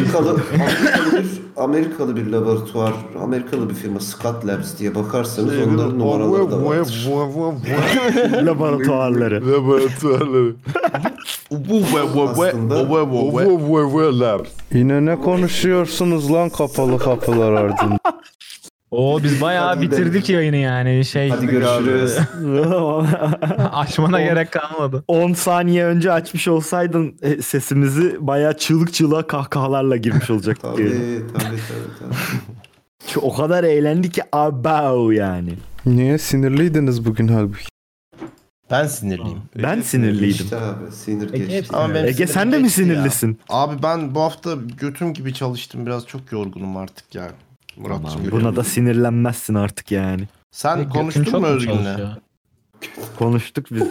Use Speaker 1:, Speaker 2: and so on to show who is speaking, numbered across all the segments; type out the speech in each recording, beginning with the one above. Speaker 1: Amerikalı, Amerikalı bir, Amerikalı bir laboratuvar, Amerikalı bir firma Scott Labs diye bakarsanız
Speaker 2: Şey,
Speaker 1: onların numaraları da var.
Speaker 3: Laboratuvarları.
Speaker 4: Laboratuvarları.
Speaker 1: Aslında-
Speaker 4: Laboratuvarlar.
Speaker 5: Yine ne konuşuyorsunuz lan kapalı kapılar ardında?
Speaker 6: Oo biz bayağı
Speaker 1: Hadi
Speaker 6: bitirdik yayını yani şey
Speaker 1: Hadi görüşürüz.
Speaker 6: açmana gerek kalmadı.
Speaker 3: 10 saniye önce açmış olsaydın e, sesimizi bayağı çığlık çığlığa kahkahalarla girmiş olacaktık. yani.
Speaker 1: tabii, tabii, tabii, tabii.
Speaker 3: Çünkü o kadar eğlendi ki abau yani.
Speaker 5: Niye sinirliydiniz bugün halbuki?
Speaker 2: Ben sinirliyim.
Speaker 3: Ben sinirliydim.
Speaker 1: İşte abi, sinir
Speaker 6: Peki,
Speaker 1: geçti.
Speaker 6: hepsi-
Speaker 2: Ama benim
Speaker 3: Ege
Speaker 2: sinirim
Speaker 3: sen de mi
Speaker 2: geçti ya.
Speaker 3: sinirlisin?
Speaker 2: Abi ben bu hafta götüm gibi çalıştım. Biraz çok yorgunum artık ya. Murat'cığım.
Speaker 3: Tamam,
Speaker 2: biliyorum.
Speaker 3: buna da sinirlenmezsin artık yani.
Speaker 2: Sen konuştun mu Özgün'le?
Speaker 3: Konuştuk biz.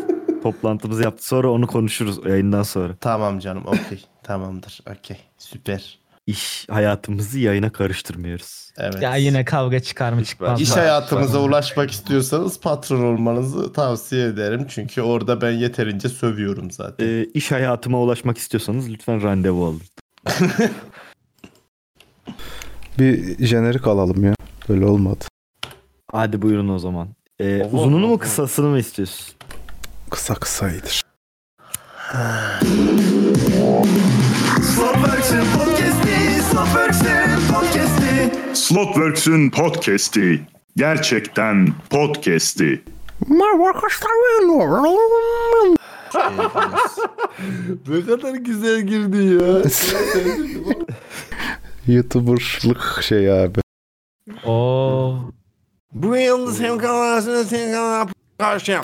Speaker 3: Toplantımızı yaptık. Sonra onu konuşuruz yayından sonra.
Speaker 2: Tamam canım okey. Tamamdır okey. Süper.
Speaker 3: İş hayatımızı yayına karıştırmıyoruz.
Speaker 2: Evet.
Speaker 6: Ya yine kavga çıkar mı çıkmaz
Speaker 2: İş
Speaker 6: mı?
Speaker 2: hayatımıza ulaşmak istiyorsanız patron olmanızı tavsiye ederim. Çünkü orada ben yeterince sövüyorum zaten.
Speaker 3: Ee, iş hayatıma ulaşmak istiyorsanız lütfen randevu alın.
Speaker 5: Bir jenerik alalım ya. Böyle olmadı.
Speaker 3: Hadi buyurun o zaman. Ee,
Speaker 2: Oho,
Speaker 3: uzununu mu
Speaker 2: oho.
Speaker 3: kısasını mı istiyorsun?
Speaker 5: Kısa kısa iyidir.
Speaker 7: Slotworks'ün podcast'i gerçekten podcast'i.
Speaker 4: ne kadar güzel girdi ya.
Speaker 5: YouTuber'lık şey abi.
Speaker 6: Oo.
Speaker 4: Bu yıldız hem kanalasını sen kanala karşıyam.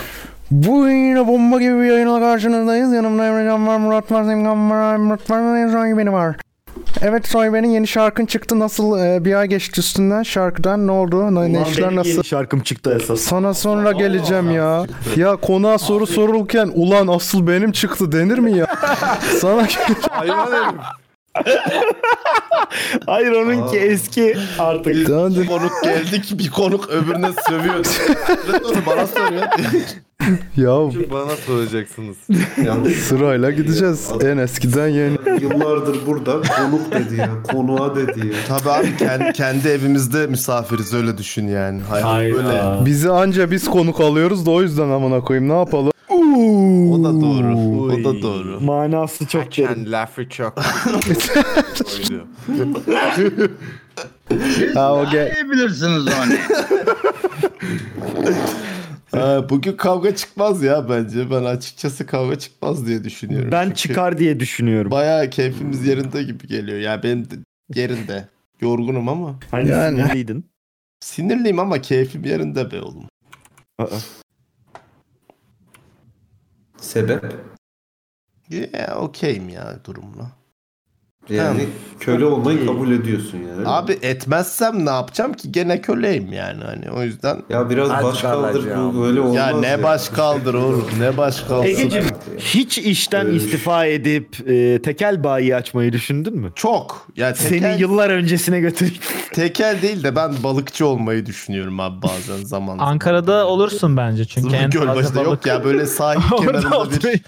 Speaker 5: Bu yine bomba gibi bir yayınla karşınızdayız. Yanımda Emrecan var, Murat var, Zemgan var, Murat var, Soy Beni var. Evet Soy Beni yeni şarkın çıktı. Nasıl e, bir ay geçti üstünden şarkıdan? Ne oldu? Ne, ne işler nasıl?
Speaker 3: Şarkım çıktı esas.
Speaker 5: Sana sonra geleceğim ya. Ya konağa soru sorulurken ulan asıl benim çıktı denir mi ya? Sana
Speaker 4: Hayvan herif.
Speaker 3: Hayır onunki
Speaker 1: Aa.
Speaker 3: eski artık.
Speaker 5: geleceğim.
Speaker 2: Bir konuk geldi ki bir konuk öbürüne sövüyor. Evet, oğlum, bana soruyor.
Speaker 5: Ya
Speaker 4: Çünkü Bana soracaksınız.
Speaker 1: Yalnız
Speaker 5: sırayla gideceğiz. En eskiden yeni.
Speaker 1: yıllardır burada konuk dedi ya, konuğa dedi ya.
Speaker 2: Tabii abi kendi, kendi evimizde misafiriz öyle düşün yani. Hayat böyle.
Speaker 5: Bizi anca biz konuk alıyoruz da o yüzden amına koyayım ne yapalım?
Speaker 2: O da doğru. O da doğru.
Speaker 3: Manası çok derin.
Speaker 4: Ken lafı çok. Oydu.
Speaker 5: ha o ge-
Speaker 8: Diyebilirsiniz onu.
Speaker 2: Ha, bugün kavga çıkmaz ya bence. Ben açıkçası kavga çıkmaz diye düşünüyorum.
Speaker 3: Ben
Speaker 2: Çünkü
Speaker 3: çıkar diye düşünüyorum.
Speaker 2: Bayağı keyfimiz yerinde gibi geliyor. Ya ben de- yerinde. Yorgunum ama.
Speaker 3: Hani
Speaker 5: Yani.
Speaker 3: sinirliydin.
Speaker 2: Sinirliyim ama keyfim yerinde be oğlum.
Speaker 3: Aa,
Speaker 1: Sebep?
Speaker 2: Ya okeyim ya durumla.
Speaker 1: Yani köle olmayı kabul ediyorsun yani.
Speaker 2: Abi etmezsem ne yapacağım ki? Gene köleyim yani hani o yüzden.
Speaker 1: ya biraz
Speaker 4: Az
Speaker 1: baş kaldır
Speaker 4: kalacağım.
Speaker 1: bu böyle olmaz.
Speaker 2: ya ne baş kaldır oğlum ne baş kaldır.
Speaker 3: Egeciğim. Hiç işten
Speaker 2: Ee.
Speaker 1: Öyle bir
Speaker 3: istifa edip e, tekel bayi açmayı düşündün mü?
Speaker 2: Çok. Ya tekel,
Speaker 3: Seni yıllar öncesine götüreyim.
Speaker 2: tekel değil de ben balıkçı olmayı düşünüyorum abi bazen zaman.
Speaker 6: Ankara'da olursun bence çünkü en
Speaker 2: Zımrıt
Speaker 6: fazla
Speaker 2: Gölbaşı'da
Speaker 6: balık.
Speaker 2: yok ya böyle sahil
Speaker 6: Orada
Speaker 2: kenarında bir
Speaker 6: oturayım.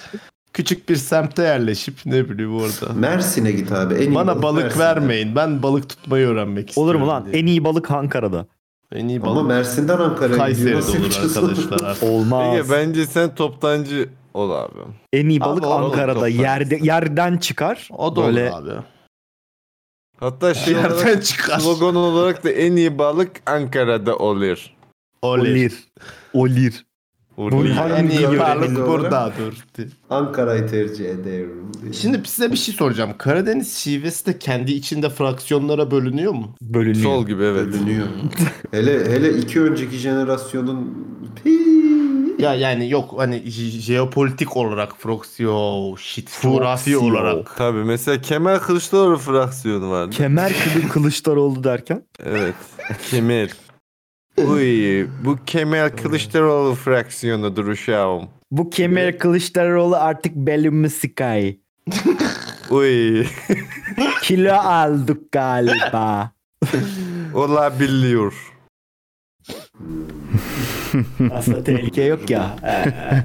Speaker 2: küçük bir semte yerleşip ne bileyim orada.
Speaker 1: Mersin'e git abi. En iyi
Speaker 2: Bana balık
Speaker 1: Mersin'de.
Speaker 2: vermeyin. Ben balık tutmayı öğrenmek
Speaker 3: Olur
Speaker 2: istiyorum.
Speaker 3: mu lan?
Speaker 2: diye.
Speaker 3: En iyi balık Ankara'da.
Speaker 2: En iyi
Speaker 1: Ama
Speaker 2: balık
Speaker 1: Mersin'den Ankara'ya gidiyor.
Speaker 2: Kayseri'de
Speaker 1: Nasıl
Speaker 2: olur
Speaker 1: gideceğiz?
Speaker 2: arkadaşlar artık.
Speaker 3: Olmaz.
Speaker 4: Ege bence sen toptancı ol abi.
Speaker 3: En iyi balık
Speaker 2: oğlum,
Speaker 3: Ankara'da.
Speaker 2: toptancı.
Speaker 3: Yerde, yerden çıkar.
Speaker 2: O da
Speaker 3: Böyle
Speaker 2: olur abi.
Speaker 4: Hatta şey
Speaker 2: Yerden
Speaker 4: olarak,
Speaker 2: çıkar.
Speaker 4: slogan olarak da en iyi balık Ankara'da olur.
Speaker 2: Olur.
Speaker 3: olir. Olir.
Speaker 4: Olur.
Speaker 2: En iyi
Speaker 1: Yöremiz
Speaker 2: balık
Speaker 1: olarak-
Speaker 2: burada dur. diye.
Speaker 1: Ankara'yı tercih ederim. diye.
Speaker 2: Şimdi size bir şey soracağım. Karadeniz şivesi de kendi içinde fraksiyonlara bölünüyor mu?
Speaker 3: Bölünüyor.
Speaker 4: Sol gibi evet.
Speaker 1: bölünüyor. hele hele iki önceki jenerasyonun Pii.
Speaker 2: Ya yani yok hani je- jeopolitik olarak fraksiyon, shit, coğrafi
Speaker 3: Fraksiyon.
Speaker 2: olarak.
Speaker 4: Tabii mesela Kemal Kılıçdaroğlu fraksiyonu vardı.
Speaker 3: Kemer kılı Kılıçdaroğlu derken.
Speaker 4: Evet. Kemal. Uy bu Kemal Kılıçdaroğlu fraksiyonudur uşağım.
Speaker 3: Bu Kemer Kılıçdaroğlu artık belimi sıkay.
Speaker 4: Uy
Speaker 3: Kilo aldık galiba.
Speaker 4: olabiliyor.
Speaker 3: Aslında tehlike yok ya.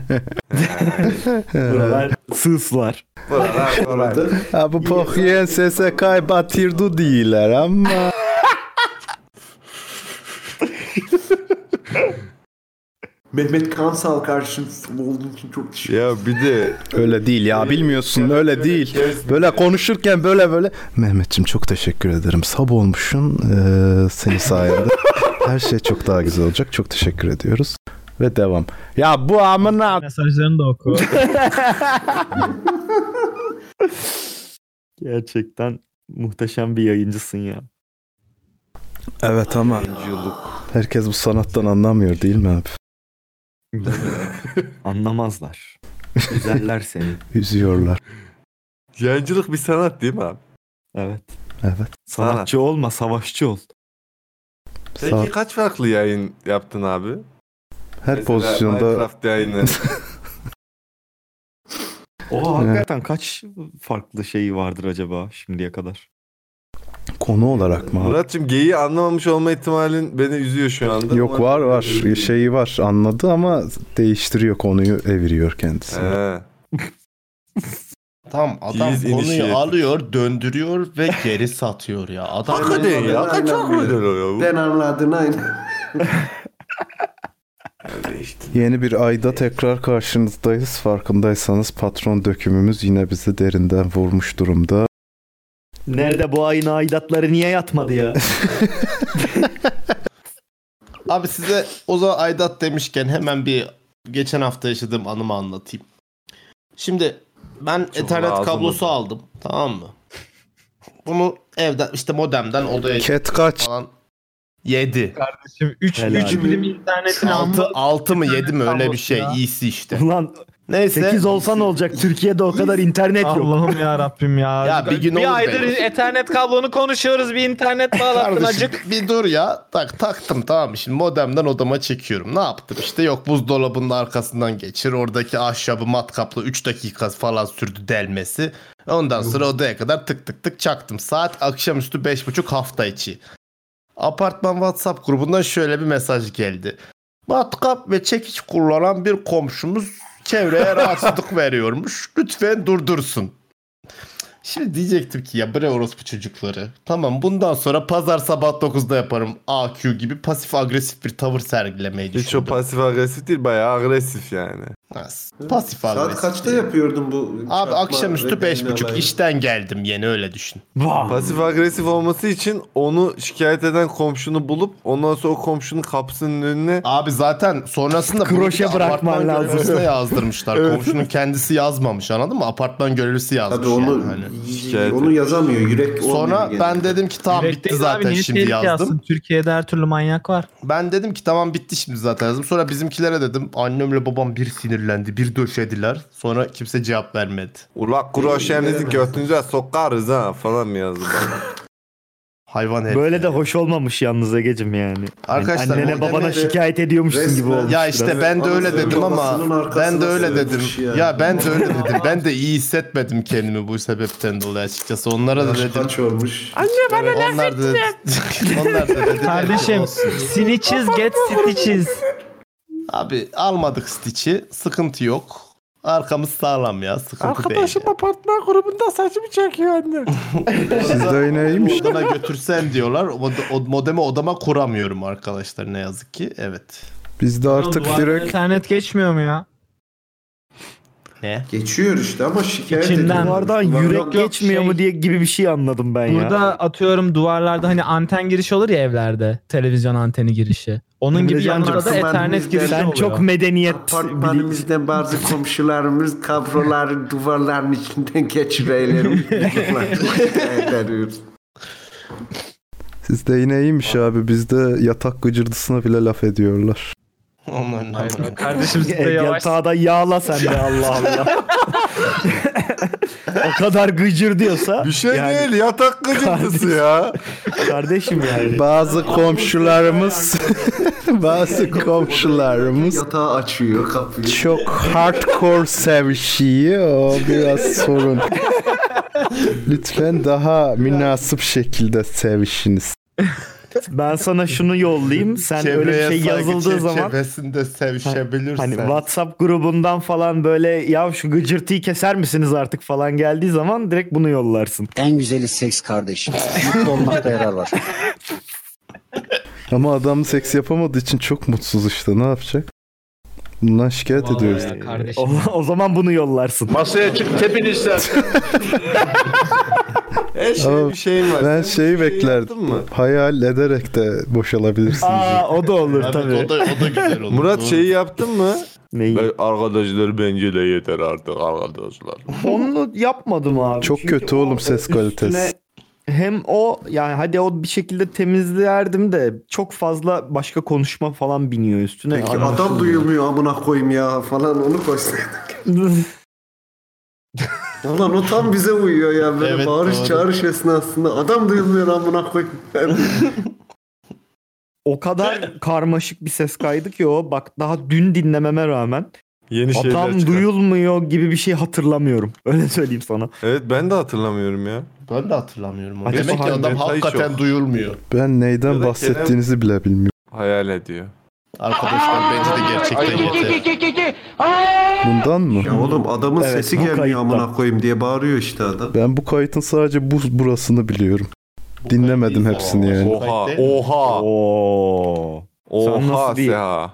Speaker 3: Buralar sığ sular.
Speaker 1: Arada
Speaker 5: Ha bu pohyen sese kaybatırdı değiller ama.
Speaker 1: Mehmet Kansal karşınızda olduğun için çok teşekkür
Speaker 4: Ya bir de
Speaker 5: Öyle değil ya bilmiyorsun öyle değil. Böyle konuşurken böyle böyle. Mehmetçim çok teşekkür ederim. Sab olmuşsun ee, senin sayende. Her şey çok daha güzel olacak. Çok teşekkür ediyoruz. Ve devam. Ya bu amına
Speaker 6: Mesajlarını da oku.
Speaker 3: Gerçekten muhteşem bir yayıncısın ya.
Speaker 5: Evet ama
Speaker 1: yıllık.
Speaker 5: herkes bu sanattan anlamıyor değil mi abi?
Speaker 3: Anlamazlar. Güzeller seni.
Speaker 5: Üzüyorlar.
Speaker 4: yayıncılık bir sanat değil mi abi?
Speaker 3: Evet.
Speaker 5: Evet.
Speaker 3: Sanatçı olma, savaşçı ol.
Speaker 4: Peki
Speaker 5: Sağ-
Speaker 4: kaç farklı yayın yaptın abi?
Speaker 5: Her
Speaker 4: Mesela
Speaker 5: pozisyonda
Speaker 4: Minecraft yayını.
Speaker 3: O hakikaten kaç farklı şeyi vardır acaba şimdiye kadar?
Speaker 5: konu olarak mı abi?
Speaker 4: Murat'cığım geyiği anlamamış olma ihtimalin beni üzüyor şu anda.
Speaker 5: Yok var var Şey- şeyi var anladı ama değiştiriyor konuyu eviriyor kendisi.
Speaker 4: He.
Speaker 2: Tam adam
Speaker 4: Yiğit
Speaker 2: konuyu
Speaker 4: initiative.
Speaker 2: alıyor, döndürüyor ve geri satıyor ya. Adam
Speaker 4: Hakikaten ya.
Speaker 1: Ben
Speaker 4: Kaçak
Speaker 1: anlamıyorum.
Speaker 4: mıydı oluyor Şey bu?
Speaker 1: Ben anladın aynı.
Speaker 5: Yeni bir ayda tekrar karşınızdayız. Farkındaysanız patron dökümümüz yine bizi derinden vurmuş durumda.
Speaker 3: Nerede bu ayın aidatları niye yatmadı ya?
Speaker 2: Abi size o zaman aidat demişken hemen bir geçen hafta yaşadığım anımı anlatayım. Şimdi ben Ethernet
Speaker 4: lazım
Speaker 2: kablosu
Speaker 4: oldu.
Speaker 2: aldım. Tamam mı? Bunu evden işte modemden odaya
Speaker 5: Ket kaç?
Speaker 2: falan 7.
Speaker 6: Şimdi 3
Speaker 3: Helal.
Speaker 6: 3 milim internetin
Speaker 2: 6,
Speaker 6: altı.
Speaker 2: 6 mı 7 mi öyle
Speaker 6: kablosu
Speaker 2: bir şey.
Speaker 6: ya.
Speaker 2: İyisi işte.
Speaker 3: Ulan
Speaker 2: Neyse.
Speaker 3: 8 olsa ne olacak? Türkiye'de o kadar internet yok.
Speaker 6: Allah'ım ya Rabbim ya.
Speaker 2: Ya bir gün olur
Speaker 6: aydır
Speaker 2: be.
Speaker 6: ethernet kablonu konuşuyoruz. Bir internet bağlattın
Speaker 2: Kardeşim
Speaker 6: acık.
Speaker 2: bir dur ya. Tak taktım tamam mı? Şimdi modemden odama çekiyorum. Ne yaptım işte yok buzdolabının arkasından geçir. Oradaki ahşabı matkapla 3 dakika falan sürdü delmesi. Ondan sonra odaya kadar tık tık tık çaktım. Saat akşamüstü 5.30 hafta içi. Apartman WhatsApp grubundan şöyle bir mesaj geldi. Matkap ve çekiç kullanan bir komşumuz çevreye rahatsızlık veriyormuş. Lütfen durdursun. Şimdi diyecektim ki ya bre orospu çocukları. Tamam bundan sonra pazar sabah 9'da yaparım AQ gibi pasif agresif bir tavır sergilemeyi
Speaker 4: Hiç o
Speaker 2: düşündüm.
Speaker 4: pasif agresif değil bayağı agresif yani.
Speaker 2: Ha, pasif agresif.
Speaker 1: Saat kaçta
Speaker 2: diye.
Speaker 1: yapıyordun bu?
Speaker 2: Abi akşamüstü
Speaker 1: beş
Speaker 2: 5.30 işten geldim yeni öyle düşün.
Speaker 3: Vah.
Speaker 4: Pasif agresif olması için onu şikayet eden komşunu bulup ondan sonra o komşunun kapısının önüne
Speaker 2: Abi zaten sonrasında bunu
Speaker 3: Kroşe
Speaker 2: bir de
Speaker 3: bırakman
Speaker 2: apartman
Speaker 3: lazım.
Speaker 2: görevlisine yazdırmışlar. Komşunun kendisi yazmamış anladın mı? Apartman görevlisi yazmış
Speaker 1: Tabii onu,
Speaker 2: yani. hani.
Speaker 4: Şikayet
Speaker 1: onu yazamıyor. Yürek
Speaker 2: Sonra
Speaker 1: olmuyor
Speaker 2: ben
Speaker 1: genelde.
Speaker 2: dedim ki tamam bitti
Speaker 6: Yürekteyiz abi,
Speaker 2: zaten
Speaker 6: niye
Speaker 2: şimdi
Speaker 6: tehlike
Speaker 2: yazdım.
Speaker 6: yazsın? Türkiye'de her türlü manyak var.
Speaker 2: Ben dedim ki tamam bitti şimdi zaten yazdım. Sonra bizimkilere dedim annemle babam bir sinirlendi bir döşediler. Sonra kimse cevap vermedi.
Speaker 4: ula kroşenizi götünüze sokarız ha falan mı yazdı bana.
Speaker 2: Hayvan herif.
Speaker 3: Böyle de hoş olmamış yalnız Ege'cim yani.
Speaker 2: Arkadaşlar,
Speaker 3: Yani annene
Speaker 2: bu
Speaker 3: babana
Speaker 1: demedi.
Speaker 3: şikayet ediyormuşsun gibi
Speaker 1: Resmen-
Speaker 3: olmuş.
Speaker 2: Ya işte
Speaker 3: biraz.
Speaker 2: ben de öyle
Speaker 1: Anasının
Speaker 2: dedim
Speaker 1: babasının
Speaker 2: ama
Speaker 1: arkasına
Speaker 2: ben de öyle dedim.
Speaker 1: sığınmış
Speaker 2: Ya.
Speaker 1: ya.
Speaker 2: ben de öyle dedim. Ben de iyi hissetmedim kendimi bu sebepten dolayı açıkçası. Onlara da
Speaker 1: Yaş
Speaker 2: dedim.
Speaker 1: kaç olmuş?
Speaker 2: Onlar da Onlar da dedi.
Speaker 6: Kardeşim snitches get stitches.
Speaker 2: Abi almadık Stitch'i. Sıkıntı yok. Arkamız sağlam ya. Sıkıntı Arkadaşım değil.
Speaker 5: Sizde yine iyiymiş.
Speaker 2: Modeme götürsen diyorlar. O, o- modemi odama kuramıyorum arkadaşlar ne yazık ki. Evet.
Speaker 5: Bizde artık
Speaker 6: Duvarda
Speaker 5: direkt
Speaker 6: internet geçmiyor mu ya?
Speaker 2: Ne?
Speaker 1: Geçiyor işte ama şikayet
Speaker 6: İçinden-
Speaker 1: ediyor.
Speaker 3: Duvardan yürek geçmiyor
Speaker 6: şey-
Speaker 3: mu diye gibi bir şey anladım ben ya.
Speaker 6: Burada atıyorum duvarlarda hani anten girişi olur ya evlerde. Televizyon anteni girişi. Onun gibi
Speaker 3: Emrecan
Speaker 6: yanlarda da
Speaker 1: Cansın, ben
Speaker 6: ethernet
Speaker 1: bizden-
Speaker 6: girişi
Speaker 3: Sen
Speaker 6: şey oluyor.
Speaker 3: çok medeniyet bili-
Speaker 1: Apartmanımızda bazı komşularımız kabloları duvarların içinden geçireylerim. Şikayet ediyoruz.
Speaker 5: sizde yine iyiymiş abi. Bizde yatak gıcırdısına bile laf ediyorlar.
Speaker 2: Onların amına.
Speaker 6: Kardeşim siz de
Speaker 3: Ege
Speaker 6: yavaş.
Speaker 3: Tağ'da e, yağla sen de Allah Allah. o kadar gıcır diyorsa
Speaker 4: Bir şey
Speaker 3: Yani-
Speaker 4: değil yatak gıcırtısı ya.
Speaker 3: kardeşim yani.
Speaker 5: Bazı komşularımız bazı komşularımız
Speaker 1: Yatağı açıyor kapıyı.
Speaker 5: çok hardcore sevişiyi o biraz sorun. Lütfen daha münasip şekilde sevişiniz.
Speaker 3: ben sana şunu yollayayım. Sen öyle bir şey
Speaker 2: saygı
Speaker 3: yazıldığı
Speaker 2: çerçevesinde
Speaker 3: zaman
Speaker 2: sevişebilirsin.
Speaker 3: hani WhatsApp grubundan falan böyle ya şu gıcırtıyı keser misiniz artık falan geldiği zaman direkt bunu yollarsın.
Speaker 9: En güzeli seks kardeşim. Mutlu olmakta yarar var.
Speaker 5: Ama adam seks yapamadığı için çok mutsuz işte. Ne yapacak? Bundan şikayet
Speaker 6: Vallahi
Speaker 5: ediyoruz.
Speaker 6: ya kardeşim.
Speaker 3: O, o zaman bunu yollarsın.
Speaker 10: Masaya çık tepinizden.
Speaker 4: E şey,
Speaker 5: Ama
Speaker 4: bir şeyin var.
Speaker 5: Ben
Speaker 4: Sen
Speaker 5: şeyi
Speaker 4: bir şey
Speaker 5: beklerdim.
Speaker 4: yaptın mı?
Speaker 5: Hayal ederek de boşalabilirsiniz.
Speaker 3: Aa o da olur
Speaker 2: Evet,
Speaker 3: tabii.
Speaker 2: O da, o da güzel olur.
Speaker 4: Murat şeyi yaptın mı?
Speaker 3: Neyi?
Speaker 4: Ben- arkadaşlar bence de yeter artık arkadaşlar.
Speaker 3: Onu yapmadım abi.
Speaker 5: Çok
Speaker 3: Çünkü
Speaker 5: kötü oğlum
Speaker 3: o
Speaker 5: ses
Speaker 3: üstüne-
Speaker 5: kalitesi.
Speaker 3: Hem o yani hadi o bir şekilde temizlerdim de çok fazla başka konuşma falan biniyor üstüne.
Speaker 1: Peki
Speaker 3: Anasını-
Speaker 1: adam duyulmuyor amına koyayım ya falan onu koysaydın. Ulan o tam bize uyuyor ya böyle
Speaker 2: Evet,
Speaker 1: bağırış
Speaker 2: doğru.
Speaker 1: çağırış esnasında adam duyulmuyor amına koyayım.
Speaker 3: o kadar karmaşık bir ses kaydı ki o bak daha dün dinlememe rağmen
Speaker 4: Yeni şeyler
Speaker 3: adam
Speaker 4: çıkar.
Speaker 3: duyulmuyor gibi bir şey hatırlamıyorum. Öyle söyleyeyim sana.
Speaker 4: Evet ben de hatırlamıyorum ya.
Speaker 2: Ben de hatırlamıyorum onu.
Speaker 3: Acaba
Speaker 2: Demek ki
Speaker 3: hangi
Speaker 2: adam
Speaker 4: detay
Speaker 2: hakikaten
Speaker 4: çok?
Speaker 2: duyulmuyor.
Speaker 5: Ben neyden
Speaker 4: Ya da
Speaker 5: bahsettiğinizi bile bilmiyorum.
Speaker 4: Hayal ediyor.
Speaker 2: Arkadaşlar bence de gerçekten yeter.
Speaker 5: Bundan mı?
Speaker 1: Ya oğlum adamın
Speaker 3: Evet,
Speaker 1: sesi
Speaker 3: bu
Speaker 1: gelmiyor
Speaker 3: kayıtta.
Speaker 1: amına koyayım diye bağırıyor işte adam.
Speaker 5: Ben bu kayıtın sadece bu burasını biliyorum. Dinlemedim hepsini yani.
Speaker 4: Oha oha
Speaker 3: Oo. Sen
Speaker 4: oha
Speaker 3: nasıl bir-
Speaker 4: seha.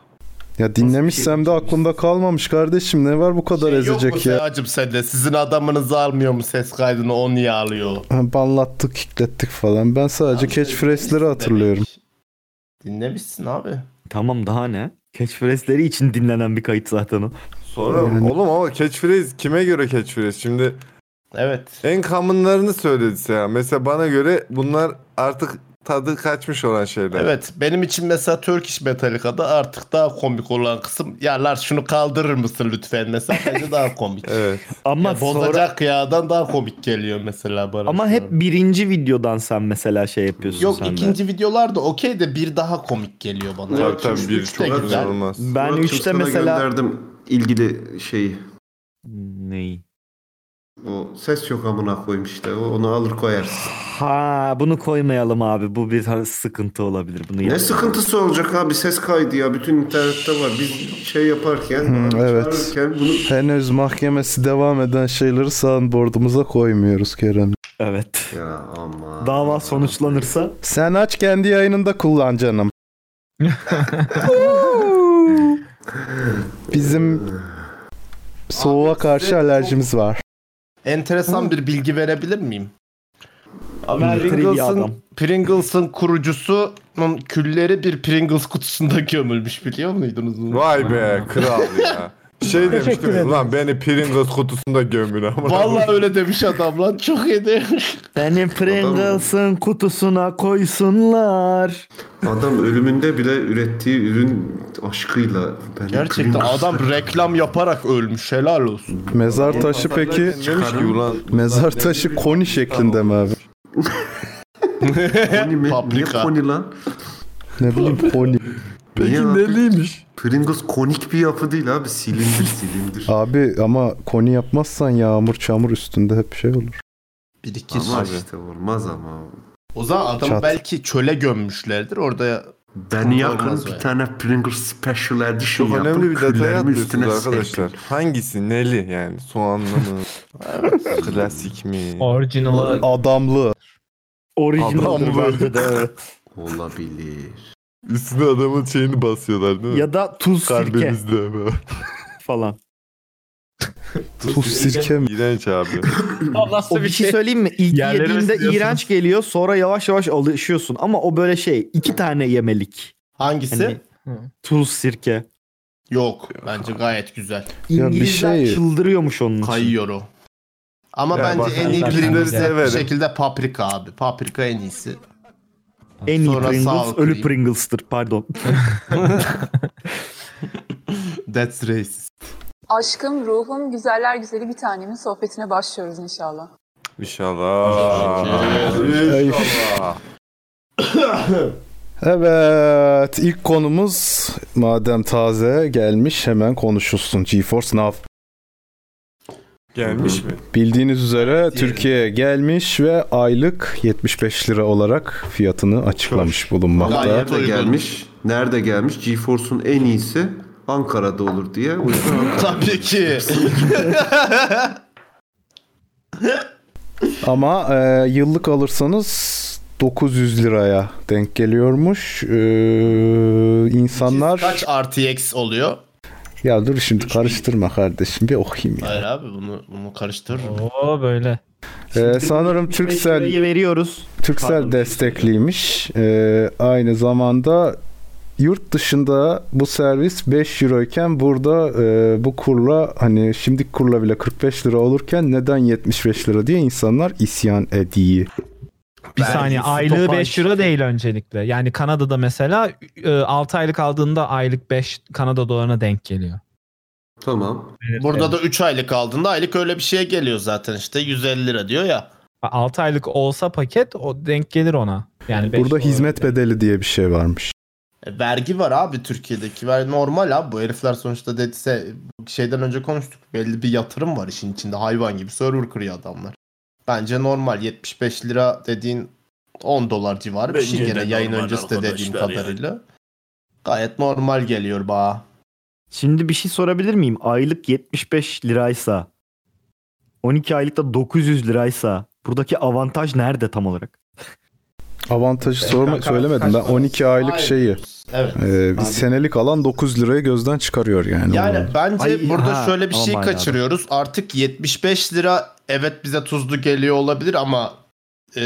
Speaker 5: Ya dinlemişsem de
Speaker 4: şey?
Speaker 5: aklımda kalmamış kardeşim. Ne var bu kadar
Speaker 2: Şey
Speaker 5: ezecek ya?
Speaker 2: Acım sen de sizin adamınız almıyor mu ses kaydını o niye alıyor?
Speaker 5: Ha, Banlattık, kiklettik falan. Ben sadece
Speaker 2: Abi sen
Speaker 5: catchphrase'leri
Speaker 2: dinlemişsin
Speaker 5: hatırlıyorum.
Speaker 2: demek. Dinlemişsin abi.
Speaker 3: Tamam daha ne? Catchphrase'leri için dinlenen bir kayıt zaten o.
Speaker 4: Sonra
Speaker 5: Yani-
Speaker 4: oğlum ama catchphrase kime göre catchphrase? Şimdi
Speaker 2: Evet.
Speaker 4: en common'larını söyledi seha. Mesela bana göre bunlar artık tadı kaçmış olan şeyler.
Speaker 2: Evet benim için mesela Turkish Metallica'da artık daha komik olan kısım ya Lars şunu kaldırır mısın lütfen mesela bence daha komik.
Speaker 4: Evet.
Speaker 3: Ama
Speaker 2: Ya
Speaker 3: sonra
Speaker 2: bozacak yağdan daha komik geliyor mesela bana.
Speaker 3: Ama
Speaker 2: şu
Speaker 3: hep
Speaker 2: an.
Speaker 3: birinci videodan sen mesela şey yapıyorsun
Speaker 2: Yok
Speaker 3: sen de.
Speaker 2: ikinci videolar da okey de bir daha komik geliyor bana.
Speaker 4: Tabii
Speaker 2: Evet,
Speaker 4: tabii
Speaker 2: üç-
Speaker 4: bir
Speaker 2: üç de
Speaker 4: çok güzel
Speaker 2: güzel.
Speaker 4: olmaz.
Speaker 3: Ben
Speaker 1: Murat'cığım,
Speaker 3: üçte
Speaker 1: sana
Speaker 3: mesela
Speaker 1: gönderdim ilgili şeyi.
Speaker 3: neyi?
Speaker 1: O ses yok amına koyayım işte. O- Onu alır koyarsın.
Speaker 3: Ha bunu koymayalım abi. Bu bir har- sıkıntı olabilir. Bunu
Speaker 1: Ne
Speaker 3: yapmayalım.
Speaker 1: sıkıntısı olacak abi ses kaydı ya bütün internette var. Biz şey yaparken,
Speaker 5: Hı, evet.
Speaker 1: çağırırken bunu
Speaker 5: Henüz mahkemesi devam eden şeyleri soundboard'umuza koymuyoruz Kerem.
Speaker 3: Evet.
Speaker 1: ya ama.
Speaker 3: Dava sonuçlanırsa
Speaker 5: Sen aç kendi yayınında kullan canım. Bizim soğuğa karşı alerjimiz var.
Speaker 2: Enteresan bir bilgi verebilir miyim? Abi
Speaker 3: Ver, trivia adam.
Speaker 2: Pringles'ın, Pringles'ın kurucusunun külleri bir Pringles kutusunda gömülmüş biliyor muydunuz bunu?
Speaker 4: Vay be kral ya. Şey demiştim lan beni Pringles kutusunda gömün ama.
Speaker 2: Vallahi öyle demiş adam lan çok iyi demiş.
Speaker 3: Benim Pringles'ın kutusuna koysunlar.
Speaker 1: Adam ölümünde bile ürettiği ürün aşkıyla. Ben
Speaker 2: Gerçekten adam reklam yaparak ölmüş helal olsun.
Speaker 5: Mezar taşı peki
Speaker 4: Demiş ki ulan
Speaker 5: mezar taşı koni şeklinde mi abi?
Speaker 1: Pony mi? Niye
Speaker 2: Paprika.
Speaker 1: koni lan?
Speaker 5: Ne bileyim koni.
Speaker 1: Niye abi?
Speaker 4: Deliymiş.
Speaker 1: Pringles konik bir yapı değil abi. Silindir silindir.
Speaker 5: Abi ama koni yapmazsan yağmur çamur üstünde hep şey olur.
Speaker 2: Bir iki
Speaker 1: ama
Speaker 2: soru.
Speaker 1: işte olmaz ama.
Speaker 2: O zaman adamı
Speaker 5: Çat.
Speaker 2: belki çöle gömmüşlerdir orada
Speaker 1: Ben
Speaker 2: Olmaz
Speaker 1: yakın
Speaker 2: yani.
Speaker 1: bir tane Pringles Special Edition
Speaker 4: Çok
Speaker 1: yapın.
Speaker 4: önemli bir detay
Speaker 1: küllerimi üstüne
Speaker 4: atlıyorsunuz
Speaker 1: serpin.
Speaker 4: arkadaşlar. Hangisi neli yani soğanlı mı? Klasik mi?
Speaker 6: Orijinal.
Speaker 5: Adamlı.
Speaker 3: Orijinaldir
Speaker 4: Adamlı.
Speaker 3: bence de evet.
Speaker 1: Olabilir.
Speaker 4: Üstüne adamın şeyini basıyorlar değil mi?
Speaker 3: ya da tuz sirke
Speaker 4: Kalbimizde mi?
Speaker 3: falan.
Speaker 5: Tuz sirke mi?
Speaker 4: İğrenç abi.
Speaker 6: Nasıl
Speaker 3: O bir şey söyleyeyim mi? İlk
Speaker 6: Yerleri
Speaker 3: yediğinde
Speaker 6: ısırıyorsun.
Speaker 3: iğrenç geliyor. Sonra yavaş yavaş alışıyorsun. Ama o böyle şey iki tane yemelik.
Speaker 2: hangisi?
Speaker 3: Hani tuz sirke.
Speaker 2: Yok bence gayet güzel.
Speaker 5: bir
Speaker 3: İngilizler
Speaker 5: şey-
Speaker 3: çıldırıyormuş onun için.
Speaker 2: Kayıyor o. Ama
Speaker 4: Ya bak,
Speaker 2: bence en iyi
Speaker 6: ben- ben
Speaker 2: Pringles
Speaker 4: de
Speaker 2: bir
Speaker 4: severim.
Speaker 2: şekilde paprika abi. Paprika en iyisi.
Speaker 3: En iyi
Speaker 2: Sonra
Speaker 3: Pringles
Speaker 2: sour
Speaker 3: ölü
Speaker 2: cream.
Speaker 3: Pringles'tır pardon.
Speaker 2: That's racist.
Speaker 11: Aşkım, ruhum, güzeller güzeli bir tanemin sohbetine başlıyoruz inşallah.
Speaker 4: İnşallah. İnşallah.
Speaker 5: Evet ilk konumuz madem taze gelmiş hemen konuşulsun. GeForce Now.
Speaker 4: Gelmiş mi?
Speaker 5: Bildiğiniz üzere Türkiye'ye gelmiş ve aylık 75 lira olarak fiyatını açıklamış bulunmakta.
Speaker 1: Nerede gelmiş? Nerede gelmiş? GeForce'un en iyisi Ankara'da olur diye. O yüzden Ankara'da.
Speaker 2: Tabii ki.
Speaker 5: Ama e, yıllık alırsanız 900 liraya denk geliyormuş. E, insanlar
Speaker 2: Kaç RTX oluyor?
Speaker 5: ya dur şimdi karıştırma kardeşim bir okuyayım ya.
Speaker 2: Hayır abi bunu bunu karıştırırım.
Speaker 6: Oo böyle.
Speaker 5: Ee, sanırım Türksel
Speaker 3: veriyoruz.
Speaker 5: Türksel destekliymiş. Ee, aynı zamanda yurt dışında bu servis 5 euro iken burada e, bu kurla hani şimdiki kurla bile 45 lira olurken neden 75 lira diye insanlar isyan ediyor.
Speaker 6: Bir saniye aylığı 5 euro değil öncelikle. Yani Kanada'da mesela 6 aylık aldığında aylık 5 Kanada dolarına denk geliyor.
Speaker 1: Tamam.
Speaker 2: Burada da 3 aylık aldığında aylık öyle bir şeye geliyor zaten işte 150 lira diyor ya.
Speaker 6: 6 aylık olsa paket o denk gelir ona. Yani beş
Speaker 5: Burada
Speaker 6: dolar.
Speaker 5: hizmet bedeli diye bir şey varmış.
Speaker 2: E, vergi var abi Türkiye'deki. Ver normal abi bu herifler sonuçta dediyse şeyden önce konuştuk. Belli bir yatırım var işin içinde. Hayvan gibi server kuruyor adamlar. Bence normal 75 lira dediğin 10 dolar civarı bir
Speaker 12: Bence
Speaker 2: şey
Speaker 12: de
Speaker 2: gene yayın
Speaker 12: normal
Speaker 2: öncesi de dediğim
Speaker 12: arkadaşlar yani.
Speaker 2: kadarıyla. Gayet normal geliyor bana.
Speaker 3: Şimdi bir şey sorabilir miyim? Aylık 75 liraysa 12 aylıkta 900 liraysa buradaki avantaj nerede tam olarak?
Speaker 5: Avantajı sorma,
Speaker 3: kanka,
Speaker 5: söylemedim ben 12 aylık
Speaker 2: Hayır.
Speaker 5: şeyi.
Speaker 2: Evet.
Speaker 5: Ee, bir senelik alan 9 lirayı gözden çıkarıyor yani.
Speaker 2: Yani
Speaker 5: Onu.
Speaker 2: bence
Speaker 5: Ay,
Speaker 2: burada
Speaker 5: ha,
Speaker 2: şöyle bir şey
Speaker 5: aman
Speaker 2: kaçırıyoruz. Artık 75 lira evet bize tuzlu geliyor olabilir ama e,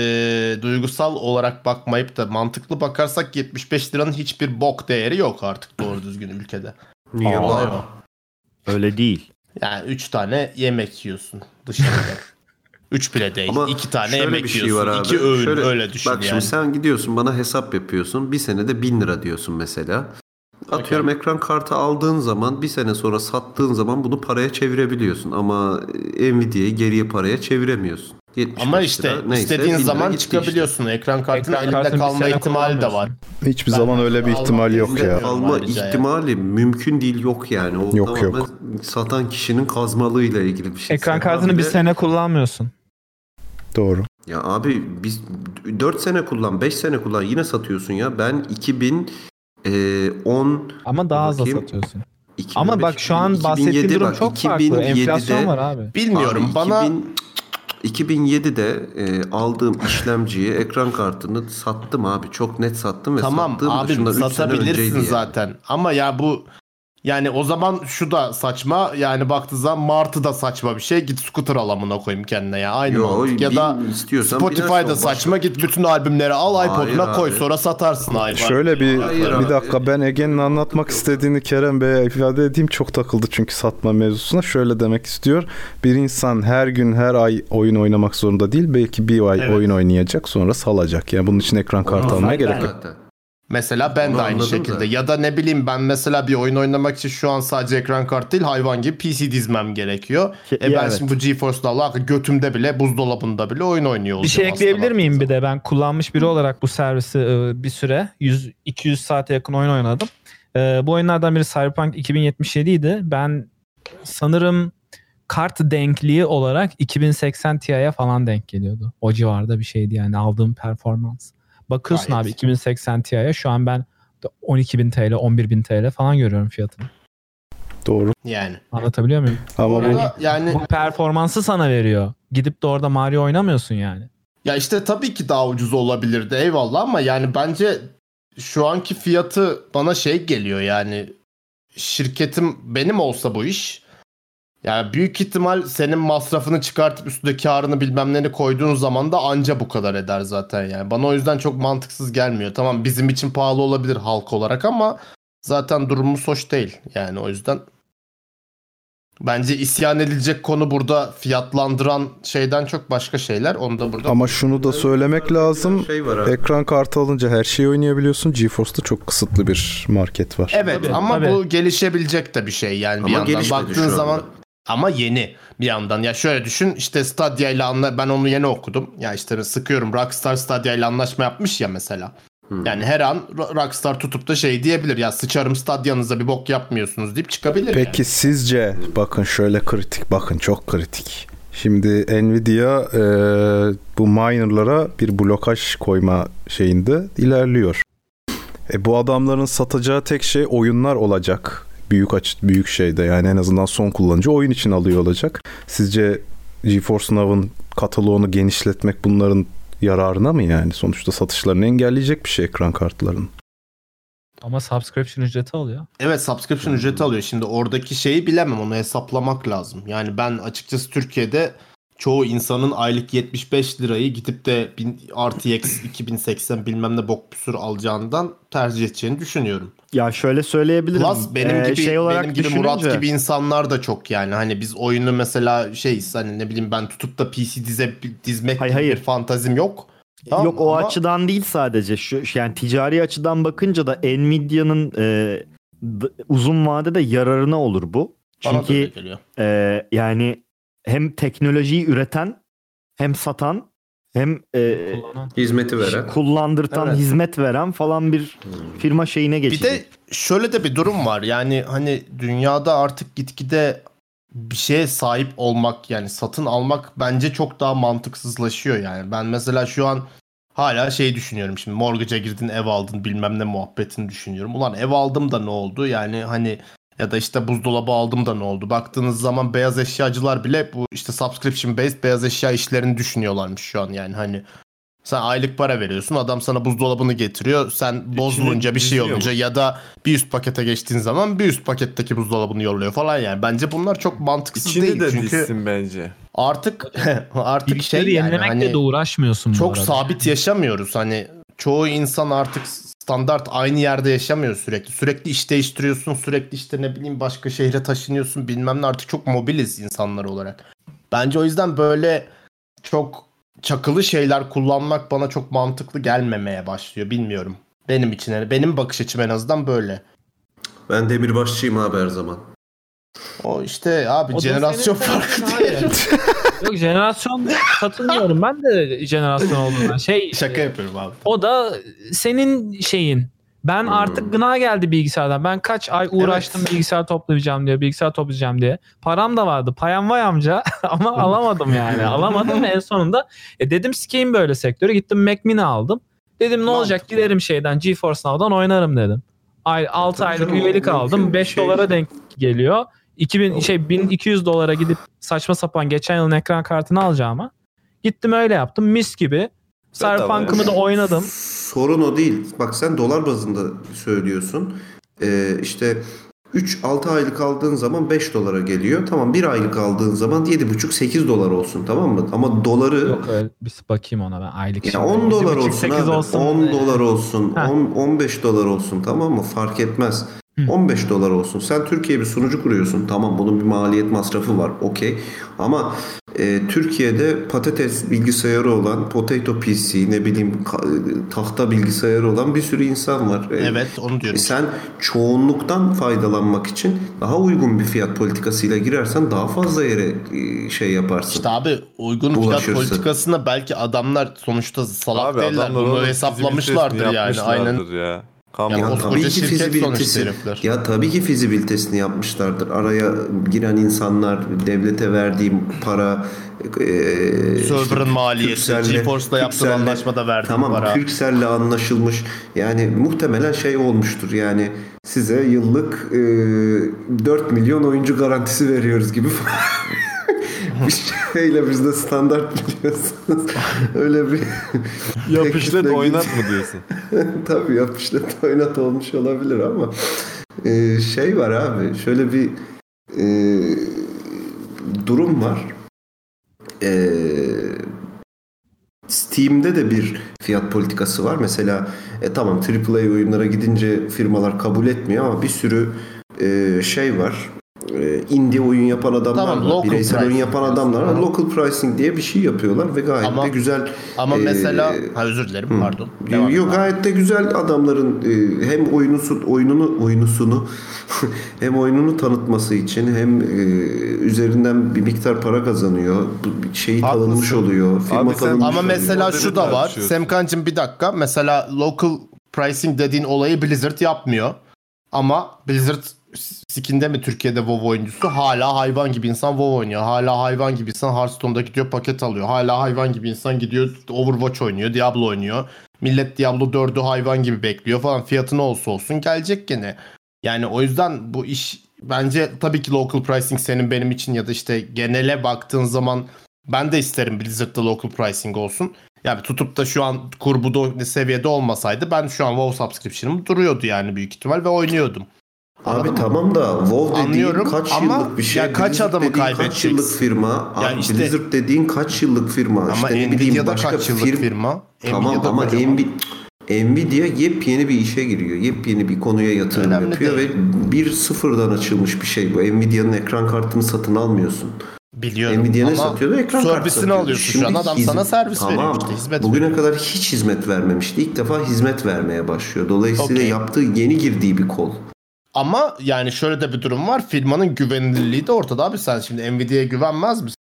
Speaker 2: duygusal olarak bakmayıp da mantıklı bakarsak 75 liranın hiçbir bok değeri yok artık doğru düzgün ülkede.
Speaker 3: Niye
Speaker 2: Olay
Speaker 3: lan?
Speaker 2: o.
Speaker 3: Öyle değil.
Speaker 2: Yani 3 tane yemek yiyorsun dışarıda. 3 bile değil. 2 E, tane yemek
Speaker 1: şey
Speaker 2: yiyorsun. 2 öğün öyle düşün
Speaker 1: Bak
Speaker 2: yani.
Speaker 1: şimdi sen gidiyorsun bana hesap yapıyorsun. Bir senede 1000 lira diyorsun mesela. Atıyorum ekran kartı aldığın zaman bir sene sonra sattığın zaman bunu paraya çevirebiliyorsun. Ama e, Nvidia'yı geriye paraya çeviremiyorsun. 75
Speaker 2: Ama
Speaker 1: lira,
Speaker 2: işte
Speaker 1: neyse, 1000
Speaker 2: istediğin
Speaker 1: lira
Speaker 2: zaman
Speaker 1: gitti işte.
Speaker 2: çıkabiliyorsun. Ekran kartının
Speaker 1: Ekran
Speaker 2: elinde
Speaker 1: kartını bir
Speaker 2: kalma
Speaker 1: sene
Speaker 2: ihtimali de var.
Speaker 5: Hiçbir zaman öyle bir ihtimal yok ya.
Speaker 1: Alma ihtimali mümkün değil yok yani. O
Speaker 5: Yok,
Speaker 1: tamamen Satan kişinin kazmalığıyla ilgili bir şey.
Speaker 6: Ekran
Speaker 1: Sen
Speaker 6: kartını bir
Speaker 1: hamile-
Speaker 6: sene kullanmıyorsun.
Speaker 5: Doğru.
Speaker 1: Ya abi biz 4 sene kullan, 5 sene kullan yine satıyorsun ya. Ben e, 2010
Speaker 6: ama daha az satıyorsun. Ama bak şu an bahsettiğim durum çok farklı. Enflasyon var abi.
Speaker 2: Bilmiyorum, bana-
Speaker 1: 2007'de e, aldığım işlemciye ekran kartını sattım abi. Çok net sattım ve
Speaker 2: Tamam
Speaker 1: sattığım da
Speaker 2: abi
Speaker 1: şundan üç sene önceydi
Speaker 2: satabilirsin
Speaker 1: yani.
Speaker 2: zaten. Ama ya bu yani o zaman şu da saçma. Yani baktığı zaman Martı da saçma bir şey. Git scooter al amına koyayım kendine ya. Aynı
Speaker 1: Yo,
Speaker 2: mantık. Ya da
Speaker 1: bin- istiyorsan binersin,
Speaker 2: Spotify'da
Speaker 1: o
Speaker 2: saçma. Git bütün albümleri al
Speaker 1: Hayır
Speaker 2: iPod'una koy.
Speaker 1: abi.
Speaker 2: Sonra satarsın iPod.
Speaker 5: Şöyle bir
Speaker 2: Hayır
Speaker 5: bir
Speaker 2: abi.
Speaker 5: dakika ben Ege'nin anlatmak istediğini Kerem Bey'e ifade edeyim çok takıldı çünkü satma mevzusuna şöyle demek istiyor. Bir insan her gün her ay oyun oynamak zorunda değil belki bir ay
Speaker 2: Evet.
Speaker 5: oyun oynayacak sonra salacak. Yani bunun için ekran kartı almaya
Speaker 1: şey
Speaker 5: gerek yok.
Speaker 2: Mesela ben
Speaker 5: Onu
Speaker 2: de aynı
Speaker 5: anladım
Speaker 2: şekilde.
Speaker 5: da.
Speaker 2: Ya da ne bileyim ben mesela bir oyun oynamak için şu an sadece ekran kartı değil hayvan gibi PC dizmem gerekiyor.
Speaker 3: Ki-
Speaker 2: e ben
Speaker 3: evet.
Speaker 2: şimdi bu GeForce'la alakalı götümde bile buzdolabında bile oyun oynuyor
Speaker 6: Bir
Speaker 2: olacağım
Speaker 6: şey
Speaker 2: aslında.
Speaker 6: ekleyebilir miyim bir de? Ben kullanmış biri olarak bu servisi e, bir süre 100 200 saate yakın oyun oynadım. E, Bu oyunlardan biri Cyberpunk 2077 idi. Ben sanırım kart denkliği olarak 2080 Ti'ye falan denk geliyordu. O civarda bir şeydi yani aldığım performans. Bakıyorsun abi 2080 Ti'ye şu an ben 12.000 TL, 11.000 TL falan görüyorum fiyatını.
Speaker 5: Doğru.
Speaker 2: Yani.
Speaker 6: Anlatabiliyor muyum?
Speaker 5: Ama
Speaker 2: bu- yani
Speaker 6: bu performansı sana veriyor. Gidip de orada Mario oynamıyorsun yani.
Speaker 2: Ya işte tabii ki daha ucuz olabilirdi eyvallah ama yani bence şu anki fiyatı bana şey geliyor yani şirketim benim olsa bu iş yani büyük ihtimal senin masrafını çıkartıp üstüne karını bilmem neni koyduğun zaman da anca bu kadar eder zaten yani. Bana o yüzden çok mantıksız gelmiyor. Tamam bizim için pahalı olabilir halk olarak ama zaten durumumuz hoş değil. Yani o yüzden bence isyan edilecek konu burada fiyatlandıran şeyden çok başka şeyler. Onu da burada
Speaker 5: Ama şunu da söylemek lazım.
Speaker 1: şey
Speaker 2: var abi.
Speaker 5: Ekran kartı alınca her şeyi oynayabiliyorsun. GeForce'da çok kısıtlı bir market var.
Speaker 2: Evet ama bu gelişebilecek de bir şey yani
Speaker 5: Ama
Speaker 2: bir yandan
Speaker 5: gelişmedi şu
Speaker 2: baktığın
Speaker 5: anda.
Speaker 2: zaman ama yeni bir yandan ya şöyle düşün işte Stadia ile anla ben onu yeni okudum ya işte sıkıyorum Rockstar Stadia ile anlaşma yapmış ya mesela Yani her an Ro- Rockstar tutup da şey diyebilir ya sıçarım stadyanıza bir bok yapmıyorsunuz deyip çıkabilir.
Speaker 5: Peki sizce bakın şöyle kritik bakın çok kritik. Şimdi Nvidia e, bu minerlara bir blokaj koyma şeyinde ilerliyor. E, bu adamların satacağı tek şey oyunlar olacak. Büyük açı, büyük şeyde yani en azından son kullanıcı oyun için alıyor olacak. Sizce GeForce Now'ın kataloğunu genişletmek bunların yararına mı yani? Sonuçta satışlarını engelleyecek bir şey ekran kartlarının.
Speaker 6: Ama subscription ücreti alıyor.
Speaker 2: Evet subscription ücreti alıyor. Şimdi oradaki şeyi bilemem onu hesaplamak lazım. Yani ben açıkçası Türkiye'de çoğu insanın aylık 75 lirayı gidip de bin- RTX 2080 bilmem ne bok bir sürü alacağından tercih edeceğini düşünüyorum.
Speaker 3: Ya şöyle söyleyebilirim.
Speaker 2: Plus benim
Speaker 3: Ee,
Speaker 2: gibi
Speaker 3: şey olarak
Speaker 2: benim gibi Murat gibi insanlar da çok yani. Hani biz oyunu mesela şey hani ne bileyim ben tutup da PC dize, dizmek gibi bir fantazim yok. Tamam
Speaker 3: Yok o
Speaker 2: ama-
Speaker 3: açıdan değil sadece. Şu şu- yani ticari açıdan bakınca da Nvidia'nın e, d- uzun vadede yararına olur bu.
Speaker 2: Bana da öyle
Speaker 3: Çünkü
Speaker 2: geliyor.
Speaker 3: e, yani hem teknolojiyi üreten hem satan hem e,
Speaker 1: Hizmeti veren. Hmm.
Speaker 3: kullandırtan,
Speaker 2: Evet.
Speaker 3: hizmet veren falan bir firma şeyine
Speaker 2: Bir
Speaker 3: geçecek.
Speaker 2: de şöyle de bir durum var. Yani hani dünyada artık gitgide bir şeye sahip olmak yani satın almak bence çok daha mantıksızlaşıyor yani. Ben mesela şu an hala şey düşünüyorum şimdi mortgage'a girdin ev aldın bilmem ne muhabbetini düşünüyorum. Ulan ev aldım da ne oldu yani hani ya da işte buzdolabı aldım da ne oldu. Baktığınız zaman beyaz eşyacılar bile bu işte subscription based beyaz eşya işlerini düşünüyorlarmış şu an yani hani. Sen aylık para veriyorsun adam sana buzdolabını getiriyor.
Speaker 4: E,
Speaker 2: Sen bozulunca bir şey
Speaker 4: diziyor mu?
Speaker 2: olunca ya da bir üst pakete geçtiğin zaman bir üst paketteki buzdolabını yolluyor falan yani. Bence bunlar çok mantıksız
Speaker 4: İçini
Speaker 2: değil
Speaker 4: de
Speaker 2: çünkü
Speaker 4: dizsin bence.
Speaker 2: artık artık şey
Speaker 6: İşleri
Speaker 2: yani
Speaker 6: yenilemekle
Speaker 2: hani
Speaker 6: de uğraşmıyorsun bu
Speaker 2: çok
Speaker 6: arada.
Speaker 2: sabit yaşamıyoruz. Hani çoğu insan artık standart aynı yerde yaşamıyor sürekli. Sürekli iş değiştiriyorsun, sürekli işte ne bileyim başka şehre taşınıyorsun bilmem ne artık çok mobiliz insanlar olarak. Bence o yüzden böyle çok çakılı şeyler kullanmak bana çok mantıklı gelmemeye başlıyor. Bilmiyorum. Benim için yani benim bakış açım en azından böyle.
Speaker 1: Ben demirbaşçıyım abi her zaman.
Speaker 2: O işte abi
Speaker 6: O da
Speaker 2: jenerasyon
Speaker 6: senin
Speaker 2: farkı
Speaker 6: tarafın
Speaker 2: diye.
Speaker 6: Yok jenerasyon katılmıyorum. Ben de jenerasyon olduğuna şey.
Speaker 2: Şaka yapıyorum abi.
Speaker 6: O da senin şeyin. Ben artık gına geldi bilgisayardan. Ben kaç ay uğraştım bilgisayar toplayacağım diye, bilgisayar toplayacağım diye. Param da vardı. Payam vay amca ama alamadım yani. alamadım en sonunda. E dedim sikeyim böyle sektörü. Gittim Mac Mini aldım. Dedim ne olacak giderim şeyden GeForce Now'dan oynarım dedim. Ay, 6 aylık
Speaker 3: canım,
Speaker 6: üyelik aldım. 5 dolara denk geliyor. 2000 şey 1200 dolara gidip saçma sapan geçen yılın ekran kartını alacağıma gittim öyle yaptım mis gibi. Cyberpunk'ımı da oynadım.
Speaker 1: Sorun o değil. Bak sen dolar bazında söylüyorsun. Ee, işte 3-6 aylık aldığın zaman 5 dolara geliyor. Tamam 1 aylık aldığın zaman 7,5-8 dolar olsun tamam mı? Ama doları
Speaker 6: Yok öyle bir bakayım ona ben aylık.
Speaker 1: ya
Speaker 6: şimdi.
Speaker 1: 10 dolar
Speaker 6: 7,5,
Speaker 1: olsun
Speaker 6: 8
Speaker 1: abi.
Speaker 6: olsun.
Speaker 1: 10 dolar olsun.
Speaker 6: Ha.
Speaker 1: 10 15 dolar olsun tamam mı? Fark etmez. 15 dolar olsun. Sen Türkiye'ye bir sunucu kuruyorsun. Tamam bunun bir maliyet masrafı var. Okey. Ama e, Türkiye'de patates bilgisayarı olan, potato PC, ne bileyim ka- e, tahta bilgisayarı olan bir sürü insan var. E,
Speaker 2: Evet, onu diyorum.
Speaker 1: sen çoğunluktan faydalanmak için daha uygun bir fiyat politikasıyla girersen daha fazla yere e, şey yaparsın.
Speaker 2: İşte abi uygun fiyat
Speaker 1: Ulaşırsın.
Speaker 2: politikasına belki adamlar sonuçta salak
Speaker 1: Abi
Speaker 2: değiller.
Speaker 1: adamlar
Speaker 2: Bunu
Speaker 1: onun
Speaker 2: hesaplamışlardır
Speaker 1: fizibilitesini
Speaker 2: yani. Aynen.
Speaker 1: yapmışlardır
Speaker 4: Ya.
Speaker 1: Ya
Speaker 2: koskoca şirket sonuçta
Speaker 1: fizibilitesi-
Speaker 2: herifler.
Speaker 1: Ya tabii ki fizibilitesini yapmışlardır. Araya giren insanlar, devlete verdiğim para, e,
Speaker 2: Server'ın maliyeti,
Speaker 1: Turkcell'le-
Speaker 2: GeForce'la yaptığın
Speaker 1: Turkcell'le-
Speaker 2: anlaşmada verdiğin
Speaker 1: tamam,
Speaker 2: para.
Speaker 1: Turkcell'le anlaşılmış. Yani muhtemelen şey olmuştur. Yani size yıllık e, 4 milyon oyuncu garantisi veriyoruz gibi bir şeyle bizde standart biliyorsunuz. Öyle bir
Speaker 4: Yap
Speaker 1: teklifle
Speaker 4: işlet
Speaker 1: git-
Speaker 4: oynat mı diyorsun?
Speaker 1: Tabii yap işlet oynat olmuş olabilir ama e, şey var abi şöyle bir e, durum var. E, Steam'de de bir fiyat politikası var. Mesela e, tamam AAA oyunlara gidince firmalar kabul etmiyor ama bir sürü e, şey var. E, indie oyun yapan adamlar
Speaker 2: Tamam,
Speaker 1: var.
Speaker 2: local
Speaker 1: Bireysel oyun
Speaker 2: pricing
Speaker 1: yapan adamlar var. Local pricing diye bir şey yapıyorlar ve gayet
Speaker 2: Ama-
Speaker 1: de güzel.
Speaker 2: Ama
Speaker 1: e,
Speaker 2: mesela ha özür dilerim pardon. Devam
Speaker 1: Yok
Speaker 2: et.
Speaker 1: gayet de güzel adamların e, hem oyunusu oyununu oyunusunu hem oyununu tanıtması için hem e, üzerinden bir miktar para kazanıyor. Bu bir Şeyi tanınmış oluyor. Firma tanınmış
Speaker 2: Ama
Speaker 1: oluyor.
Speaker 2: mesela şu da var. Semkancığım bir dakika. Mesela local pricing dediğin olayı Blizzard yapmıyor. Ama Blizzard skinde mi Türkiye'de WoW oyuncusu? Hala hayvan gibi insan WoW oynuyor. Hala hayvan gibi insan Hearthstone'da gidiyor paket alıyor. Hala hayvan gibi insan gidiyor Overwatch oynuyor, Diablo oynuyor. Millet Diablo 4'ü hayvan gibi bekliyor falan. Fiyatı ne olsa olsun gelecek gene. Yani o yüzden bu iş bence tabii ki local pricing senin benim için ya da işte genele baktığın zaman ben de isterim Blizzard'da local pricing olsun. Yani tutup da şu an kurbu da seviyede olmasaydı ben şu an WoW subscription'ım duruyordu yani büyük ihtimal ve oynuyordum.
Speaker 1: Abi tamam da WoW dediğin
Speaker 2: Anlıyorum
Speaker 1: kaç
Speaker 2: ama
Speaker 1: yıllık bir şey.
Speaker 2: ya kaç
Speaker 1: Blizzard
Speaker 2: adamı
Speaker 1: dediğin Kaç
Speaker 2: kaybedeceksin?
Speaker 1: yıllık firma.
Speaker 2: Ya
Speaker 1: Abi
Speaker 2: işte-
Speaker 1: Blizzard dediğin kaç yıllık firma.
Speaker 2: Ama
Speaker 1: işte ne
Speaker 2: Nvidia'da
Speaker 1: bileyim başka
Speaker 2: kaç yıllık
Speaker 1: fir-
Speaker 2: firma?
Speaker 1: Tamam
Speaker 2: Nvidia'da
Speaker 1: ama
Speaker 2: kocaman.
Speaker 1: Nvidia, Nvidia yepyeni bir işe giriyor. Yepyeni bir konuya yatırım
Speaker 2: Önemli
Speaker 1: yapıyor ve bir sıfırdan açılmış bir şey bu. Nvidia'nın ekran kartını satın almıyorsun.
Speaker 2: Biliyorum
Speaker 1: Nvidia ne
Speaker 2: ama
Speaker 1: satıyordu? Ekran kartı
Speaker 2: servisini
Speaker 1: satıyordu.
Speaker 2: alıyorsun şu an. Adam sana servis veriyor işte, hizmet
Speaker 1: Bugüne kadar hiç hizmet vermemişti. İlk defa hizmet vermeye başlıyor. Dolayısıyla
Speaker 2: Okey.
Speaker 1: yaptığı yeni girdiği bir kol.
Speaker 2: Ama yani şöyle de bir durum var. Firmanın güvenilirliği de ortada abi. Sen şimdi Nvidia'ya güvenmez misin?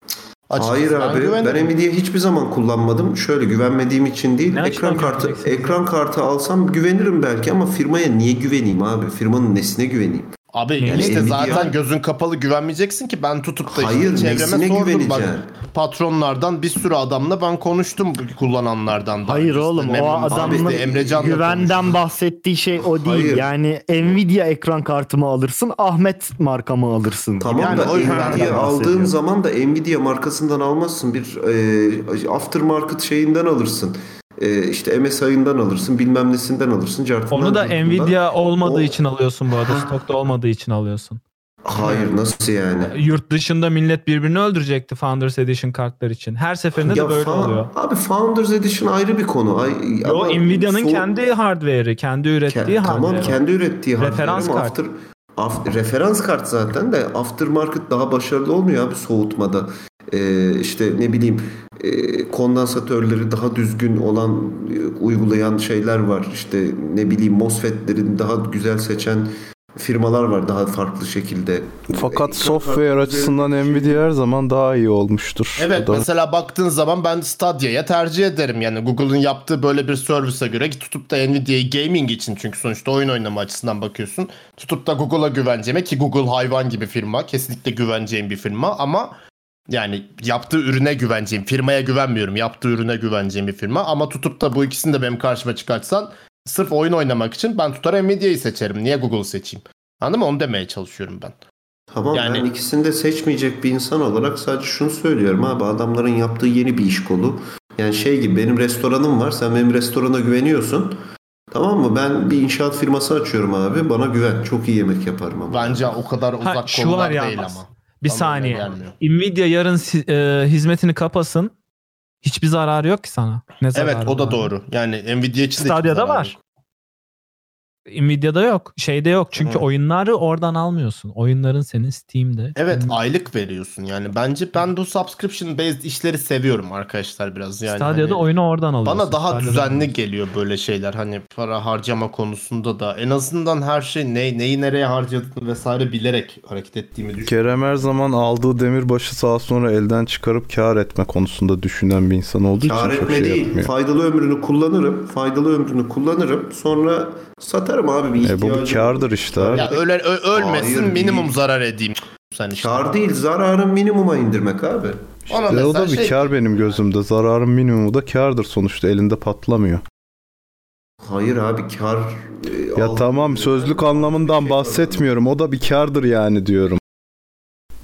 Speaker 2: Açıkçası
Speaker 1: Hayır
Speaker 2: ben
Speaker 1: abi
Speaker 2: güvenirim.
Speaker 1: ben Nvidia hiçbir zaman kullanmadım. Şöyle güvenmediğim için değil. ekran kartı ekran kartı alsam güvenirim belki ama firmaya niye güveneyim abi? Firmanın nesine güveneyim?
Speaker 2: Abi
Speaker 1: Yani
Speaker 2: işte
Speaker 1: Nvidia-
Speaker 2: zaten gözün kapalı güvenmeyeceksin ki ben tutup da
Speaker 1: Hayır,
Speaker 2: işte
Speaker 1: nesine
Speaker 2: çevreme sordum bak.
Speaker 1: güveneceksin?
Speaker 2: Patronlardan bir sürü adamla ben konuştum bu kullananlardan da.
Speaker 3: Hayır
Speaker 2: İşte
Speaker 3: oğlum o
Speaker 2: memnun-
Speaker 3: adamın
Speaker 2: işte Emrecan'la
Speaker 3: güvenden bahsettiği şey o değil.
Speaker 2: Hayır.
Speaker 3: Yani Nvidia ekran kartımı alırsın, Ahmet markamı alırsın.
Speaker 1: Tamam da Nvidia aldığın zaman da Nvidia markasından almazsın. Bir e, aftermarket şeyinden alırsın. E, işte MSI'ından alırsın, bilmem nesinden alırsın. cartından,
Speaker 6: Onu da
Speaker 1: curtundan.
Speaker 6: Nvidia olmadığı için alıyorsun bu arada. Stokta olmadığı için alıyorsun.
Speaker 1: Hayır nasıl yani?
Speaker 6: Yurt dışında millet birbirini öldürecekti Founders Edition kartlar için. Her seferinde
Speaker 1: Ya
Speaker 6: de böyle
Speaker 1: fa-
Speaker 6: oluyor.
Speaker 1: Abi Founders Edition ayrı bir konu. Ay,
Speaker 6: Yo,
Speaker 1: ama
Speaker 6: Nvidia'nın
Speaker 1: so-
Speaker 6: kendi hardware'i, kendi ürettiği
Speaker 1: Ke-
Speaker 6: hardware.
Speaker 1: Tamam kendi ürettiği hardware
Speaker 6: Referans
Speaker 1: ama
Speaker 6: kart.
Speaker 1: after- af- referans kart zaten de aftermarket daha başarılı olmuyor abi soğutmada. Ee, işte ne bileyim e, kondansatörleri daha düzgün olan e, uygulayan şeyler var. İşte ne bileyim MOSFET'lerin daha güzel seçen firmalar var daha farklı şekilde. E,
Speaker 5: Fakat software açısından
Speaker 1: şey
Speaker 5: Nvidia her zaman daha iyi olmuştur.
Speaker 2: Evet
Speaker 5: O da-
Speaker 2: mesela baktığın zaman ben Stadia'ya tercih ederim. Yani Google'ın yaptığı böyle bir servise göre ki tutup da Nvidia'yı gaming için çünkü sonuçta oyun oynama açısından bakıyorsun. Tutup da Google'a güveneceğime ki Google hayvan gibi firma. Kesinlikle güveneceğim bir firma ama yani yaptığı ürüne güveneceğim. Firmaya güvenmiyorum. Yaptığı ürüne güveneceğim bir firma. Ama tutup da bu ikisini de benim karşıma çıkartsan sırf oyun oynamak için ben tutar Nvidia'yı seçerim. Niye Google seçeyim? Anladın mı? Onu demeye çalışıyorum ben.
Speaker 1: Tamam ben ikisini de seçmeyecek bir insan olarak sadece şunu söylüyorum abi adamların yaptığı yeni bir iş kolu. Yani şey gibi benim restoranım var sen benim restorana güveniyorsun. Tamam mı? Ben bir inşaat firması açıyorum abi. Bana güven. Çok iyi yemek yaparım ama.
Speaker 2: Bence o kadar
Speaker 6: Ha, şu var ya Bir saniye.
Speaker 2: gelmiyor.
Speaker 6: Nvidia yarın si- e, hizmetini kapasın. Hiçbir zararı yok ki sana. Ne zararı
Speaker 2: Evet o da
Speaker 6: var?
Speaker 2: doğru. Yani Nvidia için de
Speaker 6: Stadia'da var. Nvidia'da yok. Şeyde yok. Çünkü
Speaker 2: Evet.
Speaker 6: oyunları oradan almıyorsun. Oyunların senin Steam'de.
Speaker 2: Evet aylık veriyorsun yani. Bence ben bu subscription based işleri seviyorum arkadaşlar biraz yani.
Speaker 6: Stadia'da
Speaker 2: hani
Speaker 6: oyunu oradan alıyorsun.
Speaker 2: bana daha
Speaker 6: Stadia'dan
Speaker 2: düzenli geliyor böyle şeyler hani para harcama konusunda da en azından her şey ne neyi nereye harcadığını vesaire bilerek hareket ettiğimi düşünüyorum.
Speaker 5: Kerem her zaman aldığı demirbaşı sağ sonra elden çıkarıp kar etme konusunda düşünen bir insan olduğu
Speaker 1: Kâr
Speaker 5: için çok
Speaker 1: etme
Speaker 5: şey
Speaker 1: değil.
Speaker 5: yapmıyor.
Speaker 1: Faydalı ömrünü kullanırım. Faydalı ömrünü kullanırım. Sonra satarım abi bir
Speaker 5: E, bu bir
Speaker 1: ihtiyacım.
Speaker 5: kardır işte abi.
Speaker 2: Ya öyle ö- ölmesin
Speaker 1: Hayır,
Speaker 2: minimum
Speaker 1: değil.
Speaker 2: zarar edeyim. Sen işte.
Speaker 1: Kar değil zararı minimuma indirmek abi.
Speaker 2: Ona
Speaker 5: E, o
Speaker 2: mesela
Speaker 5: da bir
Speaker 2: şey-
Speaker 5: kar benim gözümde. Zararın minimumu da kardır sonuçta. Elinde patlamıyor.
Speaker 1: Hayır abi e, kar
Speaker 5: Ya tamam sözlük anlamından
Speaker 2: şey
Speaker 5: bahsetmiyorum. O da bir kardır yani diyorum.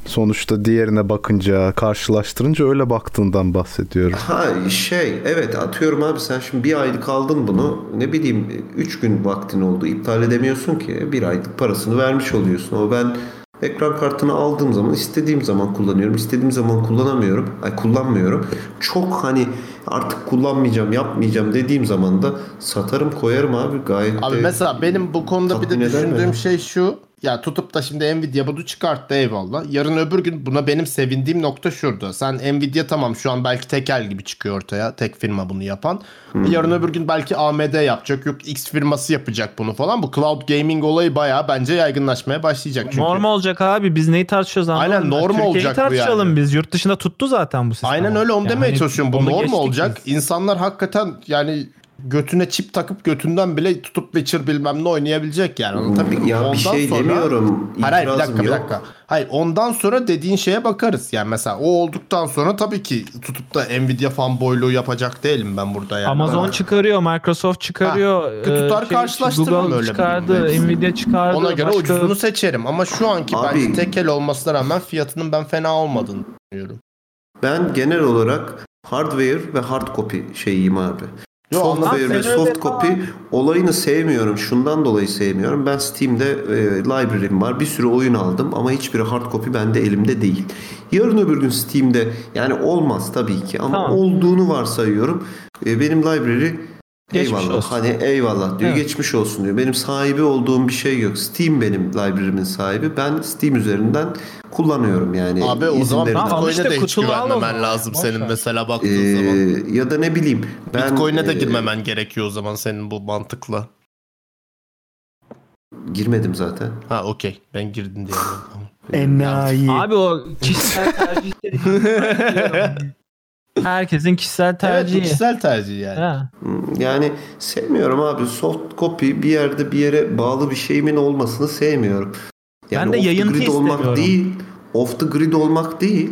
Speaker 5: Sonuçta diğerine bakınca, karşılaştırınca öyle baktığından bahsediyorum.
Speaker 1: Ha şey evet atıyorum abi sen şimdi bir aylık aldın bunu ne bileyim 3 gün vaktin oldu iptal edemiyorsun ki bir aylık parasını vermiş oluyorsun ama ben ekran kartını aldığım zaman istediğim zaman kullanıyorum istediğim zaman kullanamıyorum ay kullanmıyorum çok hani artık kullanmayacağım yapmayacağım dediğim zaman da satarım koyarım abi gayet
Speaker 2: Abi
Speaker 1: de-
Speaker 2: mesela benim bu konuda bir de
Speaker 1: Tatmin eder mi?
Speaker 2: düşündüğüm şey şu. Ya tutup da şimdi Nvidia bunu çıkarttı eyvallah. Yarın öbür gün buna benim sevindiğim nokta şurada. Sen Nvidia tamam şu an belki tekel gibi çıkıyor ortaya. Tek firma bunu yapan.
Speaker 1: Hmm.
Speaker 2: Yarın öbür gün belki AMD yapacak. Yok X firması yapacak bunu falan. Bu cloud gaming olayı bayağı bence yaygınlaşmaya başlayacak. Çünkü
Speaker 6: Norm olacak abi. Biz neyi tartışıyoruz anlamadım.
Speaker 2: Aynen,
Speaker 6: ben.
Speaker 2: norm
Speaker 6: Türkiye'yi
Speaker 2: olacak bu yani.
Speaker 6: tartışalım biz. Yurt dışında tuttu zaten bu sistem.
Speaker 2: Aynen öyle onu
Speaker 6: Yani
Speaker 2: demeye
Speaker 6: hani
Speaker 2: çalışıyorum. Bu
Speaker 6: onu
Speaker 2: norm
Speaker 6: geçtik
Speaker 2: olacak. İnsanlar hakikaten yani götüne çip takıp götünden bile tutup Witcher bilmem ne oynayabilecek yani. Anlatabiliyor muyum?
Speaker 1: Ya bir şey demiyorum,
Speaker 2: Hayır, hayır, bir
Speaker 1: itirazım
Speaker 2: dakika bir
Speaker 1: yok.
Speaker 2: dakika. Hayır ondan sonra dediğin şeye bakarız. Yani mesela o olduktan sonra tabii ki tutup da Nvidia fanboyluğu yapacak değilim ben burada yani.
Speaker 6: Amazon
Speaker 2: Ben-
Speaker 6: çıkarıyor, Microsoft çıkarıyor. e, şey,
Speaker 2: Ha, tutar karşılaştırırım
Speaker 6: Google
Speaker 2: öyle bir durumda.
Speaker 6: çıkardı, Nvidia çıkardı.
Speaker 2: Ona göre
Speaker 6: başka-
Speaker 2: ucuzunu seçerim ama şu anki bence tekel olmasına rağmen fiyatının ben fena olmadığını düşünüyorum.
Speaker 1: Ben genel olarak hardware ve hard copy şeyiyim abi.
Speaker 2: Yo,
Speaker 1: Software
Speaker 2: anladım.
Speaker 1: ve
Speaker 2: Sen
Speaker 1: soft
Speaker 2: öyle
Speaker 1: copy olayını sevmiyorum. Şundan dolayı sevmiyorum. Ben Steam'de e, library'm var. Bir sürü oyun aldım ama hiçbiri hard copy bende elimde değil. Yarın öbür gün Steam'de yani olmaz tabii ki ama
Speaker 6: Tamam.
Speaker 1: olduğunu varsayıyorum. E, benim library
Speaker 6: Geçmiş
Speaker 1: eyvallah
Speaker 6: olsun.
Speaker 1: hani eyvallah diyor.
Speaker 6: Evet.
Speaker 1: Geçmiş olsun diyor. Benim sahibi olduğum bir şey yok. Steam benim library'min sahibi. Ben Steam üzerinden kullanıyorum yani. E,
Speaker 2: Abi o zaman
Speaker 1: izinlerinden.
Speaker 2: Bitcoin'e de hiç güvenmemen lazım senin mesela baktığın
Speaker 1: Ee,
Speaker 2: zaman.
Speaker 1: ya da ne bileyim ben
Speaker 2: Bitcoin'e de
Speaker 1: e,
Speaker 2: girmemen gerekiyor o zaman senin bu mantıkla.
Speaker 1: girmedim zaten.
Speaker 2: Ha okey ben girdim diye. anladım.
Speaker 3: Enayi.
Speaker 6: Abi o kişisel tercih dedi. Herkesin kişisel tercihi.
Speaker 2: Evet bu kişisel tercih yani.
Speaker 6: Ha.
Speaker 1: Hmm, Yani sevmiyorum abi soft copy bir yerde bir yere bağlı bir şeyimin olmasını sevmiyorum. Yani
Speaker 6: Ben de
Speaker 1: off the
Speaker 6: yayıntı
Speaker 1: grid olmak
Speaker 6: istemiyorum.
Speaker 1: değil, off the grid olmak değil.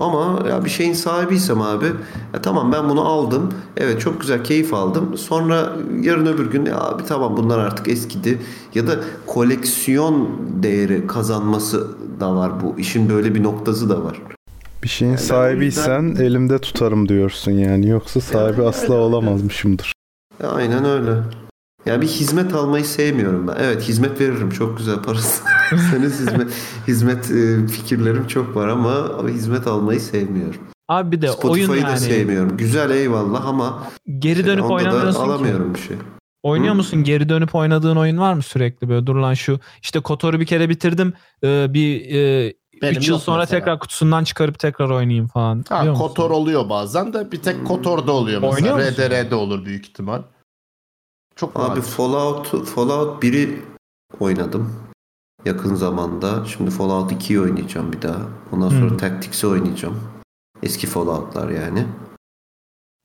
Speaker 1: Ama ya bir şeyin sahibiysem abi ya tamam ben bunu aldım. Evet çok güzel keyif aldım. Sonra yarın öbür gün ya abi tamam bunlar artık eskidi. Ya da koleksiyon değeri kazanması da var bu. İşin böyle bir noktası da var.
Speaker 5: Bir şeyin sahibiysen elimde tutarım diyorsun yani. Yoksa sahibi asla olamazmışımdır.
Speaker 1: Ya Aynen öyle. Ya bir hizmet almayı sevmiyorum ben. Evet hizmet veririm çok güzel parası. Senin hizmet, hizmet e, fikirlerim çok var ama hizmet almayı sevmiyorum.
Speaker 6: Abi bir de
Speaker 1: Spotify'ı
Speaker 6: oyun
Speaker 1: da
Speaker 6: yani.
Speaker 1: sevmiyorum. Güzel eyvallah ama
Speaker 6: Geri dönüp
Speaker 1: onda da
Speaker 6: oynamıyorsun ki.
Speaker 1: alamıyorum bir şey.
Speaker 6: Oynuyor musun? Geri dönüp oynadığın oyun var mı sürekli böyle? Dur lan şu işte Kotor'u bir kere bitirdim. Ee, bir e,
Speaker 2: Benim
Speaker 6: üç yıl
Speaker 2: yok
Speaker 6: sonra
Speaker 2: mesela.
Speaker 6: tekrar kutusundan çıkarıp tekrar oynayayım falan.
Speaker 2: Ha,
Speaker 6: Biliyor musun?
Speaker 2: Kotor oluyor bazen de bir tek Kotor'da oluyor mesela.
Speaker 6: Oynuyor musun?
Speaker 2: RDR'de olur büyük ihtimal. Çok
Speaker 1: Abi
Speaker 2: nadir.
Speaker 1: Fallout Fallout 1'i oynadım yakın zamanda. Şimdi Fallout 2'yi oynayacağım bir daha. Ondan sonra
Speaker 6: Hmm.
Speaker 1: Tactics'i oynayacağım. Eski Fallout'lar yani.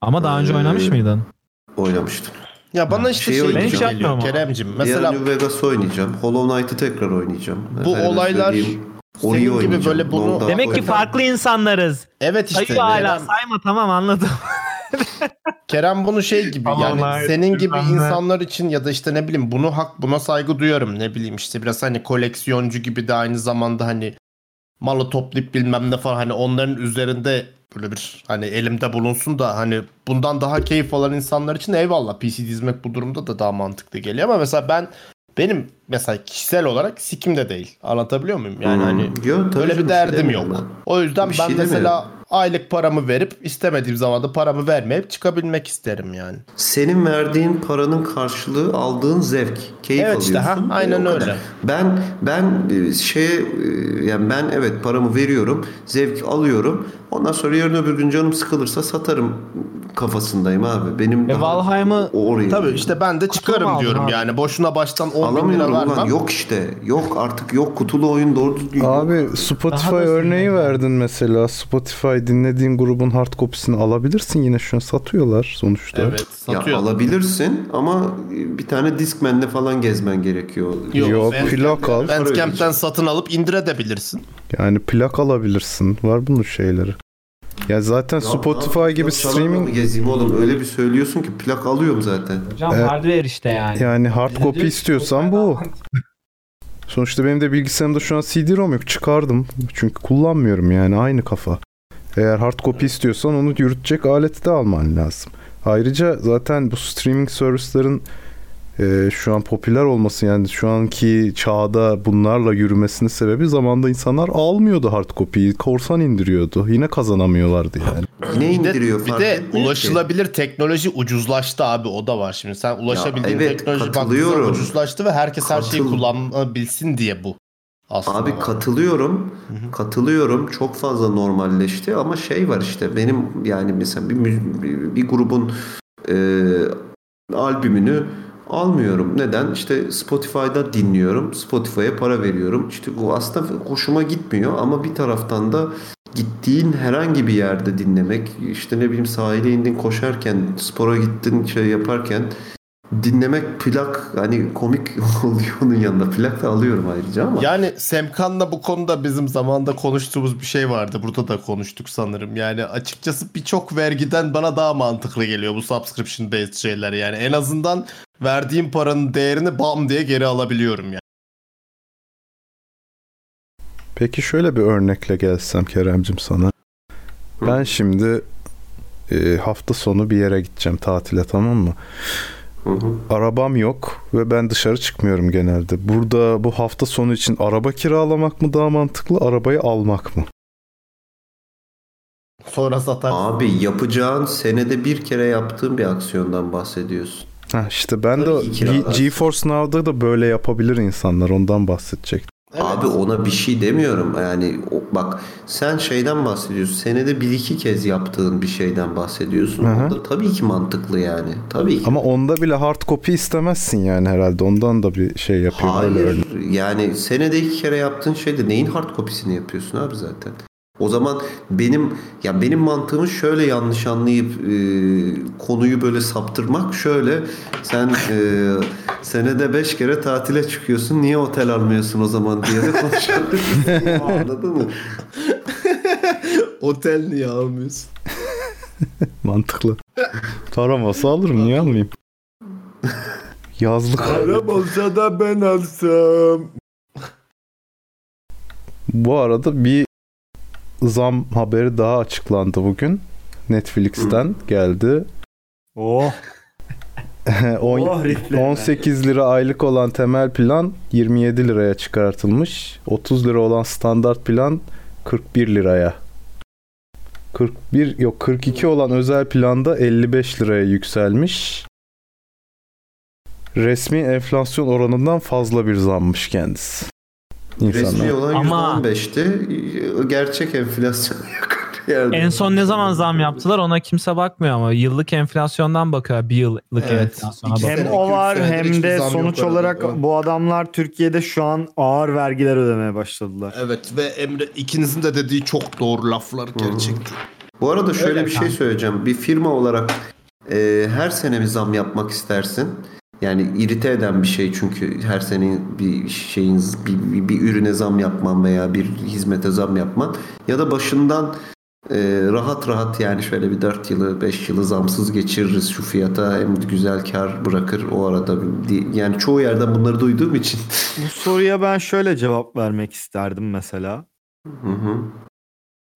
Speaker 6: Ama daha önce
Speaker 1: Ee,
Speaker 6: oynamış mıydın?
Speaker 1: Oynamıştım.
Speaker 2: Ya bana işte şey
Speaker 1: oynayacağım.
Speaker 2: gibi geliyor Kerem'cim.
Speaker 1: Mesela
Speaker 2: Mesela
Speaker 1: New Vegas oynayacağım. Hollow Knight'ı tekrar oynayacağım.
Speaker 2: Bu olaylar
Speaker 1: Onu
Speaker 2: senin gibi böyle bunu-
Speaker 6: Demek ki farklı insanlarız.
Speaker 2: Evet işte.
Speaker 6: Sayıyor hala.
Speaker 2: Kerem-
Speaker 6: Sayma tamam anladım.
Speaker 2: Kerem bunu şey gibi
Speaker 6: Aman
Speaker 2: yani
Speaker 6: hayır,
Speaker 2: senin gibi
Speaker 6: bilmem ne.
Speaker 2: insanlar için ya da işte ne bileyim bunu hak buna saygı duyuyorum ne bileyim işte biraz hani koleksiyoncu gibi de aynı zamanda hani malı toplayıp bilmem ne falan hani onların üzerinde böyle bir hani elimde bulunsun da hani bundan daha keyif alan insanlar için eyvallah PC dizmek bu durumda da daha mantıklı geliyor ama mesela ben benim mesela kişisel olarak sikimde değil. Anlatabiliyor muyum? Yani
Speaker 1: Hmm.
Speaker 2: hani
Speaker 1: Yok, tabii
Speaker 2: öyle
Speaker 1: canım,
Speaker 2: bir
Speaker 1: bir şey
Speaker 2: derdim
Speaker 1: demiyorum
Speaker 2: yok.
Speaker 1: ben.
Speaker 2: O yüzden
Speaker 1: Bir
Speaker 2: ben
Speaker 1: şey
Speaker 2: mesela
Speaker 1: demiyorum.
Speaker 2: aylık paramı verip istemediğim zaman da paramı vermeyip çıkabilmek isterim yani.
Speaker 1: Senin verdiğin paranın karşılığı aldığın zevk, keyif
Speaker 2: Evet işte,
Speaker 1: alıyorsun.
Speaker 2: ha, aynen
Speaker 1: E, o kadar.
Speaker 2: öyle.
Speaker 1: Ben ben e, şeye e, yani ben evet paramı veriyorum, zevk alıyorum. Ondan sonra yarın öbür gün canım sıkılırsa satarım kafasındayım abi. Benim
Speaker 6: E,
Speaker 1: daha
Speaker 6: Valheim'ı
Speaker 1: oraya.
Speaker 2: Tabii işte ben de çıkarım
Speaker 6: aldın
Speaker 2: diyorum
Speaker 6: abi?
Speaker 2: yani. Boşuna baştan 10 bin lira
Speaker 1: alamıyorum ulan.
Speaker 2: vermem.
Speaker 1: Yok işte. Yok artık yok kutulu oyun doğru düzgün. yok.
Speaker 5: Abi Spotify örneği verdin mesela. Spotify dinlediğin grubun hard copy'sini alabilirsin yine şu an satıyorlar sonuçta.
Speaker 1: Ya alabilirsin ama e, bir tane Discman'le falan gezmen gerekiyor.
Speaker 5: Yok, Yok, Bandcamp- plak al.
Speaker 2: Bandcamp'ten satın alıp indirebilirsin.
Speaker 5: Yani plak alabilirsin. Var bunun şeyleri. Ya zaten
Speaker 1: Ya
Speaker 5: Spotify
Speaker 1: abi,
Speaker 5: gibi
Speaker 1: plak çalarla mı
Speaker 5: streaming
Speaker 1: gezeyim oğlum öyle bir söylüyorsun ki plak alıyorum zaten.
Speaker 6: Hocam
Speaker 5: Evet.
Speaker 6: hardware işte yani.
Speaker 5: yani hard copy istiyorsan bu. Sonuçta benim de bilgisayarımda şu an CD-ROM yok. Çıkardım. Çünkü kullanmıyorum yani aynı kafa. Eğer hard copy istiyorsan onu yürütecek aleti de alman lazım. Ayrıca zaten bu streaming servislerin e, şu an popüler olması yani şu anki çağda bunlarla yürümesinin sebebi zamanda insanlar almıyordu hard copy'yi. Korsan indiriyordu. Yine kazanamıyorlardı yani.
Speaker 1: Ne
Speaker 2: Bir de,
Speaker 1: indiriyor
Speaker 2: bir
Speaker 1: fark
Speaker 2: de
Speaker 1: etmiyor ki.
Speaker 2: ulaşılabilir teknoloji ucuzlaştı abi o da var şimdi. Sen ulaşabildiğin
Speaker 1: evet,
Speaker 2: teknoloji baktığında
Speaker 1: katılıyorum.
Speaker 2: ucuzlaştı ve herkes her şeyi
Speaker 1: Katıl-
Speaker 2: kullanabilsin diye bu. Aslında.
Speaker 1: Abi katılıyorum. Katılıyorum. Çok fazla normalleşti ama şey var işte benim yani mesela bir, müz- bir, bir grubun e, albümünü almıyorum. Neden? İşte Spotify'da dinliyorum. Spotify'a para veriyorum. İşte bu aslında hoşuma gitmiyor ama bir taraftan da gittiğin herhangi bir yerde dinlemek işte ne bileyim sahile indin koşarken spora gittin şey yaparken dinlemek plak hani komik oluyor onun yanında plak da alıyorum ayrıca ama
Speaker 2: Yani Semkan'la bu konuda bizim zamanda konuştuğumuz bir şey vardı. Burada da konuştuk sanırım. Yani açıkçası birçok vergiden bana daha mantıklı geliyor bu subscription based şeyler. Yani en azından verdiğim paranın değerini bam diye geri alabiliyorum yani.
Speaker 5: Peki şöyle bir örnekle gelsem Keremcim sana. Ben şimdi e, hafta sonu bir yere gideceğim tatile tamam mı? Arabam yok ve ben dışarı çıkmıyorum genelde. Burada bu hafta sonu için araba kiralamak mı daha mantıklı, arabayı almak mı?
Speaker 2: Sonra satar.
Speaker 1: Abi yapacağın senede bir kere yaptığın bir aksiyondan bahsediyorsun.
Speaker 5: Ha işte ben de
Speaker 1: ki kiralarsın.
Speaker 5: Ge- GeForce Now'da da böyle yapabilir insanlar ondan bahsedecektim.
Speaker 1: Abi ona bir şey demiyorum. Yani o- bak sen şeyden bahsediyorsun. Senede bir iki kez yaptığın bir şeyden bahsediyorsun.
Speaker 5: Hı hı.
Speaker 1: O da tabii ki mantıklı yani. Tabii ki.
Speaker 5: Ama onda bile hard copy istemezsin yani herhalde. Ondan da bir şey yapıyor. Öyle öyle.
Speaker 1: Hayır. Yani senede iki kere yaptığın şeyde neyin hard copy'sini yapıyorsun abi zaten? O zaman benim ya benim mantığımı şöyle yanlış anlayıp e, konuyu böyle saptırmak şöyle sen e, senede beş kere tatile çıkıyorsun niye otel almıyorsun o zaman diye de konuşabilirsin. Anladın mı?
Speaker 2: Otel niye almıyorsun?
Speaker 5: Mantıklı. Param olsa alırım. Niye almayayım? Yazlık.
Speaker 4: Arap olsa da ben alsam.
Speaker 5: Bu arada bir zam haberi daha açıklandı bugün. Netflix'ten geldi.
Speaker 3: Oh.
Speaker 5: On-
Speaker 3: Oh, herifler.
Speaker 5: 18 lira aylık olan temel plan 27 liraya çıkartılmış. 30 lira olan standart plan 41 liraya. 41 yok 42 olan özel planda 55 liraya yükselmiş. Resmi enflasyon oranından fazla bir zammış kendisi.
Speaker 1: Resmi olan
Speaker 6: Ama-
Speaker 1: %15'ti. e, Gerçek enflasyon yakın bir yerde.
Speaker 6: En son ne zaman zam yaptılar ona kimse bakmıyor ama yıllık enflasyondan bakıyor. Bir yıllık enflasyona bakıyor.
Speaker 3: Hem o var hem de sonuç olarak bu adamlar Türkiye'de şu an ağır vergiler ödemeye başladılar.
Speaker 2: Evet ve Emre ikinizin de dediği çok doğru laflar gerçekten.
Speaker 1: Bu arada şöyle
Speaker 2: Öyle
Speaker 1: bir şey
Speaker 2: kanka.
Speaker 1: söyleyeceğim. Bir firma olarak e, her sene bir zam yapmak istersin. Yani irite eden bir şey çünkü her sene bir şeyin bir, bir, bir ürüne zam yapman veya bir hizmete zam yapman ya da başından e, rahat rahat yani şöyle bir 4 yılı 5 yılı zamsız geçiririz şu fiyata hem güzel kar bırakır o arada bir- yani çoğu yerden bunları duyduğum için
Speaker 3: Bu soruya ben şöyle cevap vermek isterdim mesela.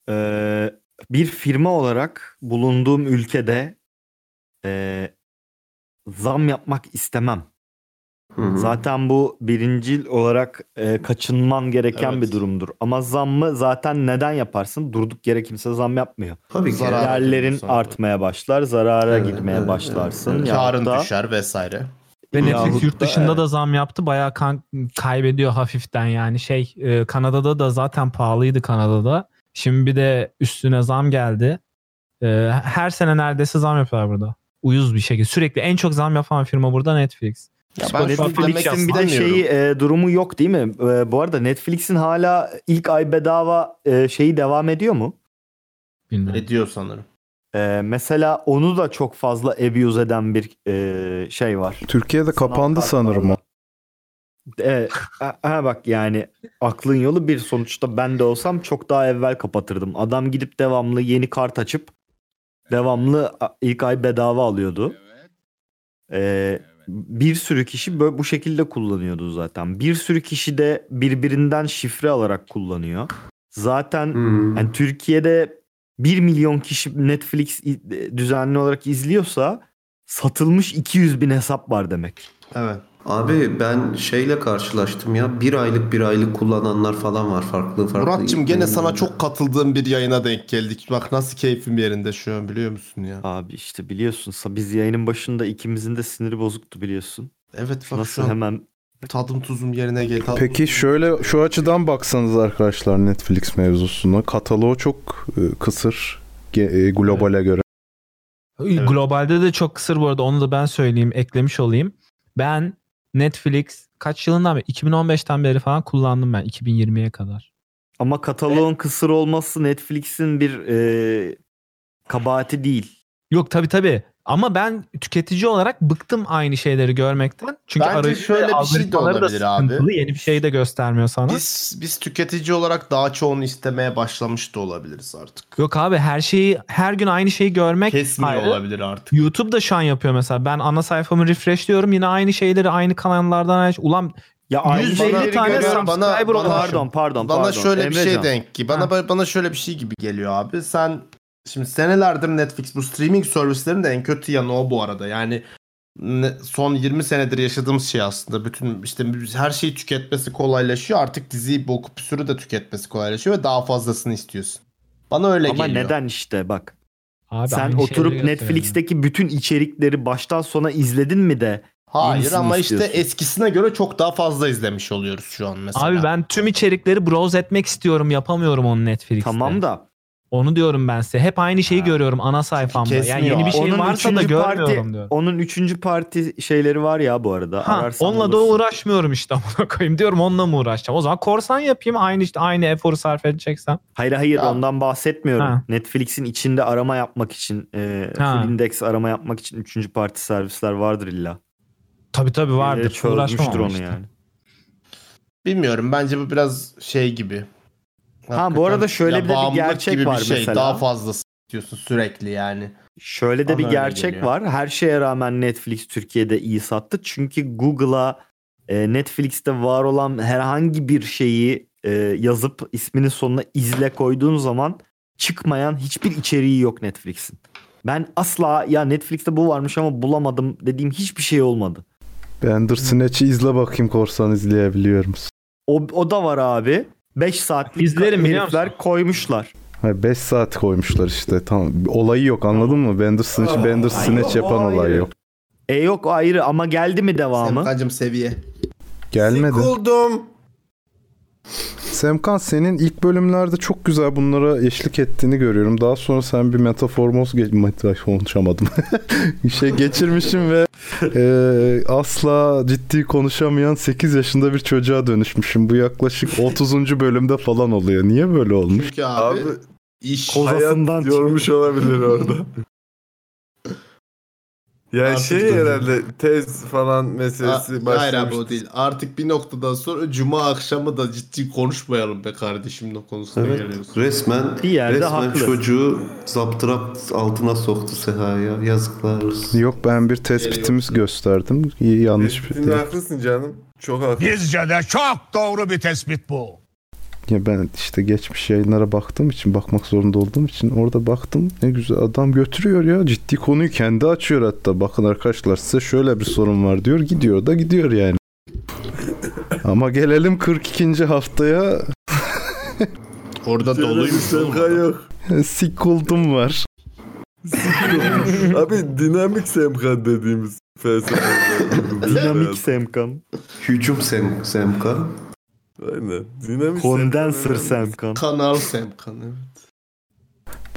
Speaker 3: Ee, bir firma olarak bulunduğum ülkede e, zam yapmak istemem. Zaten bu birincil olarak e, kaçınman gereken
Speaker 2: Evet.
Speaker 3: bir durumdur. Ama zammı zaten neden yaparsın? Durduk yere kimse zam yapmıyor.
Speaker 1: Tabii ki.
Speaker 2: Zarar
Speaker 3: Değerlerin
Speaker 2: ediyor sonra.
Speaker 3: artmaya başlar, zarara
Speaker 1: Evet,
Speaker 3: gitmeye
Speaker 1: evet,
Speaker 3: başlarsın.
Speaker 1: evet, evet.
Speaker 3: Yahut
Speaker 2: Karın
Speaker 3: da-
Speaker 2: düşer vesaire.
Speaker 6: Ve
Speaker 3: Yahut
Speaker 6: Netflix yurt
Speaker 3: da-
Speaker 6: dışında da zam yaptı. Bayağı kan- kaybediyor hafiften yani. Şey e, Kanada'da da zaten pahalıydı Kanada'da. Şimdi bir de üstüne zam geldi. E, her sene neredeyse zam yapıyorlar burada. Uyuz bir şekilde. Sürekli en çok zam yapan firma burada Netflix.
Speaker 2: Ya ben şu an demek
Speaker 3: Netflix'in bir de
Speaker 2: istemiyorum.
Speaker 3: şeyi e, durumu yok değil mi? E, bu arada Netflix'in hala ilk ay bedava e, şeyi devam ediyor mu?
Speaker 6: Bilmiyorum.
Speaker 2: Ediyor sanırım.
Speaker 3: E, mesela onu da çok fazla abuse eden bir e, şey var.
Speaker 5: Türkiye'de kapandı sanırım o.
Speaker 3: E, ha- ha bak yani aklın yolu bir sonuçta ben de olsam çok daha evvel kapatırdım. Adam gidip devamlı yeni kart açıp devamlı a- ilk ay bedava alıyordu. E, bir sürü kişi bö- bu şekilde kullanıyordu zaten. Bir sürü kişi de birbirinden şifre alarak kullanıyor. Zaten
Speaker 1: Hmm.
Speaker 3: yani Türkiye'de 1 milyon kişi Netflix i- e, düzenli olarak izliyorsa satılmış 200 bin hesap var demek.
Speaker 2: Evet.
Speaker 1: Abi ben şeyle karşılaştım ya bir aylık bir aylık kullananlar falan var farklı farklı.
Speaker 2: Murat'cığım gene sana çok katıldığım bir yayına denk geldik. Bak nasıl keyfim yerinde şu an biliyor musun ya?
Speaker 3: Abi işte biliyorsun sa- biz yayının başında ikimizin de siniri bozuktu biliyorsun.
Speaker 2: Evet bak
Speaker 3: Nasıl
Speaker 2: şu an
Speaker 3: hemen
Speaker 2: tadım tuzum yerine geldi. Tadım
Speaker 5: Peki şöyle şu açıdan baksanız arkadaşlar Netflix mevzusuna kataloğu çok e, kısır ge- e, globale göre.
Speaker 3: E,
Speaker 6: Globalde de çok kısır bu arada onu da ben söyleyeyim eklemiş olayım. Ben Netflix kaç yılından beri 2015'ten beri falan kullandım ben 2020'ye kadar.
Speaker 3: Ama kataloğun kısır olması Netflix'in bir e, kabahati değil.
Speaker 6: Yok tabii tabii. Ama ben tüketici olarak bıktım aynı şeyleri görmekten. Çünkü
Speaker 2: Bence
Speaker 6: arayüzü
Speaker 2: şöyle bir şey de
Speaker 6: algoritmaları da
Speaker 2: olabilir abi.
Speaker 6: sıkıntılı. Yeni bir şey de göstermiyor sana.
Speaker 2: Biz, biz tüketici olarak daha çoğunu istemeye başlamış da olabiliriz artık.
Speaker 6: Yok abi her şeyi her gün aynı şeyi görmek
Speaker 2: Kesmiyor
Speaker 6: ayrı.
Speaker 2: olabilir artık.
Speaker 6: YouTube da şu an yapıyor mesela. Ben ana sayfamı refreshliyorum yine aynı şeyleri aynı kanallardan ulan
Speaker 3: ya
Speaker 6: 150 tane subscriber olan-
Speaker 3: pardon, pardon,
Speaker 2: Bana
Speaker 3: pardon.
Speaker 2: şöyle bir şey
Speaker 3: Emrecan.
Speaker 2: denk ki. Bana bana şöyle bir şey gibi geliyor abi. Sen şimdi senelerdir Netflix bu streaming servislerinin de en kötü yanı o bu arada. Yani ne- son 20 senedir yaşadığımız şey aslında bütün işte biz- her şeyi tüketmesi kolaylaşıyor. Artık diziyi boku püsürü de tüketmesi kolaylaşıyor ve daha fazlasını istiyorsun. Bana öyle
Speaker 3: Ama
Speaker 2: geliyor.
Speaker 3: neden işte bak.
Speaker 6: Abi
Speaker 3: Sen
Speaker 6: aynı
Speaker 3: oturup
Speaker 6: şeyleri
Speaker 3: Netflix'teki bütün içerikleri baştan sona izledin mi de?
Speaker 2: Hayır
Speaker 3: yenisini
Speaker 2: ama işte
Speaker 3: istiyorsun?
Speaker 2: eskisine göre çok daha fazla izlemiş oluyoruz şu an mesela.
Speaker 6: Abi ben tüm içerikleri browse etmek istiyorum yapamıyorum onu Netflix'te.
Speaker 2: Tamam
Speaker 3: da.
Speaker 6: Onu diyorum ben size. Hep aynı şeyi görüyorum ana sayfamda. Yani yeni bir şey
Speaker 3: Onun
Speaker 6: varsa da
Speaker 3: üçüncü
Speaker 6: görmüyorum
Speaker 3: parti,
Speaker 6: diyorum.
Speaker 3: Onun üçüncü parti şeyleri var ya bu arada.
Speaker 6: Ha,
Speaker 3: Ararsan
Speaker 6: onunla da uğraşmıyorum işte amına koyayım diyorum onunla mı uğraşacağım? O zaman korsan yapayım aynı işte aynı eforu sarf edeceksem.
Speaker 3: Hayır hayır ondan bahsetmiyorum.
Speaker 6: Ha.
Speaker 3: Netflix'in içinde arama yapmak için, e,
Speaker 6: Ha.
Speaker 3: full index arama yapmak için üçüncü parti servisler vardır illa.
Speaker 6: Tabii tabii
Speaker 3: Birileri
Speaker 6: vardır. Uğraşmam
Speaker 3: Çözmüştür
Speaker 6: ama
Speaker 3: onu
Speaker 6: işte.
Speaker 3: yani.
Speaker 2: Bilmiyorum bence bu biraz şey gibi.
Speaker 3: Ha, bu arada şöyle
Speaker 2: ya
Speaker 3: bir de bir
Speaker 2: bağımlılık
Speaker 3: gerçek
Speaker 2: gibi
Speaker 3: var
Speaker 2: bir şey.
Speaker 3: mesela.
Speaker 2: Daha fazlası istiyorsun sürekli yani.
Speaker 3: Şöyle de
Speaker 2: Bana
Speaker 3: bir
Speaker 2: öyle
Speaker 3: gerçek
Speaker 2: geliyor.
Speaker 3: var. Her şeye rağmen Netflix Türkiye'de iyi sattı. Çünkü Google'a e, Netflix'te var olan herhangi bir şeyi e, yazıp isminin sonuna izle koyduğun zaman çıkmayan hiçbir içeriği yok Netflix'in. Ben asla ya Netflix'te bu varmış ama bulamadım dediğim hiçbir şey olmadı.
Speaker 5: Bandersnatch'i izle bakayım korsan izleyebiliyor musun?
Speaker 3: O, o da var abi. 5 saatlik
Speaker 6: İzlerim, biliyor
Speaker 3: herifler koymuşlar.
Speaker 5: 5 saat koymuşlar işte tamam. Olayı yok anladın mı? Bandersnatch, Bandersnatch yapan olay yok.
Speaker 3: E yok o ayrı ama geldi mi devamı?
Speaker 2: Semkancım seviye.
Speaker 5: Gelmedi. Semkan senin ilk bölümlerde çok güzel bunlara eşlik ettiğini görüyorum. Daha sonra sen bir metaformoz ge- metafor- konuşamadım. bir şey geçirmişim ve e, asla ciddi konuşamayan 8 yaşında bir çocuğa dönüşmüşüm. Bu yaklaşık 30. bölümde falan oluyor. Niye böyle olmuş?
Speaker 2: Çünkü abi,
Speaker 4: Abi,
Speaker 2: iş
Speaker 4: Hayat yormuş olabilir orada. Ya
Speaker 2: Artık
Speaker 4: şey
Speaker 2: döndüm.
Speaker 4: herhalde tez falan
Speaker 2: Ha,
Speaker 4: meselesi
Speaker 2: hayır abi o
Speaker 4: başlamış.
Speaker 2: değil. Artık bir noktadan sonra cuma akşamı da ciddi konuşmayalım be kardeşim o konusuna
Speaker 1: Evet.
Speaker 2: geliyoruz.
Speaker 1: Resmen,
Speaker 3: Bir yerde
Speaker 1: resmen
Speaker 3: haklı.
Speaker 1: çocuğu zaptırapt altına soktu Seha'ya. Yazıklar olsun.
Speaker 5: Yok ben bir tespitimiz gösterdim. İyi, Yanlış bir
Speaker 4: Şimdi haklısın canım. Çok haklısın.
Speaker 13: Bizce de çok doğru bir tespit bu.
Speaker 5: Ya ben işte geçmiş yayınlara baktığım için bakmak zorunda olduğum için orada baktım ne güzel adam götürüyor ya ciddi konuyu kendi açıyor hatta bakın arkadaşlar size şöyle bir sorun var diyor gidiyor da gidiyor yani. Ama gelelim 42. haftaya
Speaker 2: Orada doluymuş oğlum.
Speaker 4: Şaka yok.
Speaker 5: sikuldum var.
Speaker 4: abi dinamik semkan dediğimiz felsefe.
Speaker 3: Dinamik Semkan.
Speaker 1: Hücum sem Semkan.
Speaker 4: Aynen. Dinamik
Speaker 3: Condenser Semkan.
Speaker 2: Kanal Semkan evet.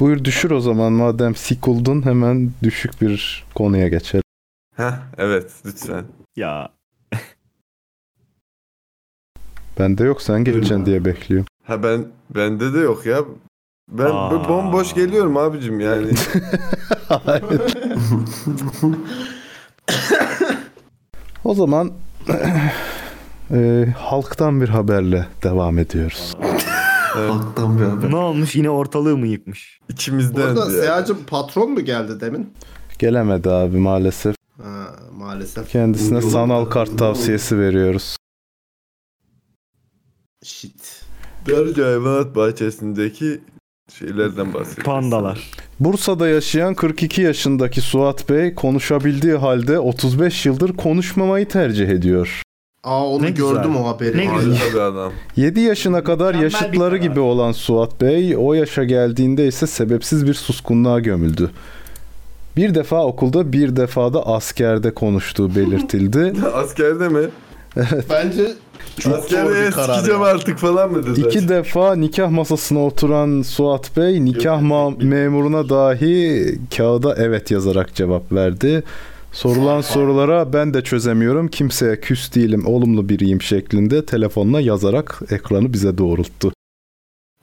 Speaker 5: Buyur düşür o zaman madem sikuldun hemen düşük bir konuya geçelim.
Speaker 4: Heh evet lütfen.
Speaker 3: Ya
Speaker 5: Bende yok sen geleceksin diye bekliyorum.
Speaker 4: Ha ben bende de yok ya. Ben
Speaker 5: Aa.
Speaker 4: b- bomboş geliyorum abicim yani.
Speaker 5: O zaman eee, halktan bir haberle devam ediyoruz.
Speaker 1: Halktan bir haber.
Speaker 3: ne olmuş yine ortalığı mı yıkmış?
Speaker 4: İçimizden
Speaker 2: Orada
Speaker 4: yani.
Speaker 2: Seyacım patron mu geldi demin?
Speaker 5: Gelemedi abi maalesef.
Speaker 2: Ha, maalesef.
Speaker 5: Kendisine sanal kart tavsiyesi veriyoruz.
Speaker 2: Shit.
Speaker 4: Dergi hayvanat bahçesindeki
Speaker 2: Hmm,
Speaker 4: şeylerden bahsediyoruz.
Speaker 3: Pandalar.
Speaker 5: Bursa'da yaşayan 42 yaşındaki Suat Bey konuşabildiği halde 35 yıldır konuşmamayı tercih ediyor.
Speaker 2: Aa onu
Speaker 3: Ne güzel.
Speaker 2: gördüm o haberi.
Speaker 3: Ne güzel.
Speaker 4: Harika bir adam.
Speaker 5: 7 yaşına kadar yaşıtları gibi olan Suat Bey o yaşa geldiğinde ise sebepsiz bir suskunluğa gömüldü. Bir defa okulda bir defa da askerde konuştuğu belirtildi.
Speaker 4: Askerde mi?
Speaker 2: Bence çok zor
Speaker 4: Askerde
Speaker 2: bir karar.
Speaker 4: sikeceğim
Speaker 2: ya.
Speaker 4: artık falan mı dediler?
Speaker 5: İki defa nikah masasına oturan Suat Bey nikah ma- memuruna dahi kağıda evet yazarak cevap verdi. Sorulan sorulara ben de çözemiyorum kimseye küs değilim olumlu biriyim şeklinde telefonla yazarak ekranı bize doğrulttu.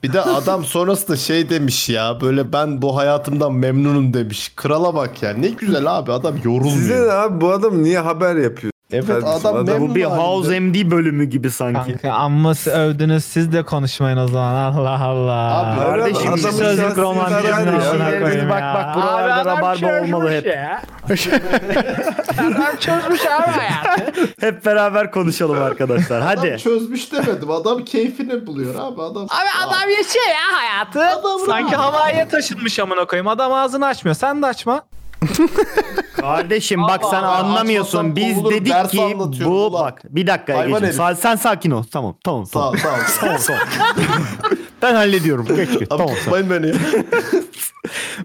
Speaker 2: Bir de adam sonrasında şey demiş ya böyle ben bu hayatımdan memnunum demiş. Krala bak ya ne güzel abi adam yorulmuyor.
Speaker 4: Size de abi bu adam niye haber yapıyor?
Speaker 2: Evet adam
Speaker 3: bu bir House MD bölümü gibi sanki.
Speaker 6: Kanka amma siz övdünüz siz de konuşmayın o zaman. Allah Allah.
Speaker 3: Abi, kardeşim,
Speaker 6: bir
Speaker 3: adamın
Speaker 6: sözlük şey
Speaker 3: şahsi
Speaker 6: romantizmi
Speaker 3: zararı ya.
Speaker 6: amına koyayım
Speaker 3: Bak,
Speaker 6: ya.
Speaker 3: bak, buralarda
Speaker 6: Abi, adam
Speaker 3: rabarba
Speaker 6: çözmüş
Speaker 3: olmalı hep.
Speaker 6: ya. adam çözmüş abi hayatı.
Speaker 3: Hep beraber konuşalım arkadaşlar. Hadi.
Speaker 2: Adam çözmüş demedim adam keyfini buluyor abi adam.
Speaker 6: Abi adam yaşıyor ya hayatı. Sanki havaya taşınmış amına koyayım. Adam ağzını açmıyor. Sen de açma.
Speaker 3: Kardeşim bak sen
Speaker 6: Aa,
Speaker 3: anlamıyorsun.
Speaker 6: açmasam
Speaker 3: Biz
Speaker 6: kovulurum,
Speaker 3: dedik
Speaker 6: ders
Speaker 3: ki
Speaker 6: anlatıyorum
Speaker 3: bu
Speaker 6: ulan.
Speaker 3: bak bir dakika
Speaker 6: Hayvan
Speaker 3: Ege'ciğim.
Speaker 6: herif.
Speaker 3: Sa- sen sakin ol. Tamam tamam tamam.
Speaker 2: Sağ ol, sağ
Speaker 3: ol. ben hallediyorum. Geç geç. tamam.
Speaker 2: Bayın beni.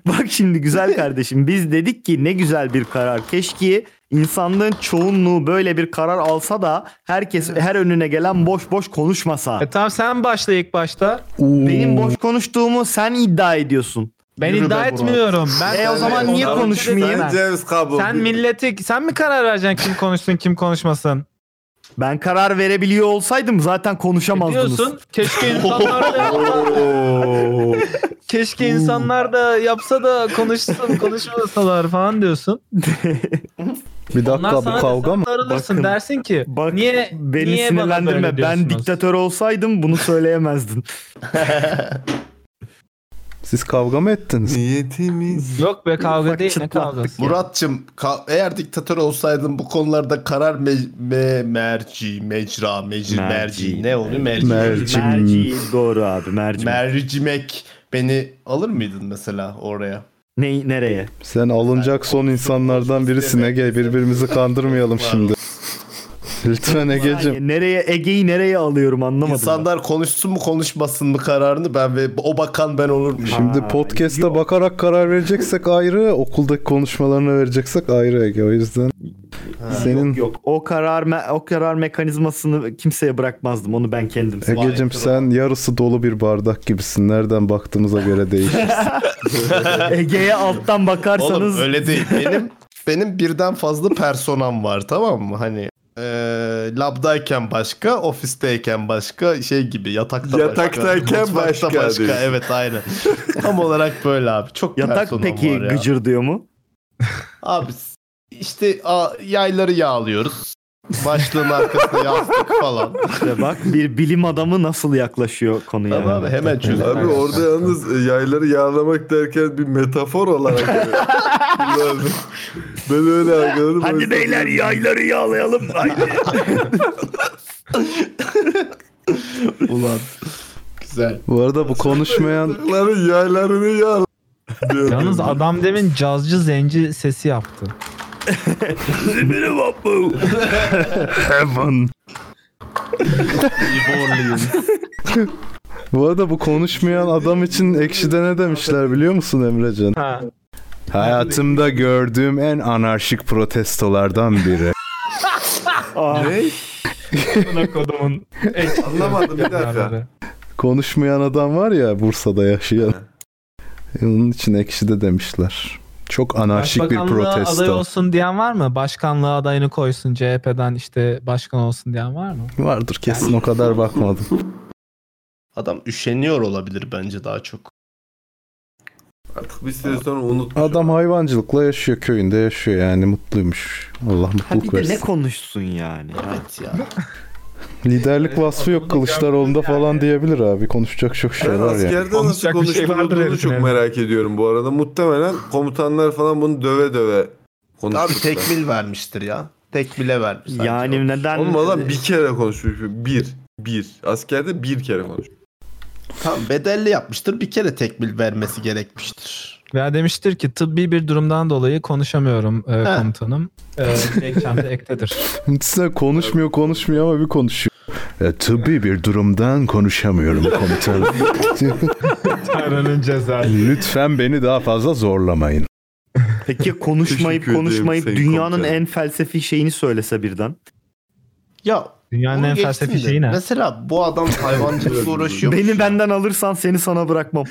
Speaker 3: bak şimdi güzel kardeşim biz dedik ki ne güzel bir karar. Keşke insanlığın çoğunluğu böyle bir karar alsa da herkes her önüne gelen boş boş konuşmasa.
Speaker 6: E tamam sen başla ilk başta.
Speaker 3: Benim boş konuştuğumu sen iddia ediyorsun.
Speaker 6: Ben iddia etmiyorum. Ben
Speaker 3: e o zaman niye konuşmayayım?
Speaker 6: Sen milleti sen mi karar vereceksin kim konuşsun kim konuşmasın?
Speaker 3: Ben karar verebiliyor olsaydım zaten konuşamazdınız.
Speaker 6: Diyorsun keşke insanlar da keşke insanlar da yapsa da konuşsun konuşmasalar falan diyorsun.
Speaker 5: Bir
Speaker 6: Onlar
Speaker 5: dakika
Speaker 6: sana
Speaker 5: bu kavga mı?
Speaker 6: Sarılırsın dersin ki niye
Speaker 3: Beni
Speaker 6: niye bana
Speaker 3: sinirlendirme.
Speaker 6: böyle
Speaker 3: Ben
Speaker 6: diyorsunuz?
Speaker 3: diktatör olsaydım bunu söyleyemezdin.
Speaker 5: Siz kavga mı ettiniz?
Speaker 4: Niyetimiz.
Speaker 6: Yok be kavga
Speaker 3: Ufak
Speaker 6: değil ne
Speaker 3: çıtlattık
Speaker 6: kavgası.
Speaker 2: Muratçım ka- eğer diktatör olsaydın bu konularda karar me- me- merci, mecra, mecri, merci, ne oluyor? Merci.
Speaker 3: Merci. Merci. Doğru abi merci.
Speaker 2: Mercimek beni alır mıydın mesela oraya?
Speaker 3: Ne, nereye?
Speaker 5: Sen alınacak son insanlardan birisin Ege. Birbirimizi kandırmayalım şimdi. Lütfen Ege'cim.
Speaker 3: Nereye Ege'yi nereye alıyorum anlamadım.
Speaker 2: İnsanlar konuşsun mu konuşmasın mı kararını ben ve o bakan ben olur muyum?
Speaker 5: Şimdi podcast'e bakarak karar vereceksek ayrı, okuldaki konuşmalarına vereceksek ayrı Ege. O yüzden senin
Speaker 3: Yok o karar me- o karar mekanizmasını kimseye bırakmazdım. Onu ben
Speaker 2: E-
Speaker 3: kendim.
Speaker 5: Ege'cim sen yarısı dolu bir bardak gibisin. Nereden baktığımıza göre değişir.
Speaker 3: Ege'ye alttan bakarsanız
Speaker 2: Oğlum öyle değil. Benim benim birden fazla personam var tamam mı? Hani eee labdayken başka, ofisteyken başka, şey gibi yatakta
Speaker 4: Yataktayken
Speaker 2: başka, mutfakta
Speaker 4: başka diyorsun.
Speaker 2: Evet aynen. Tam olarak böyle abi. Çok
Speaker 3: yatak
Speaker 2: personam
Speaker 3: peki
Speaker 2: var ya.
Speaker 3: gıcır diyor mu?
Speaker 2: Abi işte a- yayları yağlıyoruz. Başlığın arkasına yastık falan.
Speaker 3: İşte bak bir bilim adamı nasıl yaklaşıyor konuya.
Speaker 2: Tamam abi, hemen çöz.
Speaker 4: Abi orada yalnız e, yayları yağlamak derken bir metafor olarak. kullandım. ben öyle algıladım. O yüzden-
Speaker 3: yayları yağlayalım.
Speaker 2: Ulan. Güzel.
Speaker 5: Bu arada bu konuşmayan
Speaker 4: Yayları yaylarını yağla. diyor.
Speaker 6: Yalnız adam demin cazcı zenci sesi yaptı.
Speaker 5: Heaven. Bu arada bu konuşmayan adam için ekşide ne demişler biliyor musun Emrecan?
Speaker 6: Ha.
Speaker 5: Hayatımda gördüğüm en anarşik protestolardan biri.
Speaker 4: Ne?
Speaker 6: Buna kodumun.
Speaker 4: Anlamadım bir dakika.
Speaker 5: Konuşmayan adam var ya Bursa'da yaşayan. Onun için ekşide demişler. Çok anarşik bir
Speaker 6: Başbakanlığa aday
Speaker 5: protesto.
Speaker 6: olsun diyen var mı? Başkanlığa adayını koysun CHP'den işte başkan olsun diyen var mı?
Speaker 5: Vardır kesin o kadar bakmadım.
Speaker 2: Adam üşeniyor olabilir bence daha çok.
Speaker 4: Artık bir süre sonra unut.
Speaker 5: Adam hayvancılıkla yaşıyor köyünde yaşıyor yani mutluymuş. Allah
Speaker 3: Ha bir
Speaker 5: mutluluk
Speaker 3: de ne
Speaker 5: versin.
Speaker 3: konuşsun yani. Evet ya.
Speaker 5: Liderlik vasfı yok Kılıçdaroğlu'nda falan diyebilir abi. Konuşacak çok şey
Speaker 4: Ben
Speaker 5: var ya.
Speaker 4: askerde nasıl
Speaker 6: Konuşacak bir şey vardır
Speaker 4: konuşulduğunu
Speaker 6: herifin
Speaker 4: çok
Speaker 6: herhalde.
Speaker 4: merak ediyorum bu arada. Muhtemelen komutanlar falan bunu döve döve konuşmuşlar.
Speaker 2: Abi tekmil vermiştir ya. Tekmile vermiş. sanki o.
Speaker 3: Yani neden
Speaker 4: Oğlum adam bir kere konuşmuş. Bir. Bir. Askerde bir kere konuşmuş.
Speaker 2: Tam bedelli yapmıştır. Bir kere tekmil vermesi gerekmiştir.
Speaker 6: Veya demiştir ki tıbbi bir durumdan dolayı konuşamıyorum e,
Speaker 2: Ha.
Speaker 6: komutanım. E, Dilekçem de ektedir.
Speaker 5: Size konuşmuyor konuşmuyor ama bir konuşuyor. E, tıbbi bir durumdan konuşamıyorum komutanım.
Speaker 6: Tanrı'nın cezası.
Speaker 5: Lütfen beni daha fazla zorlamayın.
Speaker 3: e, Peki konuşmayıp
Speaker 4: Teşekkür ederim
Speaker 3: konuşmayıp
Speaker 4: sayın
Speaker 3: dünyanın
Speaker 4: komutanım.
Speaker 3: en felsefi şeyini söylese birden.
Speaker 2: Ya
Speaker 6: Dünyanın
Speaker 2: bunu
Speaker 6: en
Speaker 2: geçtim
Speaker 6: felsefi
Speaker 2: de.
Speaker 6: şeyi ne?
Speaker 2: Mesela bu adam hayvancılıkla uğraşıyor.
Speaker 3: Beni benden alırsan seni sana bırakmam.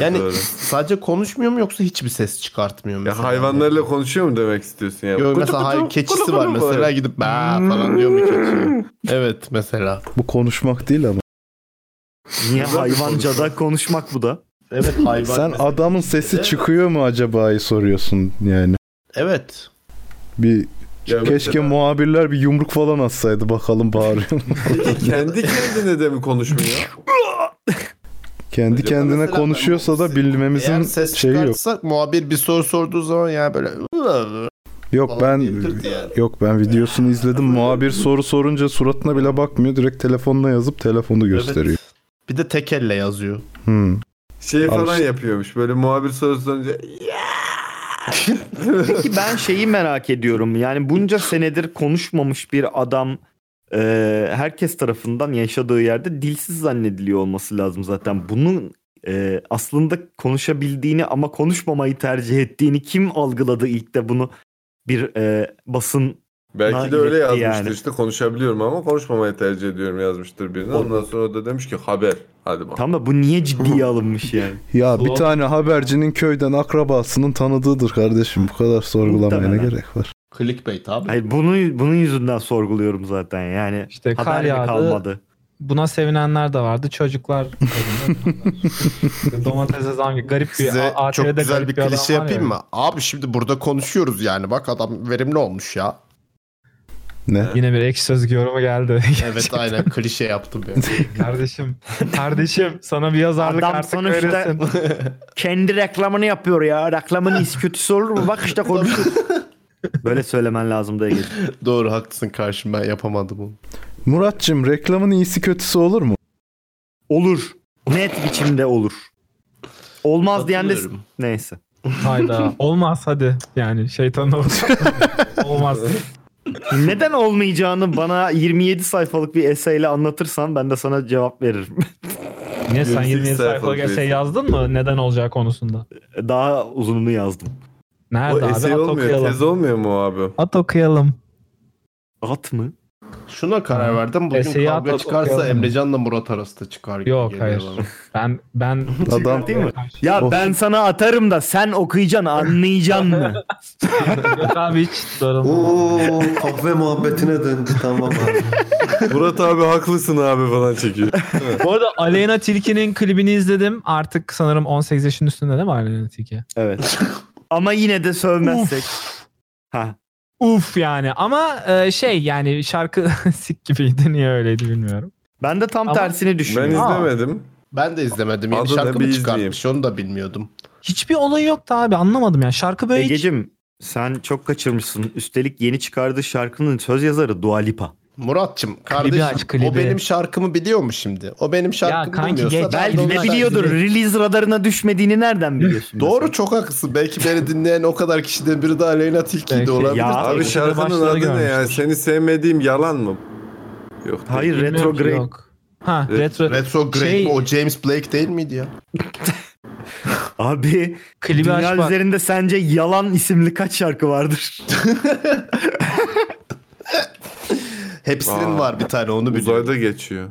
Speaker 2: Yani
Speaker 4: Doğru.
Speaker 2: sadece konuşmuyor mu yoksa hiçbir ses çıkartmıyor mesela?
Speaker 4: Ya hayvanlarla konuşuyor mu demek istiyorsun ya?
Speaker 2: Yok
Speaker 4: Kutu
Speaker 2: mesela
Speaker 4: kutu,
Speaker 2: hay-
Speaker 4: kutu
Speaker 2: keçisi
Speaker 4: kutu
Speaker 2: var
Speaker 4: kutu
Speaker 2: mesela
Speaker 4: böyle.
Speaker 2: gidip "Baa" falan diyor mu keçi? Evet mesela.
Speaker 5: Bu konuşmak değil ama.
Speaker 3: Niye hayvancada konuşmak bu da?
Speaker 2: Evet hayvan.
Speaker 5: Sen
Speaker 2: meselesi.
Speaker 5: adamın sesi çıkıyor mu acaba'yı soruyorsun yani.
Speaker 2: Evet.
Speaker 5: Bir
Speaker 4: Ya
Speaker 5: keşke
Speaker 4: mesela-
Speaker 5: muhabirler bir yumruk falan atsaydı bakalım bağırıyor mu?
Speaker 4: Peki kendi kendine de mi konuşmuyor?
Speaker 5: Kendi kendine
Speaker 2: mesela ben
Speaker 5: konuşuyorsa da
Speaker 2: Eğer
Speaker 5: bilmemizin
Speaker 2: ses
Speaker 5: şeyi yok.
Speaker 2: çıkartsak muhabir bir soru sorduğu zaman yani böyle "Ulan"
Speaker 5: Yok
Speaker 2: falan
Speaker 5: ben
Speaker 2: diyebilirdi yani.
Speaker 5: yok ben videosunu izledim. Muhabir soru sorunca suratına bile bakmıyor. Direkt telefonla yazıp telefonu gösteriyor.
Speaker 2: Bir de tek elle yazıyor.
Speaker 5: Hmm.
Speaker 4: Şey
Speaker 5: Abi
Speaker 4: falan
Speaker 5: işte-
Speaker 4: yapıyormuş böyle muhabir soru sorunca
Speaker 3: Peki ben şeyi merak ediyorum. Yani bunca senedir konuşmamış bir adam e, herkes tarafından yaşadığı yerde dilsiz zannediliyor olması lazım zaten. Bunun e, aslında konuşabildiğini ama konuşmamayı tercih ettiğini kim algıladı ilk de bunu bir e, basın
Speaker 4: belki
Speaker 3: iletti
Speaker 4: de öyle yazmıştır
Speaker 3: yani.
Speaker 4: işte konuşabiliyorum ama konuşmamayı tercih ediyorum yazmıştır birine. Ondan sonra o da demiş ki haber hadi bak.
Speaker 3: Tamam da bu niye ciddiye alınmış yani?
Speaker 5: Ya bir
Speaker 3: Ulan-
Speaker 5: tane habercinin köyden akrabasının tanıdığıdır kardeşim. Bu kadar sorgulamaya ne
Speaker 3: Muhtemelen.
Speaker 5: gerek var?
Speaker 2: Clickbait abi.
Speaker 3: Hayır bunu bunun yüzünden sorguluyorum zaten yani.
Speaker 6: İşte
Speaker 3: haber
Speaker 6: kar
Speaker 3: mi
Speaker 6: yağdı.
Speaker 3: kalmadı?
Speaker 6: Buna sevinenler de vardı. Çocuklar domatese zam gibi garip bir
Speaker 2: Size
Speaker 6: A-
Speaker 2: çok
Speaker 6: ATV'de
Speaker 2: güzel
Speaker 6: garip
Speaker 2: bir
Speaker 6: adam
Speaker 2: klişe
Speaker 6: var ya.
Speaker 2: yapayım mı? Abi şimdi burada konuşuyoruz yani. Bak adam verimli olmuş ya.
Speaker 5: Ne?
Speaker 6: Yine bir ekşi sözlük yorumu geldi.
Speaker 2: Evet aynen klişe yaptım ya.
Speaker 6: kardeşim, kardeşim sana bir yazarlık
Speaker 3: Adam
Speaker 6: artık
Speaker 3: sonuçta-
Speaker 6: verirsin.
Speaker 3: Kendi reklamını yapıyor ya. Reklamın iyisi kötüsü olur mu? Bak işte konuşuyor. Böyle söylemen lazım da
Speaker 2: Doğru haklısın karşım ben yapamadım onu.
Speaker 5: Muratçım reklamın iyisi kötüsü olur mu?
Speaker 3: Olur. Net biçimde olur. Olmaz diyen de
Speaker 2: Katılıyorum.
Speaker 3: neyse.
Speaker 6: Hayda. Olmaz hadi. Yani şeytanın orada. Olmaz.
Speaker 3: Neden olmayacağını bana 27 sayfalık bir eseyle anlatırsan ben de sana cevap veririm.
Speaker 6: Niye sen 27 sayfalık
Speaker 3: sayfalık
Speaker 6: essay şey yazdın mı? Neden olacağı konusunda.
Speaker 3: Daha uzununu yazdım.
Speaker 6: Nerede
Speaker 4: o
Speaker 6: abi?
Speaker 4: esey
Speaker 6: At
Speaker 4: olmuyor,
Speaker 6: okuyalım.
Speaker 4: tez olmuyor mu o abi?
Speaker 6: At okuyalım.
Speaker 3: At mı?
Speaker 2: Şuna karar verdim. Bugün
Speaker 6: Eseyi
Speaker 2: kavga
Speaker 6: at-
Speaker 2: çıkarsa
Speaker 6: okuyalım.
Speaker 2: Emrecan'la Murat arası da çıkar. gibi
Speaker 6: Yok
Speaker 2: geliyor
Speaker 6: hayır.
Speaker 2: bana.
Speaker 6: Ben ben
Speaker 5: Adam
Speaker 3: Değil mi? Ya ben sana atarım da sen okuyacaksın anlayacaksın mı?
Speaker 6: Yok abi hiç sorun.
Speaker 1: Oo kahve muhabbetine döndü tamam abi.
Speaker 4: Murat abi haklısın abi falan çekiyor.
Speaker 6: Bu arada Aleyna Tilki'nin klibini izledim. Artık sanırım 18 yaşın üstünde değil mi Aleyna Tilki?
Speaker 3: Evet. Ama yine de sövmezsek. Ha.
Speaker 6: Uf yani ama e, şey yani şarkı sik gibiydi niye öyleydi bilmiyorum.
Speaker 3: Ben de tam
Speaker 6: Ama-
Speaker 3: tersini
Speaker 4: Ben
Speaker 3: düşünüyorum.
Speaker 4: izlemedim.
Speaker 2: Ben de izlemedim. Yeni
Speaker 4: Adı ne
Speaker 2: şarkı
Speaker 4: bir
Speaker 2: mı
Speaker 4: izleyeyim.
Speaker 2: çıkartmış onu da bilmiyordum.
Speaker 6: Hiçbir olayı yoktu abi anlamadım yani şarkı
Speaker 3: E,
Speaker 6: böyle hiç...
Speaker 3: Egecim sen çok kaçırmışsın. Üstelik yeni çıkardığı şarkının söz yazarı Dua Lipa.
Speaker 2: Muratçım kardeşim
Speaker 6: aç, klibi.
Speaker 2: o benim şarkımı biliyor mu şimdi? O benim şarkımı
Speaker 6: kanki, geç-
Speaker 2: bilmiyorsa ben
Speaker 3: Belki
Speaker 2: de
Speaker 3: de
Speaker 2: onu
Speaker 3: biliyordur.
Speaker 2: tercih ederim.
Speaker 3: Release radarına düşmediğini nereden biliyorsun?
Speaker 2: Doğru çok haklısın. Belki beni dinleyen o kadar kişiden biri de Aleyna Tilki'ydi
Speaker 6: Belki.
Speaker 2: olabilir.
Speaker 3: Ya.
Speaker 4: Abi
Speaker 6: Ekşi'de
Speaker 4: şarkının
Speaker 6: başları
Speaker 4: adı ne ya?
Speaker 6: görmüştüm.
Speaker 4: Seni sevmediğim yalan mı? Yok. değil.
Speaker 3: Hayır
Speaker 6: Bilmiyorum ki,
Speaker 3: retrograde.
Speaker 6: yok. Ha retro,
Speaker 2: Retro Grey
Speaker 6: Şey-
Speaker 2: mi? o James Blake değil miydi ya?
Speaker 3: Abi
Speaker 6: Klibi
Speaker 3: dünya
Speaker 6: aç bak.
Speaker 3: üzerinde sence yalan isimli kaç şarkı vardır?
Speaker 2: Hepsinin
Speaker 4: Aa.
Speaker 2: var bir tane onu biliyorum.
Speaker 4: Uzayda geçiyor.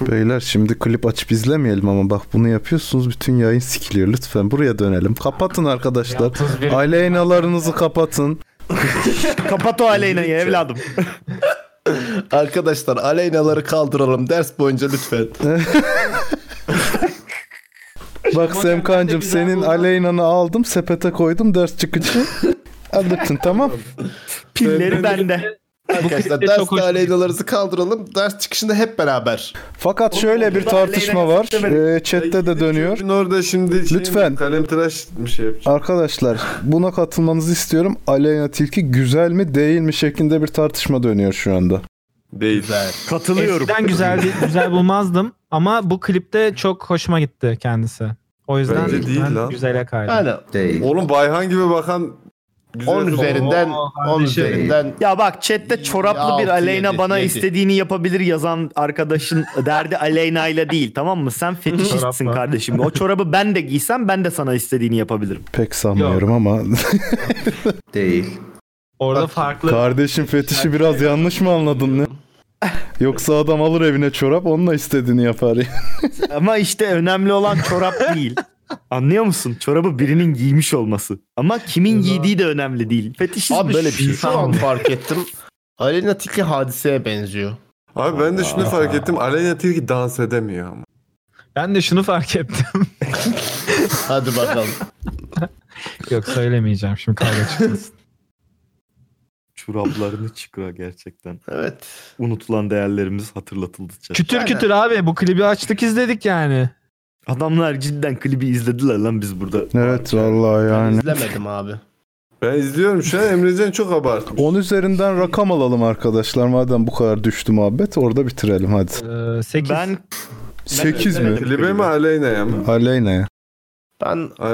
Speaker 5: Beyler şimdi klip açıp izlemeyelim ama bak bunu yapıyorsunuz bütün yayın sikiliyor lütfen buraya dönelim. Kapatın arkadaşlar. Aleynalarınızı kapatın.
Speaker 3: Kapat o Aleyna'yı evladım.
Speaker 2: Arkadaşlar Aleynaları kaldıralım ders boyunca lütfen.
Speaker 5: Bak Semkancım senin Aleyna'nı aldım sepete koydum ders çıkıcı. Alırsın tamam.
Speaker 3: Pilleri bende.
Speaker 2: Arkadaşlar
Speaker 6: klipte çok
Speaker 2: derste
Speaker 6: hoşuma
Speaker 2: Aleynalarımızı kaldıralım. Ders çıkışında hep beraber.
Speaker 5: Fakat şöyle bir tartışma var. Ee, chatte de dönüyor.
Speaker 4: Çocuğun orada şimdi şey
Speaker 5: Lütfen.
Speaker 4: mi, kalem tıraş mı şey yapacak?
Speaker 5: Arkadaşlar buna katılmanızı istiyorum. Aleyna Tilki güzel mi değil mi şeklinde bir tartışma dönüyor şu anda.
Speaker 4: Değil.
Speaker 2: Güzel.
Speaker 3: Katılıyorum.
Speaker 6: Eskiden güzel güzel bulmazdım ama bu klipte çok hoşuma gitti kendisi. O yüzden
Speaker 4: Bence değil
Speaker 6: ben
Speaker 4: lan.
Speaker 6: güzele kaydım.
Speaker 2: Yani
Speaker 1: Değil.
Speaker 4: Oğlum Bayhan gibi bakan güzel
Speaker 2: 10 üzerinden 10
Speaker 6: kardeşim.
Speaker 2: üzerinden
Speaker 3: Ya bak chatte çoraplı
Speaker 2: Ya
Speaker 3: bir
Speaker 2: altı,
Speaker 3: Aleyna
Speaker 2: yedi,
Speaker 3: bana
Speaker 2: yedi.
Speaker 3: istediğini yapabilir yazan arkadaşın derdi Aleyna ile değil tamam mı? Sen fetişistsin
Speaker 6: Çorapla.
Speaker 3: kardeşim. O çorabı ben de giysem ben de sana istediğini yapabilirim.
Speaker 5: Pek sanmıyorum ama
Speaker 1: Değil.
Speaker 6: Orada farklı
Speaker 5: kardeşim fetişi biraz
Speaker 2: şey.
Speaker 5: yanlış mı anladın ne? Yoksa adam alır evine çorap onunla istediğini yapar. ya.
Speaker 3: Ama işte önemli olan çorap değil. Anlıyor musun? Çorabı birinin giymiş olması. Ama kimin giydiği de önemli değil. Fetişizm
Speaker 2: Abi
Speaker 3: böyle bir şey.
Speaker 2: şu an fark ettim. Aleyna Tilki hadiseye benziyor.
Speaker 4: Abi ben de şunu
Speaker 6: Allah.
Speaker 4: fark ettim. Aleyna Tilki dans edemiyor ama.
Speaker 6: Ben de şunu fark ettim.
Speaker 2: Hadi bakalım.
Speaker 6: Yok söylemeyeceğim şimdi kavga çıkmasın.
Speaker 3: Çoraplarını çıkar gerçekten.
Speaker 2: Evet.
Speaker 3: Unutulan değerlerimiz hatırlatıldı.
Speaker 6: Kütür kütür abi bu klibi açtık izledik yani.
Speaker 3: Adamlar cidden klibi izlediler lan biz burada.
Speaker 5: Evet vallahi yani.
Speaker 2: İzlemedim abi.
Speaker 4: Ben izliyorum şu an Emrecan çok abart.
Speaker 5: 10 üzerinden rakam alalım arkadaşlar. Madem bu kadar düştü muhabbet orada bitirelim hadi.
Speaker 6: 8.
Speaker 3: Ben
Speaker 5: 8 mi?
Speaker 4: Klibe mi Aleyna'ya mı?
Speaker 5: Aleyna'ya.
Speaker 2: Ben
Speaker 1: Ee,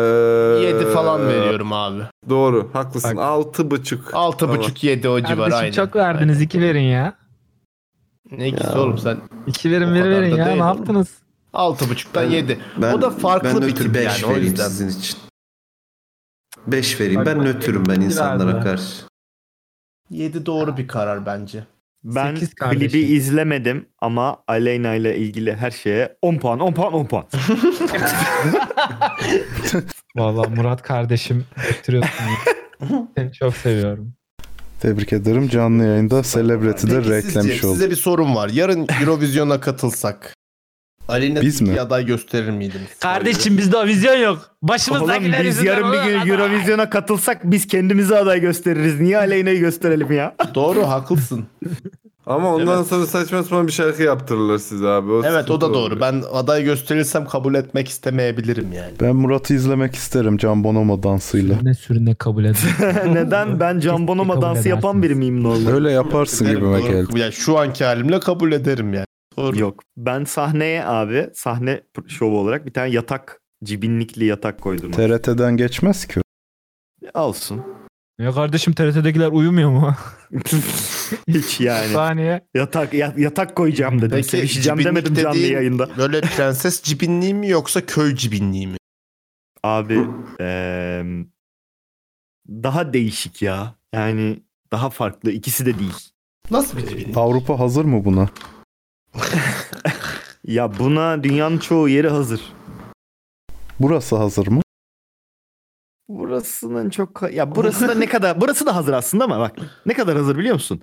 Speaker 4: Yedi
Speaker 2: 7 falan veriyorum abi.
Speaker 4: Doğru haklısın. Altı buçuk.
Speaker 2: Altı
Speaker 4: Tamam.
Speaker 2: buçuk, yedi o civar
Speaker 6: Kardeşim
Speaker 2: aynı.
Speaker 6: çok verdiniz iki verin ya.
Speaker 2: Ne ikisi oğlum sen?
Speaker 6: İki verin verin
Speaker 2: kadar da
Speaker 6: verin ya
Speaker 2: değil
Speaker 6: ne
Speaker 2: oğlum.
Speaker 6: yaptınız?
Speaker 2: 6.5'dan 7.
Speaker 1: Ben-
Speaker 2: o da farklı
Speaker 1: ben
Speaker 2: bir
Speaker 1: nötr
Speaker 2: tip
Speaker 1: beş
Speaker 2: yani o
Speaker 1: vereyim
Speaker 2: yüzden.
Speaker 1: sizin için. 5 vereyim. Ben nötrüm ben insanlara karşı.
Speaker 2: 7 doğru bir karar bence.
Speaker 3: Ben
Speaker 2: Sekiz kardeşim.
Speaker 3: klibi izlemedim ama Aleyna ile ilgili her şeye 10 puan 10 puan 10 puan.
Speaker 6: Vallahi Murat kardeşim öptürüyorsun. beni. Seni çok seviyorum.
Speaker 5: Tebrik ederim. Canlı yayında Celebrity'de
Speaker 2: Peki
Speaker 5: reklemiş
Speaker 2: sizce,
Speaker 5: oldu.
Speaker 2: Size bir sorum var. Yarın Eurovision'a katılsak. Aleyna
Speaker 5: Biz
Speaker 2: Biz
Speaker 5: mi?
Speaker 2: aday gösterir miydiniz?
Speaker 6: Kardeşim bizde vizyon yok.
Speaker 3: Oğlum biz yarın bir gün Eurovision'a katılsak biz kendimizi aday gösteririz. Niye Aleyna'yı gösterelim ya?
Speaker 2: Doğru haklısın.
Speaker 4: Ama ondan sonra saçma sapan bir şarkı yaptırırlar size abi.
Speaker 2: Evet o da
Speaker 4: sıkıntı
Speaker 2: doğru.
Speaker 4: olur.
Speaker 2: Ben aday gösterirsem kabul etmek istemeyebilirim yani.
Speaker 5: Ben Murat'ı izlemek isterim Can Bonomo dansıyla.
Speaker 6: Ne sürüne kabul edin.
Speaker 3: Neden? Ben Can Bonomo dansı yapan biri miyim normal?
Speaker 5: Öyle yaparsın
Speaker 2: Ederim,
Speaker 5: gibime
Speaker 2: doğru.
Speaker 5: geldi.
Speaker 2: Yani şu anki halimle kabul ederim yani. Doğru.
Speaker 3: Yok. Ben sahneye abi sahne pr- şovu olarak bir tane yatak cibinlikli yatak koydum.
Speaker 5: TRT'den geçmez ki.
Speaker 3: Olsun.
Speaker 6: Ya kardeşim TRT'dekiler uyumuyor mu?
Speaker 3: Hiç yani.
Speaker 6: Saniye.
Speaker 3: Yatak ya- yatak koyacağım dedim. Sevişeceğim
Speaker 2: cibinlik
Speaker 3: demedim canlı
Speaker 2: dediğin
Speaker 3: yayında.
Speaker 2: Böyle prenses cibinliği mi yoksa köy cibinliği mi?
Speaker 3: Abi eee, daha değişik ya. Yani daha farklı. ikisi de değil.
Speaker 2: Nasıl bir cibinlik?
Speaker 5: Avrupa hazır mı buna?
Speaker 3: Ya buna dünyanın çoğu yeri hazır.
Speaker 5: Burası hazır mı?
Speaker 3: Burasının çok ya burası da ne kadar burası da hazır aslında ama bak ne kadar hazır biliyor musun?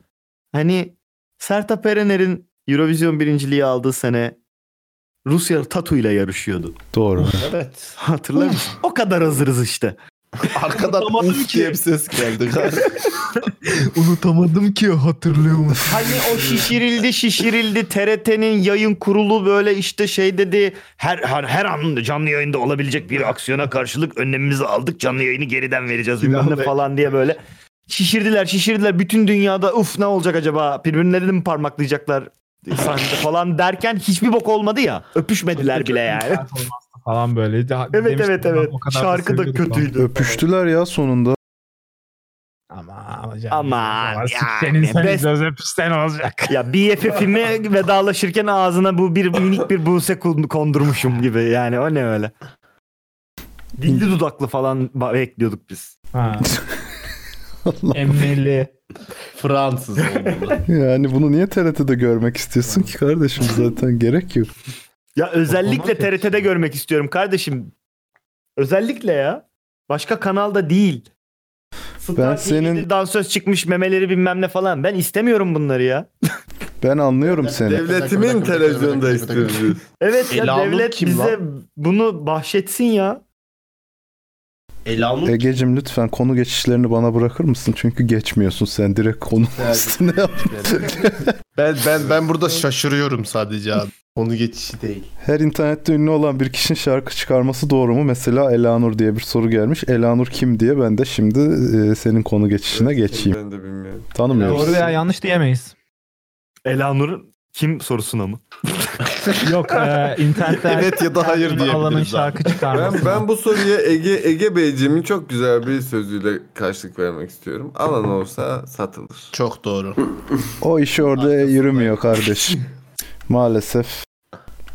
Speaker 3: Hani Sertab Erener'in Eurovision birinciliği aldığı sene Rusya Tatu ile yarışıyordu.
Speaker 5: Doğru.
Speaker 2: Evet.
Speaker 3: Hatırlar mısın? O kadar hazırız işte.
Speaker 2: Arkadan uf diye bir ses geldi.
Speaker 6: Unutamadım ki hatırlıyor musun?
Speaker 3: Hani o şişirildi şişirildi TRT'nin yayın kurulu böyle işte şey dedi her her, her an canlı yayında olabilecek bir aksiyona karşılık önlemimizi aldık canlı yayını geriden vereceğiz bilmem ne falan diye böyle şişirdiler şişirdiler bütün dünyada uf ne olacak acaba birbirlerini mi parmaklayacaklar sahnede falan derken hiçbir bok olmadı ya öpüşmediler bile yani.
Speaker 6: Falan böyle. Ya
Speaker 3: Evet
Speaker 6: demiştim
Speaker 3: evet
Speaker 6: ben
Speaker 3: evet
Speaker 6: o kadar
Speaker 3: şarkı da
Speaker 6: seviyordum falan.
Speaker 3: kötüydü.
Speaker 5: Öpüştüler ya sonunda.
Speaker 6: Ama hocam.
Speaker 3: Aman
Speaker 6: Senin
Speaker 3: yani
Speaker 6: sen
Speaker 3: best-
Speaker 6: söz öpüşten olacak.
Speaker 3: Ya BFF'ime vedalaşırken ağzına bu bir minik bir buse kon- kondurmuşum gibi. Yani o ne öyle. Dilli dudaklı falan ba- bekliyorduk biz.
Speaker 6: Ha. Emreli.
Speaker 2: Fransız olmalı.
Speaker 5: Yani bunu niye TRT'de görmek istiyorsun ki kardeşim zaten gerek yok.
Speaker 3: Ya özellikle TRT'de görmek istiyorum kardeşim. Özellikle ya. Başka kanalda değil.
Speaker 5: Ben senin
Speaker 3: Bir Dansöz çıkmış memeleri bilmem ne falan. Ben istemiyorum bunları ya.
Speaker 5: ben anlıyorum seni.
Speaker 4: Devletimin televizyonda istiyoruz.
Speaker 3: Evet ya
Speaker 2: Elanur
Speaker 3: devlet
Speaker 2: kim
Speaker 3: bize bunu bahşetsin ya.
Speaker 2: Elanur
Speaker 5: Egecim lütfen konu geçişlerini bana bırakır mısın? Çünkü geçmiyorsun sen direkt konu üstüne
Speaker 2: Ben ben ben burada şaşırıyorum sadece abi. Onu geçişi değil.
Speaker 5: Her internette ünlü olan bir kişinin şarkı çıkarması doğru mu? Mesela Elanur diye bir soru gelmiş. Elanur kim diye ben de şimdi e, senin konu geçişine geçeyim.
Speaker 4: Ben de bilmiyorum.
Speaker 5: Tanımıyoruz.
Speaker 6: Doğru veya yanlış diyemeyiz.
Speaker 3: Elanur'un kim sorusuna mı?
Speaker 6: Yok e, internette
Speaker 2: Evet ya da hayır
Speaker 6: Alanın
Speaker 2: diyebiliriz. abi.
Speaker 6: şarkı çıkarması.
Speaker 4: Ben, ben bu soruya Ege, Ege Beyciğimin çok güzel bir sözüyle karşılık vermek istiyorum. Alan olsa satılır.
Speaker 2: Çok doğru.
Speaker 5: O iş orada yürümüyor kardeşim. Maalesef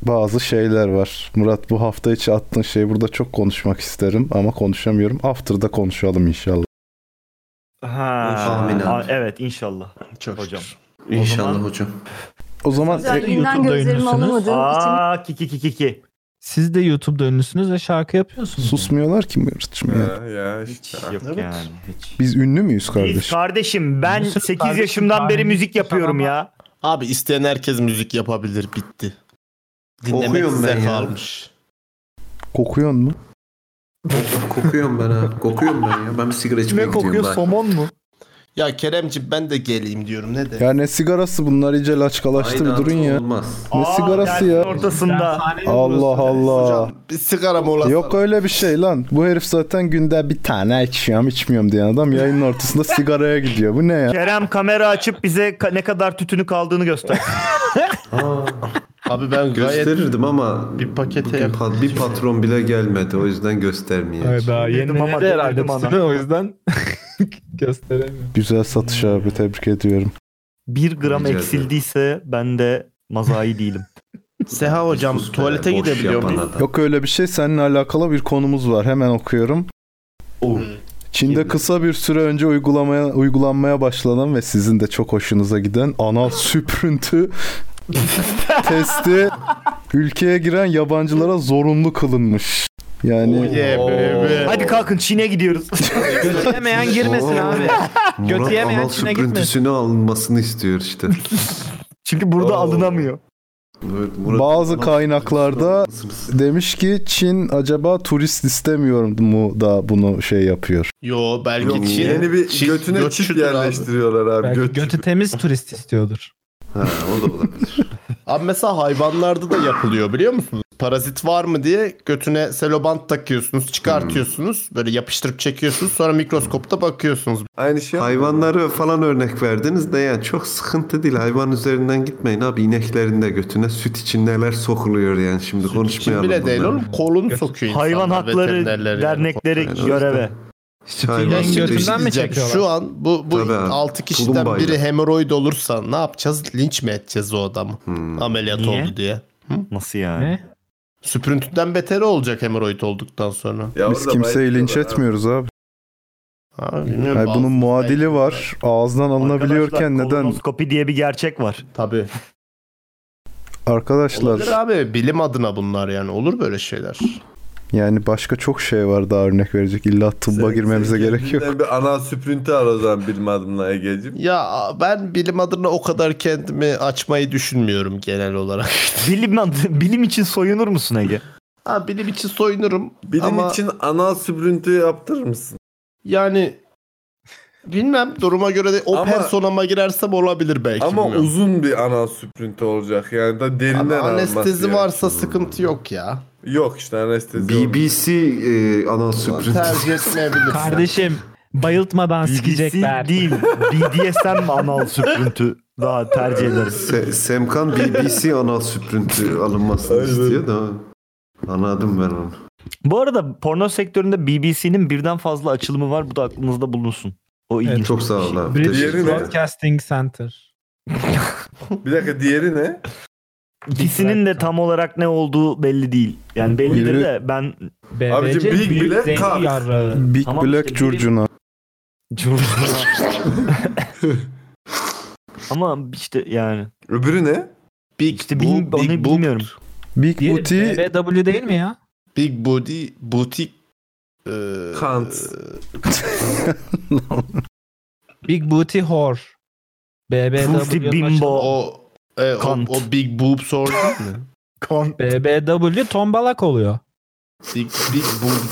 Speaker 5: bazı şeyler var. Murat bu hafta içi attığın şeyi burada çok konuşmak isterim ama konuşamıyorum. After'da konuşalım inşallah.
Speaker 3: Ha.
Speaker 1: Amin abi.
Speaker 3: Aa, Evet inşallah
Speaker 2: Çok
Speaker 3: hocam.
Speaker 1: İnşallah
Speaker 3: zaman-
Speaker 1: hocam.
Speaker 5: O zaman e,
Speaker 11: Güzel
Speaker 6: YouTube'da
Speaker 11: üründen gözlerimi
Speaker 6: ünlüsünüz.
Speaker 11: alamadığım için
Speaker 3: Aa ki ki ki ki ki.
Speaker 6: Siz de YouTube'da ünlüsünüz ve şarkı yapıyorsunuz.
Speaker 5: susmuyorlar ki Murat'cığım ya.
Speaker 4: Ya, ya işte.
Speaker 3: Yok
Speaker 2: Evet.
Speaker 3: yani hiç.
Speaker 5: Biz ünlü müyüz
Speaker 3: Kardeşim,
Speaker 5: kardeş?
Speaker 3: kardeşim ben
Speaker 6: Müzik
Speaker 3: 8
Speaker 6: kardeşim,
Speaker 3: yaşımdan beri
Speaker 6: kardeşim,
Speaker 3: müzik yapıyorum
Speaker 6: adamlar-
Speaker 3: ya.
Speaker 2: Abi isteyen herkes müzik yapabilir bitti. Dinlemek
Speaker 1: Okuyorum
Speaker 2: size
Speaker 1: ben ya.
Speaker 2: kalmış.
Speaker 5: Kokuyor mu?
Speaker 1: kokuyorum ben ha. Kokuyorum ben ya. Ben bir sigara içmeye gidiyorum. bak.
Speaker 3: mu?
Speaker 2: Ya Keremci ben de geleyim diyorum ne de.
Speaker 5: Ya ne sigarası bunlar iyice laçkalaştı bir
Speaker 2: Aynen,
Speaker 5: durun ya.
Speaker 1: Olmaz.
Speaker 5: Ne
Speaker 2: Aa,
Speaker 5: sigarası ya?
Speaker 3: ortasında.
Speaker 5: Allah Allah.
Speaker 2: Bir sigara molası.
Speaker 5: Yok öyle bir şey lan. Bu herif zaten günde bir tane içiyorum içmiyorum diyen adam yayının ortasında sigaraya gidiyor. Bu ne ya?
Speaker 3: Kerem kamera açıp bize ka- ne kadar tütünü kaldığını göster.
Speaker 2: Abi ben
Speaker 1: gösterirdim ama bir
Speaker 2: şey
Speaker 1: pakete bir patron bile gelmedi. O yüzden göstermeyeyim.
Speaker 6: Evet, daha yeni
Speaker 3: ama
Speaker 6: denedi herhalde
Speaker 3: demedim
Speaker 6: bu
Speaker 3: ama.
Speaker 6: sene, o yüzden gösteremiyorum.
Speaker 5: Güzel satış abi tebrik ediyorum.
Speaker 3: bir gram
Speaker 5: Rica ederim.
Speaker 3: eksildiyse ben de mazai değilim.
Speaker 2: Seha hocam tuvalete gidebiliyor muyuz?
Speaker 5: Yok öyle bir şey seninle alakalı bir konumuz var. Hemen okuyorum. Çin'de kısa bir süre önce uygulamaya uygulanmaya başlanan ve sizin de çok hoşunuza giden anal süprüntü testi ülkeye giren yabancılara zorunlu kılınmış. Yani
Speaker 3: Hadi kalkın Çin'e gidiyoruz.
Speaker 6: Götüyemeyen girmesin abi.
Speaker 1: Murat
Speaker 6: Götüyemeyen
Speaker 1: anal
Speaker 6: Çin'e gitmesin.
Speaker 1: süprüntüsünü alınmasını istiyor işte.
Speaker 3: Çünkü burada alınamıyor.
Speaker 1: Evet, Murat
Speaker 5: Bazı
Speaker 1: anal-
Speaker 5: kaynaklarda demiş ki Çin acaba turist istemiyorum mu da bunu şey yapıyor.
Speaker 2: Yo belki
Speaker 5: Yok,
Speaker 2: Çin.
Speaker 5: yeni
Speaker 4: bir
Speaker 2: Çin
Speaker 4: götüne çip
Speaker 2: götçüdür abi.
Speaker 4: yerleştiriyorlar abi.
Speaker 6: Belki götü temiz turist istiyordur.
Speaker 1: Ha o da olabilir.
Speaker 2: Abi mesela hayvanlarda da yapılıyor biliyor musunuz? Parazit var mı diye götüne selobant takıyorsunuz, çıkartıyorsunuz. Böyle yapıştırıp çekiyorsunuz. Sonra mikroskopta bakıyorsunuz.
Speaker 4: Aynı şey.
Speaker 1: Hayvanları falan örnek verdiniz de yani çok sıkıntı değil. Hayvan üzerinden gitmeyin abi. İneklerin de götüne süt için neler sokuluyor yani şimdi konuşmayalım.
Speaker 2: bile değil
Speaker 1: bunları.
Speaker 2: oğlum kolunu sokuyor
Speaker 3: Hayvan
Speaker 2: insanlar,
Speaker 3: hakları
Speaker 2: veterinerler yani.
Speaker 3: dernekleri
Speaker 1: Yani o
Speaker 3: göreve.
Speaker 1: yüzden-
Speaker 2: Ya
Speaker 1: Hayvan
Speaker 2: şimdi bir
Speaker 1: sütü
Speaker 2: şey
Speaker 1: için-
Speaker 2: diyeceğim. Şu an bu, bu
Speaker 1: Tabii abi,
Speaker 2: 6 kişiden
Speaker 1: tulumbayla.
Speaker 2: biri hemoroid olursa ne yapacağız? Linç mi edeceğiz o adamı?
Speaker 1: Hmm.
Speaker 2: Ameliyat
Speaker 3: Niye?
Speaker 2: oldu diye.
Speaker 3: Nasıl yani?
Speaker 6: Ne?
Speaker 2: Süprüntüden beteri olacak hemoroid olduktan sonra.
Speaker 5: Biz kimseyi linç
Speaker 4: şey
Speaker 5: etmiyoruz abi.
Speaker 2: bilmiyorum,
Speaker 5: Hayır, bunun
Speaker 2: bazı-
Speaker 5: muadili var. Ağızdan alınabiliyorken neden
Speaker 3: Kolonoskopi diye bir gerçek var.
Speaker 2: Tabii.
Speaker 5: arkadaşlar
Speaker 2: Olabilir abi bilim adına bunlar yani olur böyle şeyler.
Speaker 5: yani başka çok şey var daha örnek verecek. İlla tıbba girmemize gerek yok.
Speaker 4: Sen bir anal süprüntü ar o zaman bilme adımla Ege'cim.
Speaker 2: Ya ben bilim adına o kadar kendimi açmayı düşünmüyorum genel olarak.
Speaker 3: Bilim, bilim için soyunur musun Ege?
Speaker 2: Ha, bilim için soyunurum.
Speaker 4: Bilim
Speaker 2: ama
Speaker 4: için anal süprüntü yaptırır mısın?
Speaker 2: yani bilmem duruma göre de o
Speaker 4: Ama-
Speaker 2: personama girersem olabilir belki.
Speaker 4: Ama
Speaker 2: bilmiyorum.
Speaker 4: uzun bir anal süprüntü olacak. Yani da derinden
Speaker 2: Abi
Speaker 4: almak
Speaker 2: anestezi
Speaker 4: yani.
Speaker 2: varsa sıkıntı yok ya.
Speaker 4: Yok işte anestezi. olmaz.
Speaker 1: BBC e, anal süprüntüsü.
Speaker 2: Tercih etmeyebilirsin.
Speaker 6: Kardeşim bayıltmadan sikecekler.
Speaker 3: değil. BDSM anal süprüntü daha tercih ederiz.
Speaker 1: Se- Semkan BBC anal süprüntü alınmasını istiyor da anladım ben onu.
Speaker 3: Bu arada porno sektöründe BBC'nin birden fazla açılımı var. Bu da aklınızda bulunsun. O ilginç. şey.
Speaker 1: Çok sağ ol abi.
Speaker 6: British
Speaker 1: Teşekkür ederim.
Speaker 6: Broadcasting Center.
Speaker 4: Bir dakika diğeri ne?
Speaker 3: İkisinin de tam olarak ne olduğu belli değil. Yani bellidir
Speaker 5: Biri-
Speaker 3: de ben
Speaker 6: BBC
Speaker 4: Abicim, Big
Speaker 6: Büyük
Speaker 4: Black
Speaker 6: Zengin
Speaker 4: Cock.
Speaker 6: Yarrağı.
Speaker 5: Big
Speaker 3: Tamam
Speaker 5: Black
Speaker 3: işte,
Speaker 5: curcuna.
Speaker 3: ama işte yani
Speaker 4: Öbürü ne?
Speaker 2: Big
Speaker 3: işte bil-
Speaker 2: bu-
Speaker 3: onu
Speaker 2: big bu-
Speaker 3: bilmiyorum.
Speaker 5: Big
Speaker 6: Diğeri
Speaker 5: Booty
Speaker 6: BBW değil mi ya?
Speaker 2: Big body e, butik eee,
Speaker 4: Kant.
Speaker 6: Big Booty Whore.
Speaker 3: Booty
Speaker 6: BBW
Speaker 3: bimbo.
Speaker 2: o, e, o,
Speaker 3: Kant.
Speaker 2: o big boob sordu mu?
Speaker 6: BBW tombalak oluyor.
Speaker 2: Big, big boob.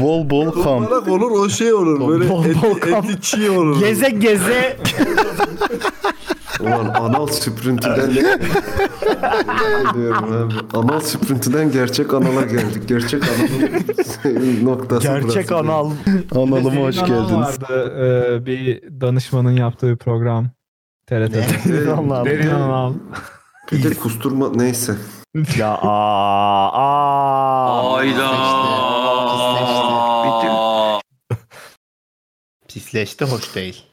Speaker 5: bol bol kam.
Speaker 4: Olarak olur o şey olur. Böyle
Speaker 3: Bol bol
Speaker 4: etli,
Speaker 3: kamp.
Speaker 4: etli çiğ olur.
Speaker 3: Geze geze
Speaker 1: Ulan anal süprüntüden diyorum abi. Anal süprüntüden gerçek anala geldik. Gerçek analın noktası
Speaker 3: gerçek
Speaker 1: burası.
Speaker 3: anal.
Speaker 5: Analıma hoş
Speaker 6: Senin anan
Speaker 5: geldiniz.
Speaker 6: Vardı, e, bir danışmanın yaptığı bir program. TRT'de.
Speaker 3: Allah'ım.
Speaker 6: Derin anal.
Speaker 1: Bir de kusturma neyse.
Speaker 3: Ya aa aa.
Speaker 2: Pisleşti hoş değil.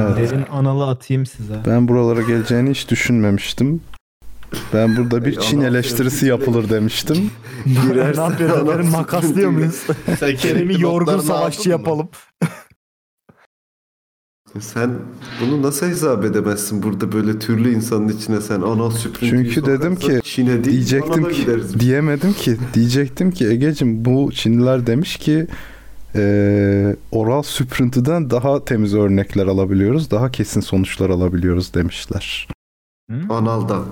Speaker 5: Evet.
Speaker 6: Derin analı atayım size.
Speaker 5: Ben buralara geleceğini hiç düşünmemiştim. Ben burada bir
Speaker 1: Ey,
Speaker 5: Çin
Speaker 1: anal
Speaker 5: eleştirisi yapılır demiştim.
Speaker 3: ne yapıyoruz? Onları makaslıyor muyuz?
Speaker 2: Sen
Speaker 3: Kerem'i yorgun savaşçı yapalım.
Speaker 1: Sen bunu nasıl hesap edemezsin burada böyle türlü insanın içine sen anal süprüntüyü
Speaker 5: Çünkü dedim
Speaker 1: sokarsan
Speaker 5: ki,
Speaker 1: Çin'e değil,
Speaker 5: Diyecektim
Speaker 1: anala
Speaker 5: ki
Speaker 1: gideriz.
Speaker 5: diyemedim ki diyecektim ki Egecim bu Çinliler demiş ki e, oral süprüntüden daha temiz örnekler alabiliyoruz, daha kesin sonuçlar alabiliyoruz demişler.
Speaker 1: Analdan.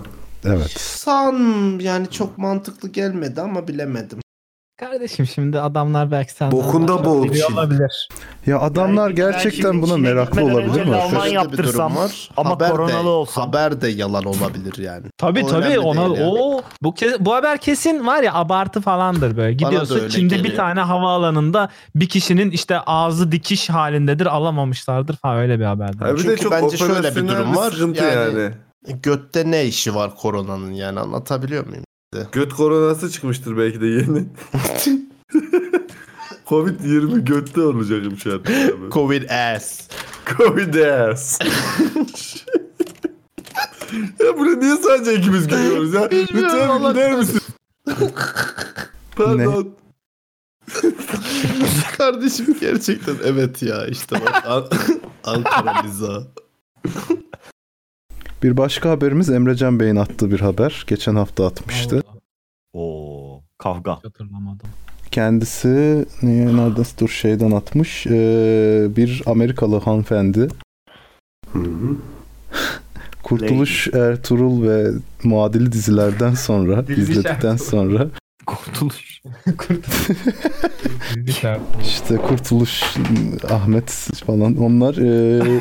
Speaker 5: Evet.
Speaker 2: San yani çok mantıklı gelmedi ama bilemedim.
Speaker 6: Kardeşim şimdi adamlar belki senden
Speaker 5: Bokunda
Speaker 6: daha çok
Speaker 5: boğul
Speaker 6: biliyor
Speaker 5: Çin.
Speaker 6: olabilir.
Speaker 5: Ya adamlar gerçekten buna meraklı olabilir mi?
Speaker 2: Şöyle de bir
Speaker 3: yaptırsam
Speaker 2: durum var.
Speaker 3: ama
Speaker 2: haber de,
Speaker 3: koronalı olsam.
Speaker 2: Haber de yalan olabilir yani.
Speaker 6: Tabii
Speaker 2: O
Speaker 6: tabii
Speaker 2: önemli
Speaker 6: ona
Speaker 2: değil yani.
Speaker 6: o bu ke- bu haber kesin var ya abartı falandır böyle.
Speaker 2: Bana da
Speaker 6: Gidiyorsun
Speaker 2: öyle
Speaker 6: Çin'de bir
Speaker 2: geliyor.
Speaker 6: tane havaalanında bir kişinin işte ağzı dikiş halindedir alamamışlardır falan öyle bir haberdir.
Speaker 2: Çünkü bence şöyle bir durum var. Götte ne işi var koronanın yani anlatabiliyor muyum?
Speaker 4: Göt koronası çıkmıştır belki de yeni. Covid-20 götte olacakım şu an.
Speaker 2: Covid ass.
Speaker 4: Covid ass. ya bunu niye sadece ikimiz gülüyoruz ya? Lütfen gider misin? Pardon.
Speaker 2: Kardeşim gerçekten evet ya işte bak An- Ankara Liza.
Speaker 5: Bir başka haberimiz Emrecan Bey'in attığı bir haber. Geçen hafta atmıştı.
Speaker 3: Oo kavga.
Speaker 5: Kendisi niye nerede dur şeyden atmış. Ee, bir Amerikalı hanımefendi. Kurtuluş Ertuğrul ve muadili dizilerden sonra
Speaker 6: Diriliş
Speaker 5: izledikten
Speaker 6: Ertuğrul.
Speaker 5: sonra
Speaker 6: Kurtuluş.
Speaker 5: işte Kurtuluş Ahmet falan onlar ee,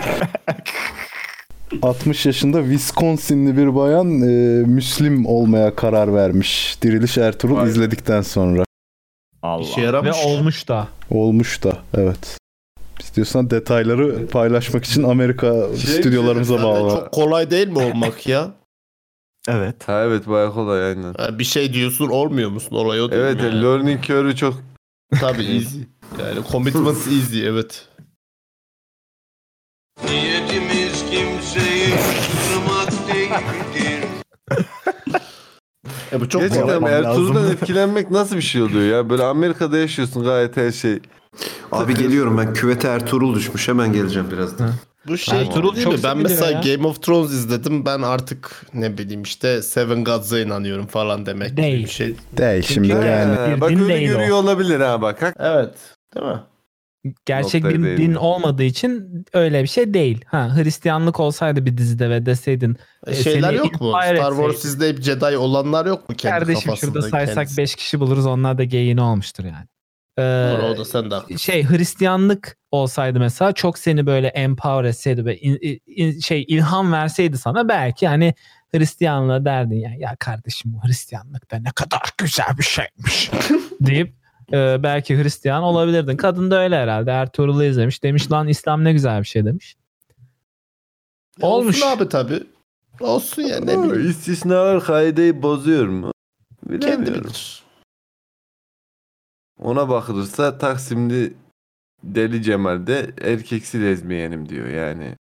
Speaker 5: 60 yaşında Wisconsinli bir bayan ee, Müslim olmaya karar vermiş. Diriliş Ertuğrul izledikten sonra.
Speaker 3: Allah.
Speaker 6: İşe yaramış. Ve olmuş da.
Speaker 5: Olmuş da evet. İstiyorsan detayları paylaşmak için Amerika stüdyolarımıza bağlı.
Speaker 2: Çok kolay değil mi olmak ya?
Speaker 3: Evet.
Speaker 4: Ha, evet bayağı kolay aynen.
Speaker 2: Ha, Bir şey diyorsun olmuyor musun olay o değil
Speaker 4: Evet,
Speaker 2: mi?
Speaker 4: learning curve'ü çok...
Speaker 2: Tabii easy. Yani commitment easy evet.
Speaker 14: Niyetimiz kimseyi kırmak değildir.
Speaker 2: Ya bu çok
Speaker 4: Gerçekten
Speaker 2: kolay.
Speaker 4: Ertuğrul'dan etkilenmek nasıl bir şey oluyor ya? Böyle Amerika'da yaşıyorsun gayet her şey.
Speaker 1: Abi geliyorum ben küvete Ertuğrul düşmüş hemen geleceğim birazdan.
Speaker 2: Bu şey
Speaker 1: Ertuğrul
Speaker 2: değil
Speaker 1: çok
Speaker 2: mi? Ben
Speaker 1: seviyor
Speaker 2: mesela
Speaker 1: ya.
Speaker 2: Game of Thrones izledim. Ben artık ne bileyim işte Seven Gods'a inanıyorum falan demek gibi bir şey.
Speaker 5: Değil şimdi yani.
Speaker 4: Bak öyle
Speaker 6: değil o.
Speaker 4: görüyor olabilir ha bak. hak-
Speaker 2: Evet. Değil mi?
Speaker 6: Gerçek
Speaker 4: Noktayı
Speaker 6: bir
Speaker 4: değil.
Speaker 6: din olmadığı için öyle bir şey değil. Ha Hristiyanlık olsaydı bir dizide ve deseydin.
Speaker 2: E,
Speaker 6: e,
Speaker 2: şeyler
Speaker 6: seni
Speaker 2: yok mu?
Speaker 6: inspire
Speaker 2: Star Wars
Speaker 6: etseydi.
Speaker 2: izleyip Jedi olanlar yok mu kendi
Speaker 6: Kardeşim
Speaker 2: kafasında?
Speaker 6: şurada saysak
Speaker 2: kendisi?
Speaker 6: 5 kişi buluruz onlar da geyini olmuştur yani. Ee,
Speaker 2: Doğru, o da sen de haklısın.
Speaker 6: şey Hristiyanlık olsaydı mesela çok seni böyle empower etseydi ve in- in- şey ilham verseydi sana belki hani Hristiyanlığa derdin ya ya kardeşim bu Hristiyanlık da ne kadar güzel bir şeymiş deyip e, belki Hristiyan olabilirdin. Kadın da öyle herhalde Ertuğrul'u izlemiş demiş lan İslam ne güzel bir şey demiş.
Speaker 2: Ya Olmuş. Olsun abi tabii. Olsun ya ne
Speaker 4: Ama
Speaker 2: bileyim.
Speaker 4: İstisnalar kaideyi bozuyor mu?
Speaker 2: Kendi
Speaker 4: Bilemiyorum.
Speaker 2: bilir.
Speaker 4: Ona bakılırsa Taksim'li Deli Cemal de erkeksi lezbiyenim diyor yani.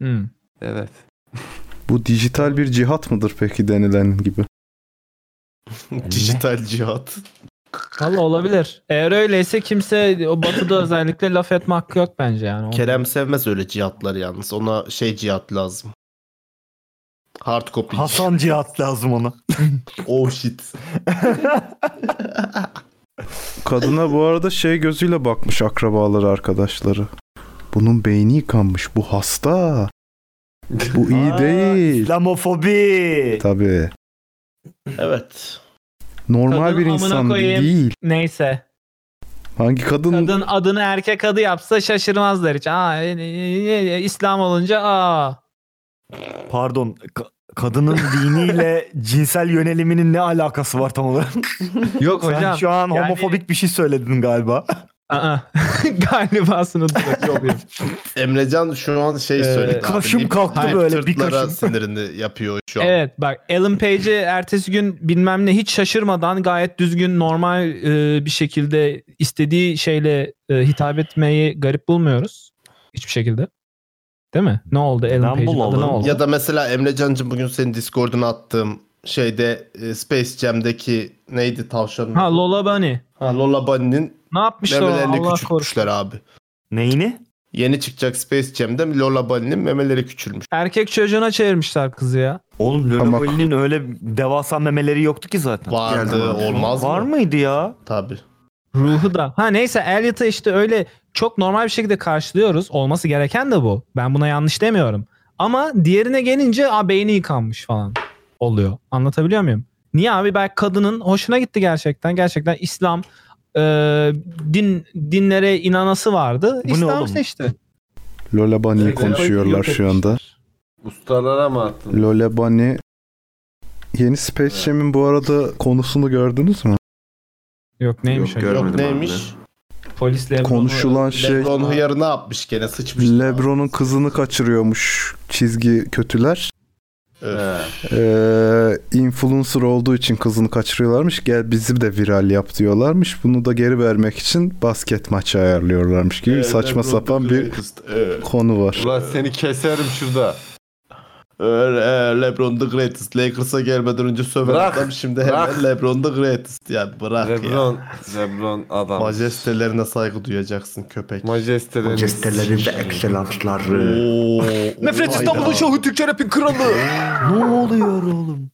Speaker 6: Hmm.
Speaker 4: Evet.
Speaker 5: Bu dijital bir cihat mıdır peki denilen gibi?
Speaker 2: Dijital cihat.
Speaker 6: Valla olabilir. Eğer öyleyse kimse o batıda özellikle laf etme hakkı yok bence yani. O-
Speaker 2: Kerem sevmez öyle cihatları yalnız. Ona şey cihat lazım. Hard copy.
Speaker 3: Hasan cihat lazım ona.
Speaker 2: oh shit.
Speaker 5: Kadına bu arada şey gözüyle bakmış akrabaları arkadaşları. Bunun beyni yıkanmış. Bu hasta. Bu iyi değil.
Speaker 3: İslamofobi.
Speaker 5: Tabii.
Speaker 2: Evet.
Speaker 5: Normal
Speaker 6: Kadın
Speaker 5: bir
Speaker 6: amına
Speaker 5: insan
Speaker 6: koyayım.
Speaker 5: değil.
Speaker 6: Neyse.
Speaker 5: Hangi kadın?
Speaker 6: Kadın adını erkek adı yapsa şaşırmazlar hiç. Aa, e, e, e, e, İslam olunca aa.
Speaker 3: Pardon. ka- kadının diniyle cinsel yöneliminin ne alakası var tam olarak?
Speaker 6: Yok
Speaker 3: Sen
Speaker 6: hocam,
Speaker 3: şu an
Speaker 6: yani-
Speaker 3: homofobik bir şey söyledin galiba.
Speaker 6: Aa. Galiba sınıfta yok.
Speaker 2: Emrecan şu an şey
Speaker 6: Ee,
Speaker 2: söyledi. abi,
Speaker 6: kaşım
Speaker 2: dip-
Speaker 6: kalktı
Speaker 2: dip
Speaker 6: böyle, bir
Speaker 2: tırtlara
Speaker 6: kaşım.
Speaker 2: sinirini yapıyor şu an.
Speaker 6: Evet bak Ellen Page'i ertesi gün bilmem ne hiç şaşırmadan gayet düzgün normal e, bir şekilde istediği şeyle e, hitap etmeyi garip bulmuyoruz. Hiçbir şekilde. Değil mi? Ne oldu Ellen Page'in adı ne oldu?
Speaker 2: Ya da mesela Emrecan'cığım bugün senin Discord'una attığım şeyde e, Space Jam'deki neydi tavşanın?
Speaker 6: Ha Lola Bunny.
Speaker 2: Ha, Lola Bunny'nin
Speaker 6: Ne yapmışlar ona,
Speaker 2: memelerini
Speaker 6: Allah
Speaker 2: küçültmüşler abi.
Speaker 3: Neyini?
Speaker 2: Yeni çıkacak Space Jam'de Lola Bunny'nin memeleri küçülmüş.
Speaker 6: Erkek çocuğuna çevirmişler kızı ya.
Speaker 3: Oğlum Lololi'nin öyle devasa memeleri yoktu ki zaten.
Speaker 2: Vardı, olmaz mı?
Speaker 3: Var mıydı ya?
Speaker 2: Tabii.
Speaker 6: ruhu da. Ha neyse Elliot'ı işte öyle çok normal bir şekilde karşılıyoruz. Olması gereken de bu. Ben buna yanlış demiyorum. Ama diğerine gelince a beyni yıkanmış falan oluyor. Anlatabiliyor muyum? Niye abi? Belki kadının hoşuna gitti gerçekten. Gerçekten İslam e, din dinlere inanası vardı.
Speaker 5: Bu ne
Speaker 6: İslam
Speaker 5: oğlum?
Speaker 6: seçti.
Speaker 5: Lola Bunny'i konuşuyorlar şu anda.
Speaker 4: Ustalara mı attın?
Speaker 5: Lola Bunny. Yeni Space Jam'in bu arada konusunu gördünüz mü?
Speaker 6: Yok neymiş? acaba?
Speaker 2: Yok neymiş?
Speaker 6: Polis Lebron'u-
Speaker 5: Konuşulan şey-
Speaker 2: Lebron hıyarı ne yapmış gene sıçmış.
Speaker 5: LeBron'un kızını kaçırıyormuş çizgi kötüler. Ee, influencer olduğu için kızını kaçırıyorlarmış. Gel bizi de viral yap diyorlarmış. Bunu da geri vermek için basket maçı ayarlıyorlarmış gibi
Speaker 4: Evet,
Speaker 5: saçma
Speaker 4: LeBron
Speaker 5: sapan
Speaker 4: The
Speaker 2: şey.
Speaker 5: bir
Speaker 4: Greatest, evet.
Speaker 5: konu var.
Speaker 4: Ulan seni keserim şurada.
Speaker 2: Ee, e, LeBron the greatest. Lakers'a gelmeden önce söven
Speaker 4: Bırak,
Speaker 2: adam şimdi hemen
Speaker 4: bırak.
Speaker 2: LeBron the greatest. Ya bırak
Speaker 4: Lebron,
Speaker 2: ya.
Speaker 4: Lebron adam.
Speaker 2: Majestelerine saygı duyacaksın köpek.
Speaker 4: Majestelerine- Majesteleri
Speaker 2: ve ekselansları. Oo, Ee,
Speaker 4: Nefret İstanbul'un
Speaker 2: şahı Türkçe rapin kralı.
Speaker 3: ne oluyor oğlum?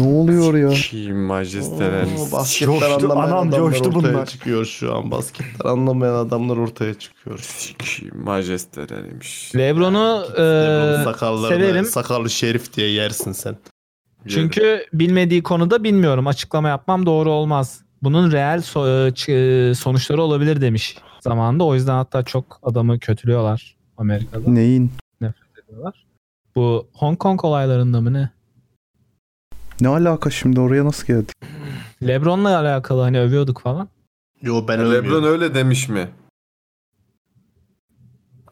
Speaker 5: Ne oluyor ya?
Speaker 4: Kim majestelerini
Speaker 2: Basketten anlamayan adamlar ortaya çıkıyor şu an. Basketten anlamayan adamlar ortaya çıkıyor.
Speaker 4: Majesteleriymiş.
Speaker 6: Lebron'u e,
Speaker 2: Lebron'un sakallarını
Speaker 6: severim.
Speaker 2: sakallı şerif diye yersin sen.
Speaker 6: Çünkü bilmediği konuda bilmiyorum. Açıklama yapmam doğru olmaz. Bunun reel so- e, ç- e, sonuçları olabilir demiş zamanında. O yüzden hatta çok adamı kötülüyorlar Amerika'da.
Speaker 5: Neyin?
Speaker 6: Nefret ediyorlar. Bu Hong Kong olaylarında mı ne?
Speaker 5: Ne alaka şimdi oraya nasıl geldik?
Speaker 6: Lebron'la alakalı hani övüyorduk falan.
Speaker 2: Yo ben
Speaker 4: Lebron öyle demiş mi?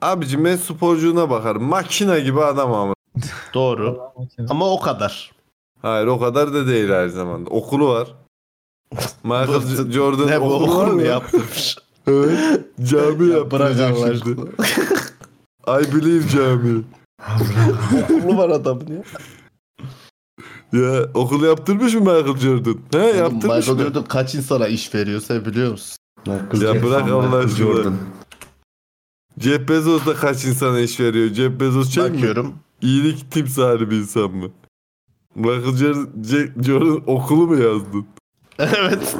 Speaker 4: Abicim ben sporcuğuna bakarım. Makina gibi adam ama.
Speaker 2: Doğru. Ama o kadar.
Speaker 4: Hayır o kadar da değil her zaman. Okulu var. Michael Jordan
Speaker 2: Ne bu
Speaker 4: okulu var
Speaker 2: okul mu
Speaker 4: ya.
Speaker 2: yaptırmış?
Speaker 4: Evet. Cami
Speaker 2: bırak
Speaker 4: yaptıracak
Speaker 2: Allah
Speaker 4: şimdi. I believe cami.
Speaker 2: Okulu var adamın ya.
Speaker 4: Ya okul yaptırmış mı Michael Jordan? He yaptırmış
Speaker 2: Michael
Speaker 4: mı?
Speaker 2: Jordan kaç insana iş veriyor sen biliyor musun?
Speaker 4: Ya bırak Allah aşkına. Jeff Bezos da kaç insana iş veriyor? Jeff Bezos şey mi? İyilik timsali bir insan mı? Michael Jordan, Jack- Jordan okulu mu yazdın?
Speaker 2: evet.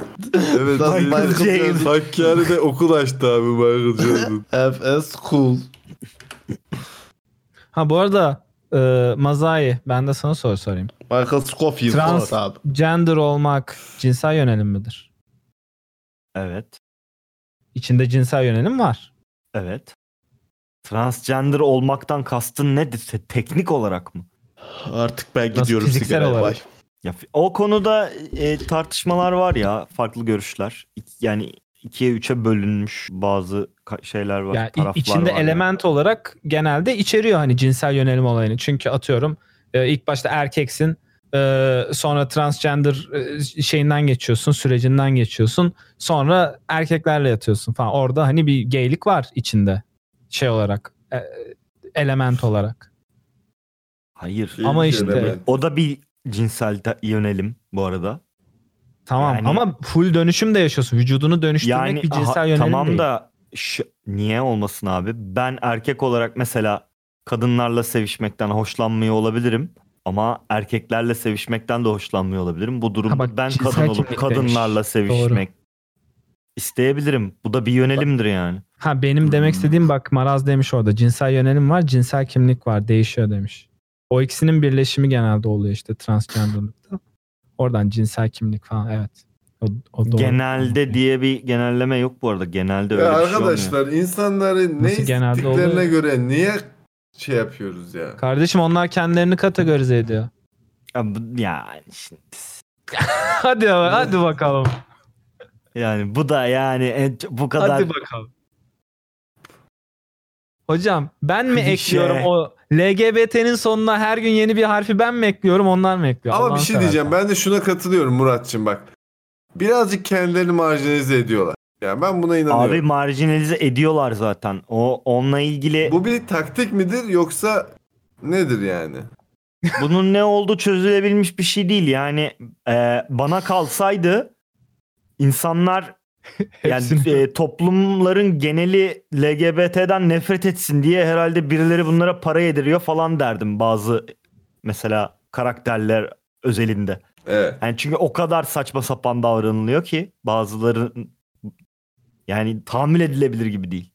Speaker 4: Evet.
Speaker 2: Lan Michael
Speaker 4: Michael
Speaker 2: Jordan.
Speaker 4: Hakkari'de okul açtı abi Michael Jordan.
Speaker 2: FS Cool.
Speaker 6: Ha bu arada e, Mazai ben de sana soru sorayım.
Speaker 2: Michael Scofield
Speaker 6: Trans
Speaker 2: falan abi.
Speaker 6: gender olmak cinsel yönelim midir?
Speaker 3: Evet.
Speaker 6: İçinde cinsel yönelim var.
Speaker 3: Evet. Transgender olmaktan kastın ne? Teknik olarak mı?
Speaker 2: Artık ben
Speaker 3: Nasıl
Speaker 2: gidiyorum
Speaker 3: fiziksel
Speaker 2: sigaraya
Speaker 3: olarak?
Speaker 2: bay.
Speaker 3: Ya, fi- o konuda e, tartışmalar var ya farklı görüşler. İk- yani ikiye üçe bölünmüş bazı ka- şeyler var.
Speaker 6: Yani i-
Speaker 3: taraflar
Speaker 6: içinde
Speaker 3: var yani.
Speaker 6: element olarak genelde içeriyor hani cinsel yönelim olayını. Çünkü atıyorum e, ilk başta erkeksin e, sonra transgender e, şeyinden geçiyorsun, sürecinden geçiyorsun. Sonra erkeklerle yatıyorsun falan. Orada hani bir geylik var içinde şey olarak e, element olarak.
Speaker 3: Hayır.
Speaker 6: Ama İlk
Speaker 4: şey
Speaker 6: işte- element.
Speaker 3: o da bir cinsel te- yönelim bu arada.
Speaker 6: Tamam
Speaker 3: Yani-
Speaker 6: ama full dönüşüm de yaşıyorsun. Vücudunu dönüştürmek
Speaker 3: Yani
Speaker 6: bir cinsel
Speaker 3: aha,
Speaker 6: yönelim
Speaker 3: tamam
Speaker 6: değil.
Speaker 3: da ş- niye olmasın abi? Ben erkek olarak mesela kadınlarla sevişmekten hoşlanmıyor olabilirim. Ama erkeklerle sevişmekten de hoşlanmıyor olabilirim. Bu durumda ben
Speaker 6: cinsel
Speaker 3: kadın olup
Speaker 6: kimlik demiş.
Speaker 3: kadınlarla sevişmek isteyebilirim. Bu da bir yönelimdir yani.
Speaker 6: Ha
Speaker 3: Hmm.
Speaker 6: benim demek istediğim bak Maraz demiş orada cinsel yönelim var, cinsel kimlik var, değişiyor demiş. O ikisinin birleşimi genelde oluyor işte transgenderlıkta. Oradan cinsel kimlik falan evet. O, o doğru.
Speaker 3: Genelde diye bir genelleme yok bu arada. Genelde öyle
Speaker 4: Ya
Speaker 3: bir şey olmuyor.
Speaker 4: arkadaşlar insanların ne
Speaker 6: Nasıl genelde
Speaker 4: istediklerine
Speaker 6: oluyor?
Speaker 4: göre niye şey yapıyoruz ya?
Speaker 6: Kardeşim onlar kendilerini kategorize ediyor.
Speaker 3: Ya, bu- ya şimdi-
Speaker 6: hadi ya, hadi bakalım.
Speaker 3: Yani bu da yani en- bu kadar
Speaker 6: Hadi bakalım. Hocam ben mi
Speaker 3: Klişe.
Speaker 6: ekliyorum o LGBT'nin sonuna her gün yeni bir harfi ben mi ekliyorum onlar mı ekliyor?
Speaker 4: Ama
Speaker 6: Allah'ını
Speaker 4: bir şey
Speaker 6: seversen.
Speaker 4: diyeceğim. Ben de şuna katılıyorum Muratçım bak. Birazcık kendilerini marjinalize ediyorlar. Yani ben buna inanıyorum.
Speaker 3: abi marjinalize ediyorlar zaten. O onunla ilgili
Speaker 4: Bu bir taktik midir yoksa nedir yani?
Speaker 3: bunun ne olduğu çözülebilmiş bir şey değil. Yani e, bana kalsaydı insanlar yani e, toplumların geneli LGBT'den nefret etsin diye herhalde birileri bunlara para yediriyor falan derdim bazı mesela karakterler özelinde.
Speaker 4: Evet.
Speaker 3: Yani çünkü o kadar saçma sapan davranılıyor ki bazıları yani tahammül edilebilir gibi değil.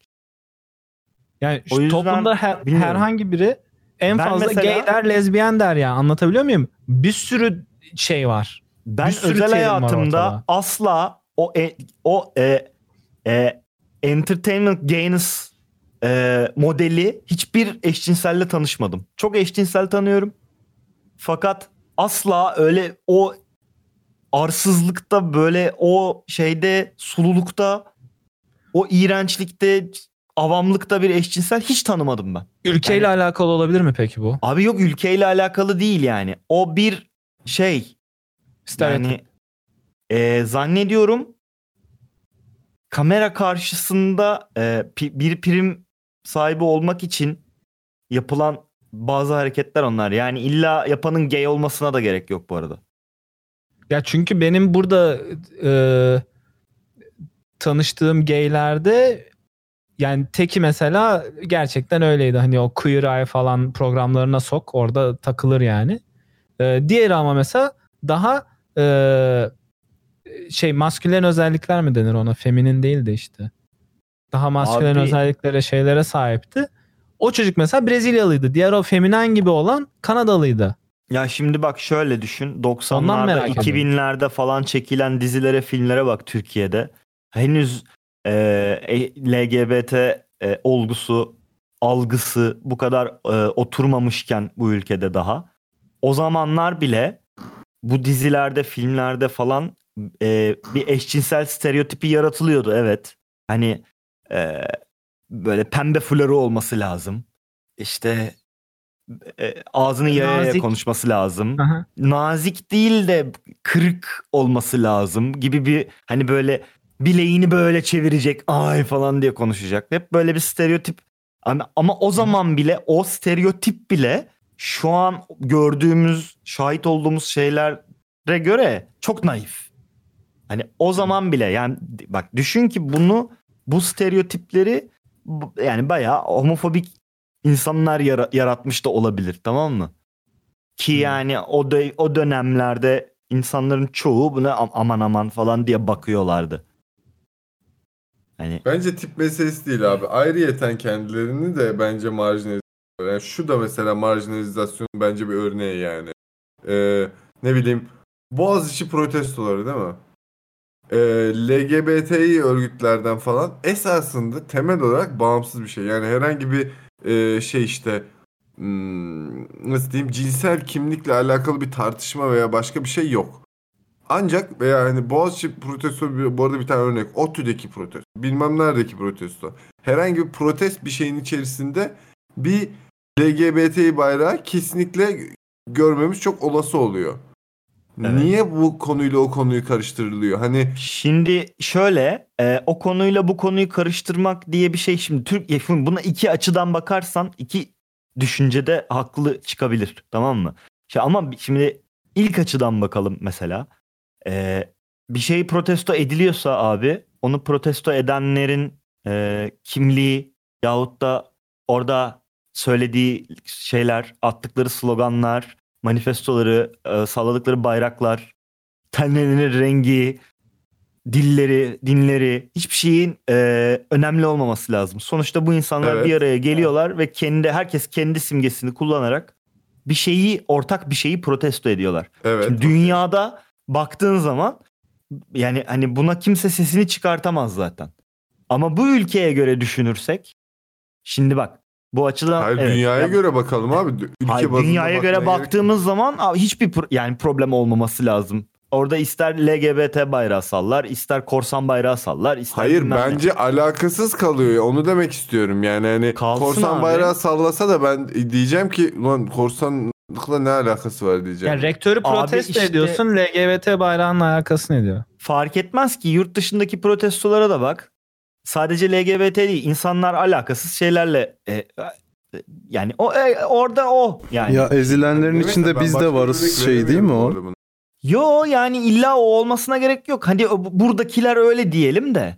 Speaker 6: Yani
Speaker 3: O
Speaker 6: şu
Speaker 3: yüzden
Speaker 6: toplumda her-
Speaker 3: bilmiyorum.
Speaker 6: herhangi biri en
Speaker 3: Ben
Speaker 6: fazla
Speaker 3: mesela-
Speaker 6: gay der, lezbiyen der ya. Anlatabiliyor muyum? Bir sürü şey var.
Speaker 3: Ben özel hayatımda asla o e- o e, e, entertainment gains e, modeli hiçbir eşcinselle tanışmadım. Çok eşcinsel tanıyorum. Fakat asla öyle o arsızlıkta böyle o şeyde sululukta o iğrençlikte avamlıkta bir eşcinsel hiç tanımadım ben.
Speaker 6: Ülkeyle alakalı olabilir mi peki bu?
Speaker 3: Abi yok ülkeyle alakalı değil yani. O bir şey. Yani e, zannediyorum kamera karşısında e, pi- bir prim sahibi olmak için yapılan bazı hareketler onlar. Yani illa yapanın gay olmasına da gerek yok bu arada.
Speaker 6: Ya çünkü benim burada e, tanıştığım gaylerde yani teki mesela gerçekten öyleydi. Hani o Queer Eye falan programlarına sok orada takılır yani. E, diğeri ama mesela daha e, şey maskülen özellikler mi denir ona? Feminin değil de işte. Daha maskülen
Speaker 3: Abi-
Speaker 6: özelliklere şeylere sahipti. O çocuk mesela Brezilyalıydı. Diğer o feminen gibi olan Kanadalıydı.
Speaker 3: Ya şimdi bak şöyle düşün.
Speaker 6: Ondan
Speaker 3: 90'larda
Speaker 6: merak ediyorum.
Speaker 3: 2000'lerde falan çekilen dizilere filmlere bak Türkiye'de. Henüz e, e, LGBT e, olgusu algısı bu kadar e, oturmamışken bu ülkede daha. O zamanlar bile bu dizilerde filmlerde falan e, bir eşcinsel stereotipi yaratılıyordu evet. Hani e, böyle pembe flörü olması lazım. İşte e, ağzını yaya yaya
Speaker 6: Nazik.
Speaker 3: konuşması lazım.
Speaker 6: Aha.
Speaker 3: Nazik değil de kırık olması lazım gibi bir hani böyle bileğini böyle çevirecek ay falan diye konuşacak. Hep böyle bir stereotip ama, ama o zaman bile o stereotip bile şu an gördüğümüz şahit olduğumuz şeylere göre çok naif. Hani o zaman bile yani bak düşün ki bunu bu stereotipleri bu- yani bayağı homofobik insanlar yara- yaratmış da olabilir tamam mı? Ki yani o dö- o dönemlerde insanların çoğu buna "Am- aman aman falan diye bakıyorlardı. Hani
Speaker 4: Bence tip meselesi değil abi. Ayrıyeten kendilerini de bence marjinalize yani şu da mesela marjinalizasyon bence bir örneği yani. Ee, ne bileyim Boğaziçi protestoları değil mi? Ee, LGBTİ örgütlerden falan esasında temel olarak bağımsız bir şey. Yani herhangi bir e, şey işte hmm, nasıl diyeyim cinsel kimlikle alakalı bir tartışma veya başka bir şey yok. Ancak veya hani Boğaziçi protesto bir- bu arada bir tane örnek. ODTÜ'deki protesto. Bilmem neredeki protesto. Herhangi bir protest bir şeyin içerisinde bir LGBT bayrağı kesinlikle görmemiz çok olası oluyor. Niye bu konuyla o konuyu karıştırılıyor? Hani
Speaker 3: Şimdi şöyle e, o konuyla bu konuyu karıştırmak diye bir şey şimdi Türk ya şimdi buna iki açıdan bakarsan iki düşüncede haklı çıkabilir tamam mı? Şi- ama bi- şimdi ilk açıdan bakalım mesela E, bir şey protesto ediliyorsa abi onu protesto edenlerin e, kimliği yahut da orada söylediği şeyler attıkları sloganlar manifestoları e, salladıkları bayraklar tenlerinin rengi dilleri, dinleri hiçbir şeyin e, önemli olmaması lazım. Sonuçta bu insanlar
Speaker 6: Evet.
Speaker 3: bir araya geliyorlar ve kendi herkes kendi simgesini kullanarak bir şeyi ortak bir şeyi protesto ediyorlar. Şimdi dünyada baktığın zaman yani hani buna kimse sesini çıkartamaz zaten. Ama bu ülkeye göre düşünürsek şimdi bak bu açıdan
Speaker 4: hayır,
Speaker 3: evet,
Speaker 4: dünyaya
Speaker 3: ya-
Speaker 4: göre bakalım abi. Dü- Ülke
Speaker 3: Hayır,
Speaker 4: bazında
Speaker 3: dünyaya
Speaker 4: bakmaya
Speaker 3: göre
Speaker 4: gerek-
Speaker 3: baktığımız zaman abi hiçbir pro- yani problem olmaması lazım. Orada ister LGBT bayrağı sallar, ister korsan bayrağı sallar, ister
Speaker 4: Hayır
Speaker 3: bilmem ne.
Speaker 4: bence alakasız kalıyor. Onu demek istiyorum. Yani hani korsan
Speaker 3: abi.
Speaker 4: bayrağı sallasa da ben diyeceğim ki lan korsanlıkla ne alakası var diyeceğim.
Speaker 6: Yani rektörü
Speaker 3: Abi
Speaker 6: protesto
Speaker 3: işte-
Speaker 6: ediyorsun LGBT bayrağının alakasını ediyor.
Speaker 3: fark etmez ki yurt dışındaki protestolara da bak. Sadece LGBT değil, insanlar alakasız şeylerle e, e, yani o e, orada o yani.
Speaker 5: ya ezilenlerin içinde biz de varız şey değil mi o?
Speaker 3: Yo yani illa o olmasına gerek yok. Hani o- buradakiler öyle diyelim de.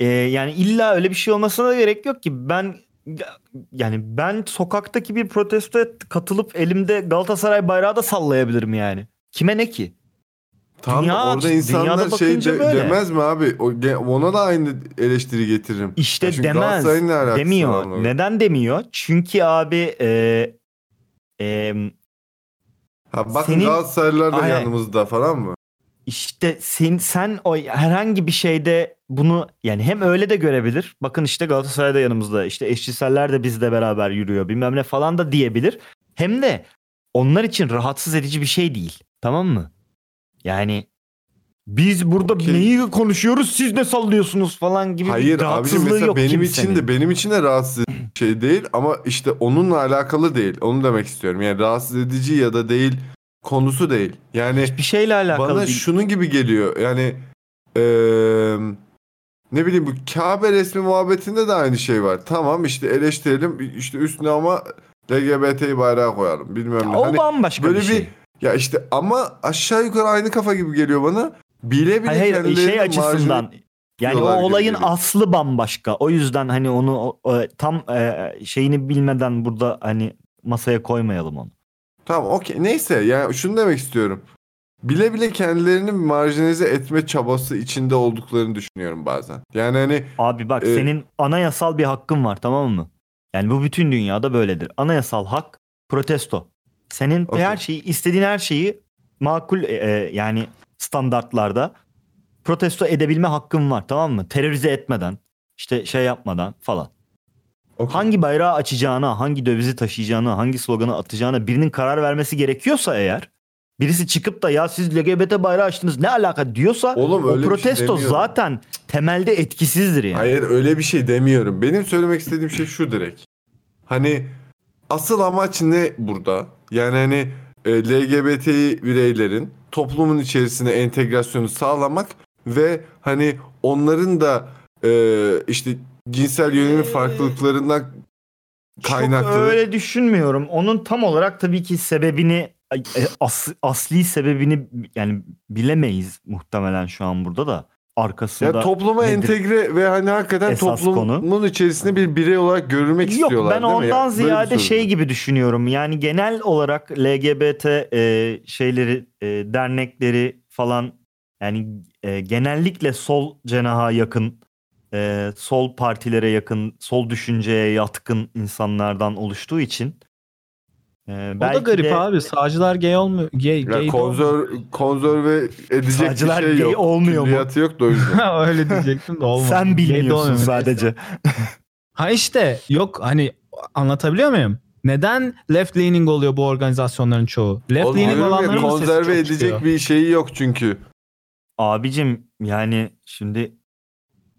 Speaker 3: Ee, yani illa öyle bir şey olmasına da gerek yok ki. Ben yani ben sokaktaki bir protestoya katılıp elimde Galatasaray bayrağı da sallayabilirim yani. Kime ne ki?
Speaker 4: Tam
Speaker 3: Dünya-
Speaker 4: da orada
Speaker 3: dünyada
Speaker 4: insanlar şey
Speaker 3: bakınca
Speaker 4: de-
Speaker 3: böyle.
Speaker 4: demez mi abi? O, ge- ona da aynı eleştiri getiririm.
Speaker 3: İşte
Speaker 4: Ya çünkü
Speaker 3: demez.
Speaker 4: Galatasaray'ın ne alakası var
Speaker 3: Demiyor.
Speaker 4: onunla?
Speaker 3: Neden demiyor? Çünkü abi e, e,
Speaker 4: Ha, bakın Galatasaraylılar da yanımızda falan mı?
Speaker 3: İşte sen, sen o herhangi bir şeyde bunu yani hem öyle de görebilir. Bakın işte Galatasaray da yanımızda. işte eşcinseller de bizle beraber yürüyor bilmem ne falan da diyebilir. Hem de onlar için rahatsız edici bir şey değil. Tamam mı? Yani biz burada neyi konuşuyoruz siz ne sallıyorsunuz falan gibi
Speaker 4: Hayır
Speaker 3: bir
Speaker 4: abicim
Speaker 3: rahatsızlığı
Speaker 4: mesela
Speaker 3: yok
Speaker 4: benim
Speaker 3: kimsenin.
Speaker 4: için de benim için de rahatsız edici bir şey değil ama işte onunla alakalı değil. Onu demek istiyorum. Yani rahatsız edici ya da değil konusu değil. Yani
Speaker 3: bir şeyle alakalı
Speaker 4: Bana
Speaker 3: değil.
Speaker 4: şunun gibi geliyor. Yani eee, ne bileyim bu Kabe resmi muhabbetinde de aynı şey var. Tamam işte eleştirelim işte üstüne ama LGBT bayrağı koyalım bilmem ne.
Speaker 3: o bambaşka bir
Speaker 4: Hani böyle
Speaker 3: şey.
Speaker 4: ya işte ama aşağı yukarı aynı kafa gibi geliyor bana. Bile bile
Speaker 3: Hayır, hayır, şey
Speaker 4: kendilerini
Speaker 3: açısından.
Speaker 4: marjinal
Speaker 3: Yani o
Speaker 4: tutuyorlar gibi
Speaker 3: olayın
Speaker 4: geliyor.
Speaker 3: aslı bambaşka. O yüzden hani onu o- o- tam e, şeyini bilmeden burada hani masaya koymayalım onu.
Speaker 4: Tamam okey neyse yani şunu demek istiyorum. Bile bile kendilerini marjinalize etme çabası içinde olduklarını düşünüyorum bazen. Yani hani
Speaker 3: Abi bak senin anayasal bir hakkın var tamam mı? Yani bu bütün dünyada böyledir. Anayasal hak protesto. Senin her şeyi istediğin her şeyi makul e, e, yani standartlarda protesto edebilme hakkın var tamam mı? Terörize etmeden işte şey yapmadan falan. Hangi bayrağı açacağına, hangi dövizi taşıyacağına, hangi sloganı atacağına birinin karar vermesi gerekiyorsa eğer birisi çıkıp da ya siz LGBT bayrağı açtınız ne alaka diyorsa
Speaker 4: Oğlum
Speaker 3: o
Speaker 4: öyle bir şey
Speaker 3: protesto
Speaker 4: demiyorum.
Speaker 3: zaten temelde etkisizdir yani.
Speaker 4: Hayır öyle bir şey demiyorum. Benim söylemek istediğim şey şu direkt. Hani asıl amaç ne burada? Yani hani e, LGBT bireylerin toplumun içerisine entegrasyonu sağlamak ve hani onların da e, işte cinsel yönelim farklılıklarından kaynaklı.
Speaker 3: Çok öyle düşünmüyorum. Onun tam olarak tabii ki sebebini ay- e, as- asli sebebini yani bilemeyiz muhtemelen şu an burada da arkasında.
Speaker 4: Ya topluma
Speaker 3: nedir?
Speaker 4: entegre ve hani hakikaten
Speaker 3: Esas
Speaker 4: toplumun içerisinde bir birey olarak görülmek
Speaker 3: Yok
Speaker 4: istiyorlar
Speaker 3: ben
Speaker 4: değil mi? Ya
Speaker 3: ondan
Speaker 4: böyle bir
Speaker 3: ziyade
Speaker 4: sorun.
Speaker 3: şey gibi düşünüyorum. Yani genel olarak LGBT e, şeyleri e, dernekleri falan yani e, genellikle sol cenaha yakın e, sol partilere yakın sol düşünceye yatkın insanlardan oluştuğu için e,
Speaker 6: O da
Speaker 3: belki
Speaker 6: garip
Speaker 3: de-
Speaker 6: abi. Sağcılar gay olmuyor. Gay,
Speaker 4: Ya
Speaker 6: gay de
Speaker 4: konser, konserve edecek
Speaker 6: Sağcılar
Speaker 4: bir şey
Speaker 6: gay
Speaker 4: yok.
Speaker 6: olmuyor mu?
Speaker 4: Külliyatı yok da o yüzden.
Speaker 6: olmuyor. Öyle diyecektim de olmadı.
Speaker 3: Sen
Speaker 6: Gay de
Speaker 3: bilmiyorsun
Speaker 6: olmuyor.
Speaker 3: sadece.
Speaker 6: Ha işte yok hani anlatabiliyor muyum? Neden left leaning oluyor bu organizasyonların çoğu? Left
Speaker 4: Oğlum
Speaker 6: leaning
Speaker 4: diyorum ya,
Speaker 6: olanların da sesi çok
Speaker 4: konserve edecek
Speaker 6: çıkıyor.
Speaker 4: bir şeyi yok çünkü.
Speaker 3: Abicim yani şimdi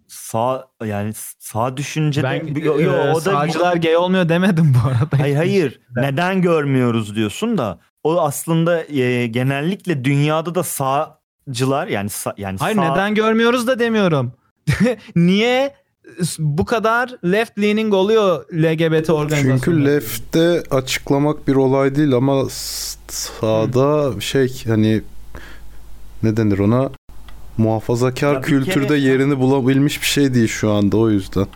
Speaker 3: sağ yani sağ
Speaker 4: şey
Speaker 3: düşünce
Speaker 6: Ben
Speaker 3: de, Yo- yo,
Speaker 6: e,
Speaker 3: o da
Speaker 6: sağcılar gay olmuyor demedim bu arada.
Speaker 3: Hayır hayır. Neden görmüyoruz diyorsun da o aslında e, genellikle dünyada da sağcılar yani sa- yani
Speaker 6: Hayır
Speaker 3: sağ-
Speaker 6: neden görmüyoruz da demiyorum. Niye bu kadar left leaning oluyor LGBT organizasyonu?
Speaker 5: Çünkü left'te açıklamak bir olay değil ama s- sağda şey hani ne denir ona muhafazakar
Speaker 3: Ya bir
Speaker 5: kültürde
Speaker 3: kere-
Speaker 5: yerini bulabilmiş bir şey değil şu anda o yüzden.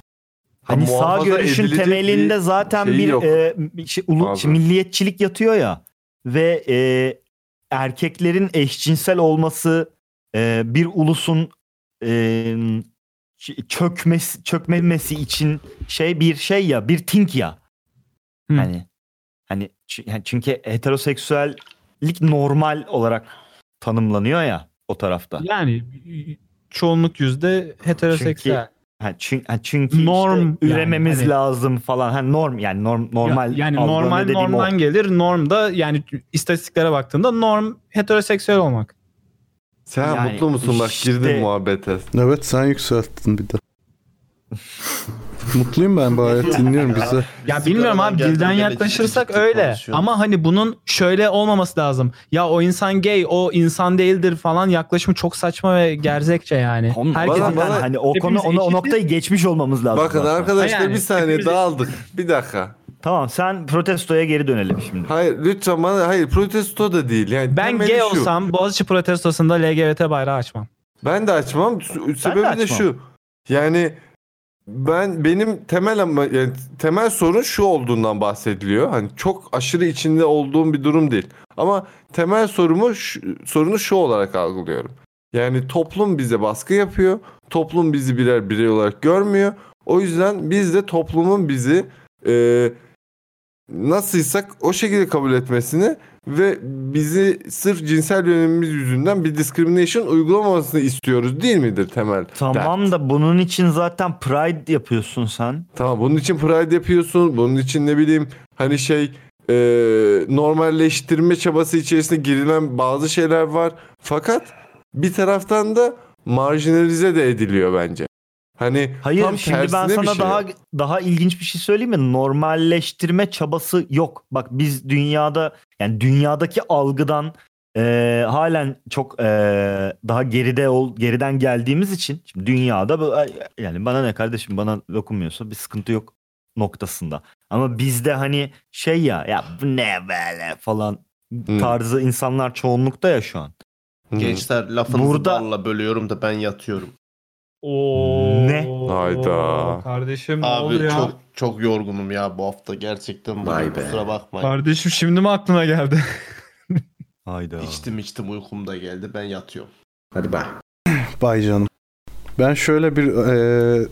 Speaker 3: hani sağ görüşün temelinde zaten
Speaker 5: şeyi
Speaker 3: bir
Speaker 5: yok.
Speaker 3: e, bir şey, ulu-
Speaker 5: Abi.
Speaker 3: şey, milliyetçilik yatıyor ya ve e, erkeklerin eşcinsel olması e, bir ulusun e, ç- çökmesi çökmemesi için şey bir şey ya bir think ya. Hani hani çü- yani çünkü heteroseksüellik normal olarak tanımlanıyor ya o tarafta.
Speaker 6: Yani çoğunluk yüzde heteroseksüel.
Speaker 3: Ha, çünkü, ha, çünkü
Speaker 6: Norm
Speaker 3: norm
Speaker 6: yani,
Speaker 3: ürememiz
Speaker 6: hani-
Speaker 3: lazım falan. Ha, norm yani norm normal
Speaker 6: Ya- yani
Speaker 3: algılanıyor
Speaker 6: normal
Speaker 3: dediğim o.
Speaker 6: normdan gelir. Normda yani istatistiklere baktığında norm heteroseksüel olmak.
Speaker 4: Sen
Speaker 6: Yani
Speaker 4: mutlu musun bak girdin
Speaker 6: işte-
Speaker 4: muhabbete.
Speaker 5: Evet sen yükselttin bir de. Mutluyum ben gayet dinliyorum güzel.
Speaker 6: Ya bilmiyorum abi dilden yaklaşırsak öyle. Ama hani bunun şöyle olmaması lazım. Ya o insan gay, o insan değildir falan yaklaşımı çok saçma ve gerzekçe yani.
Speaker 3: Bana- bana- hani o konu
Speaker 6: Hepimiz
Speaker 3: ona o
Speaker 6: eşitiz.
Speaker 3: noktayı geçmiş olmamız lazım.
Speaker 4: Bakın
Speaker 3: zaten.
Speaker 4: arkadaşlar bir saniye dağıldık. Bir dakika.
Speaker 3: Tamam sen protestoya geri dönelim şimdi.
Speaker 4: Hayır lütfen bana hayır protesto da değil. Yani
Speaker 6: Ben
Speaker 4: temeli
Speaker 6: gay
Speaker 4: şu.
Speaker 6: olsam Boğaziçi protestosunda LGBT bayrağı açmam.
Speaker 4: Ben de açmam. Sebebi de,
Speaker 6: açmam.
Speaker 4: şu. Yani ben benim temel ama yani temel sorun şu olduğundan bahsediliyor. Hani çok aşırı içinde olduğum bir durum değil. Ama temel sorumu şu- sorunu şu olarak algılıyorum. Yani toplum bize baskı yapıyor. Toplum bizi birer birey olarak görmüyor. O yüzden biz de toplumun bizi eee nasılsak o şekilde kabul etmesini ve bizi sırf cinsel yönelimimiz yüzünden bir discrimination uygulamamasını istiyoruz değil midir temel?
Speaker 3: Tamam da bunun için zaten Pride yapıyorsun sen.
Speaker 4: Tamam bunun için Pride yapıyorsun. Bunun için ne bileyim hani şey e, normalleştirme çabası içerisinde girilen bazı şeyler var. Fakat bir taraftan da marjinalize de ediliyor bence. Hani
Speaker 3: Hayır
Speaker 4: tam
Speaker 3: şimdi ben
Speaker 4: tersine bir
Speaker 3: sana
Speaker 4: şey.
Speaker 3: daha daha ilginç bir şey söyleyeyim mi? Normalleştirme çabası yok. Bak biz dünyada yani dünyadaki algıdan eee, halen çok eee, daha geride ol, geriden geldiğimiz için şimdi dünyada bu- ay- yani bana ne kardeşim bana dokunmuyorsa bir sıkıntı yok noktasında. Ama bizde hani şey ya ya bu ne böyle falan tarzı insanlar çoğunlukta ya şu an.
Speaker 4: Hmm.
Speaker 2: Gençler lafınızı
Speaker 3: Burada-
Speaker 2: balla bölüyorum da ben yatıyorum.
Speaker 6: Ne?
Speaker 2: Hayda.
Speaker 6: Kardeşim ne
Speaker 2: Abi
Speaker 6: oldu ya?
Speaker 2: çok çok yorgunum ya bu hafta gerçekten. Vay Kusura bakmayın.
Speaker 6: Kardeşim şimdi mi aklına geldi?
Speaker 3: Hayda.
Speaker 2: İçtim içtim uykum da geldi ben yatıyorum.
Speaker 15: Hadi be.
Speaker 5: Bay canım. Ben şöyle bir e,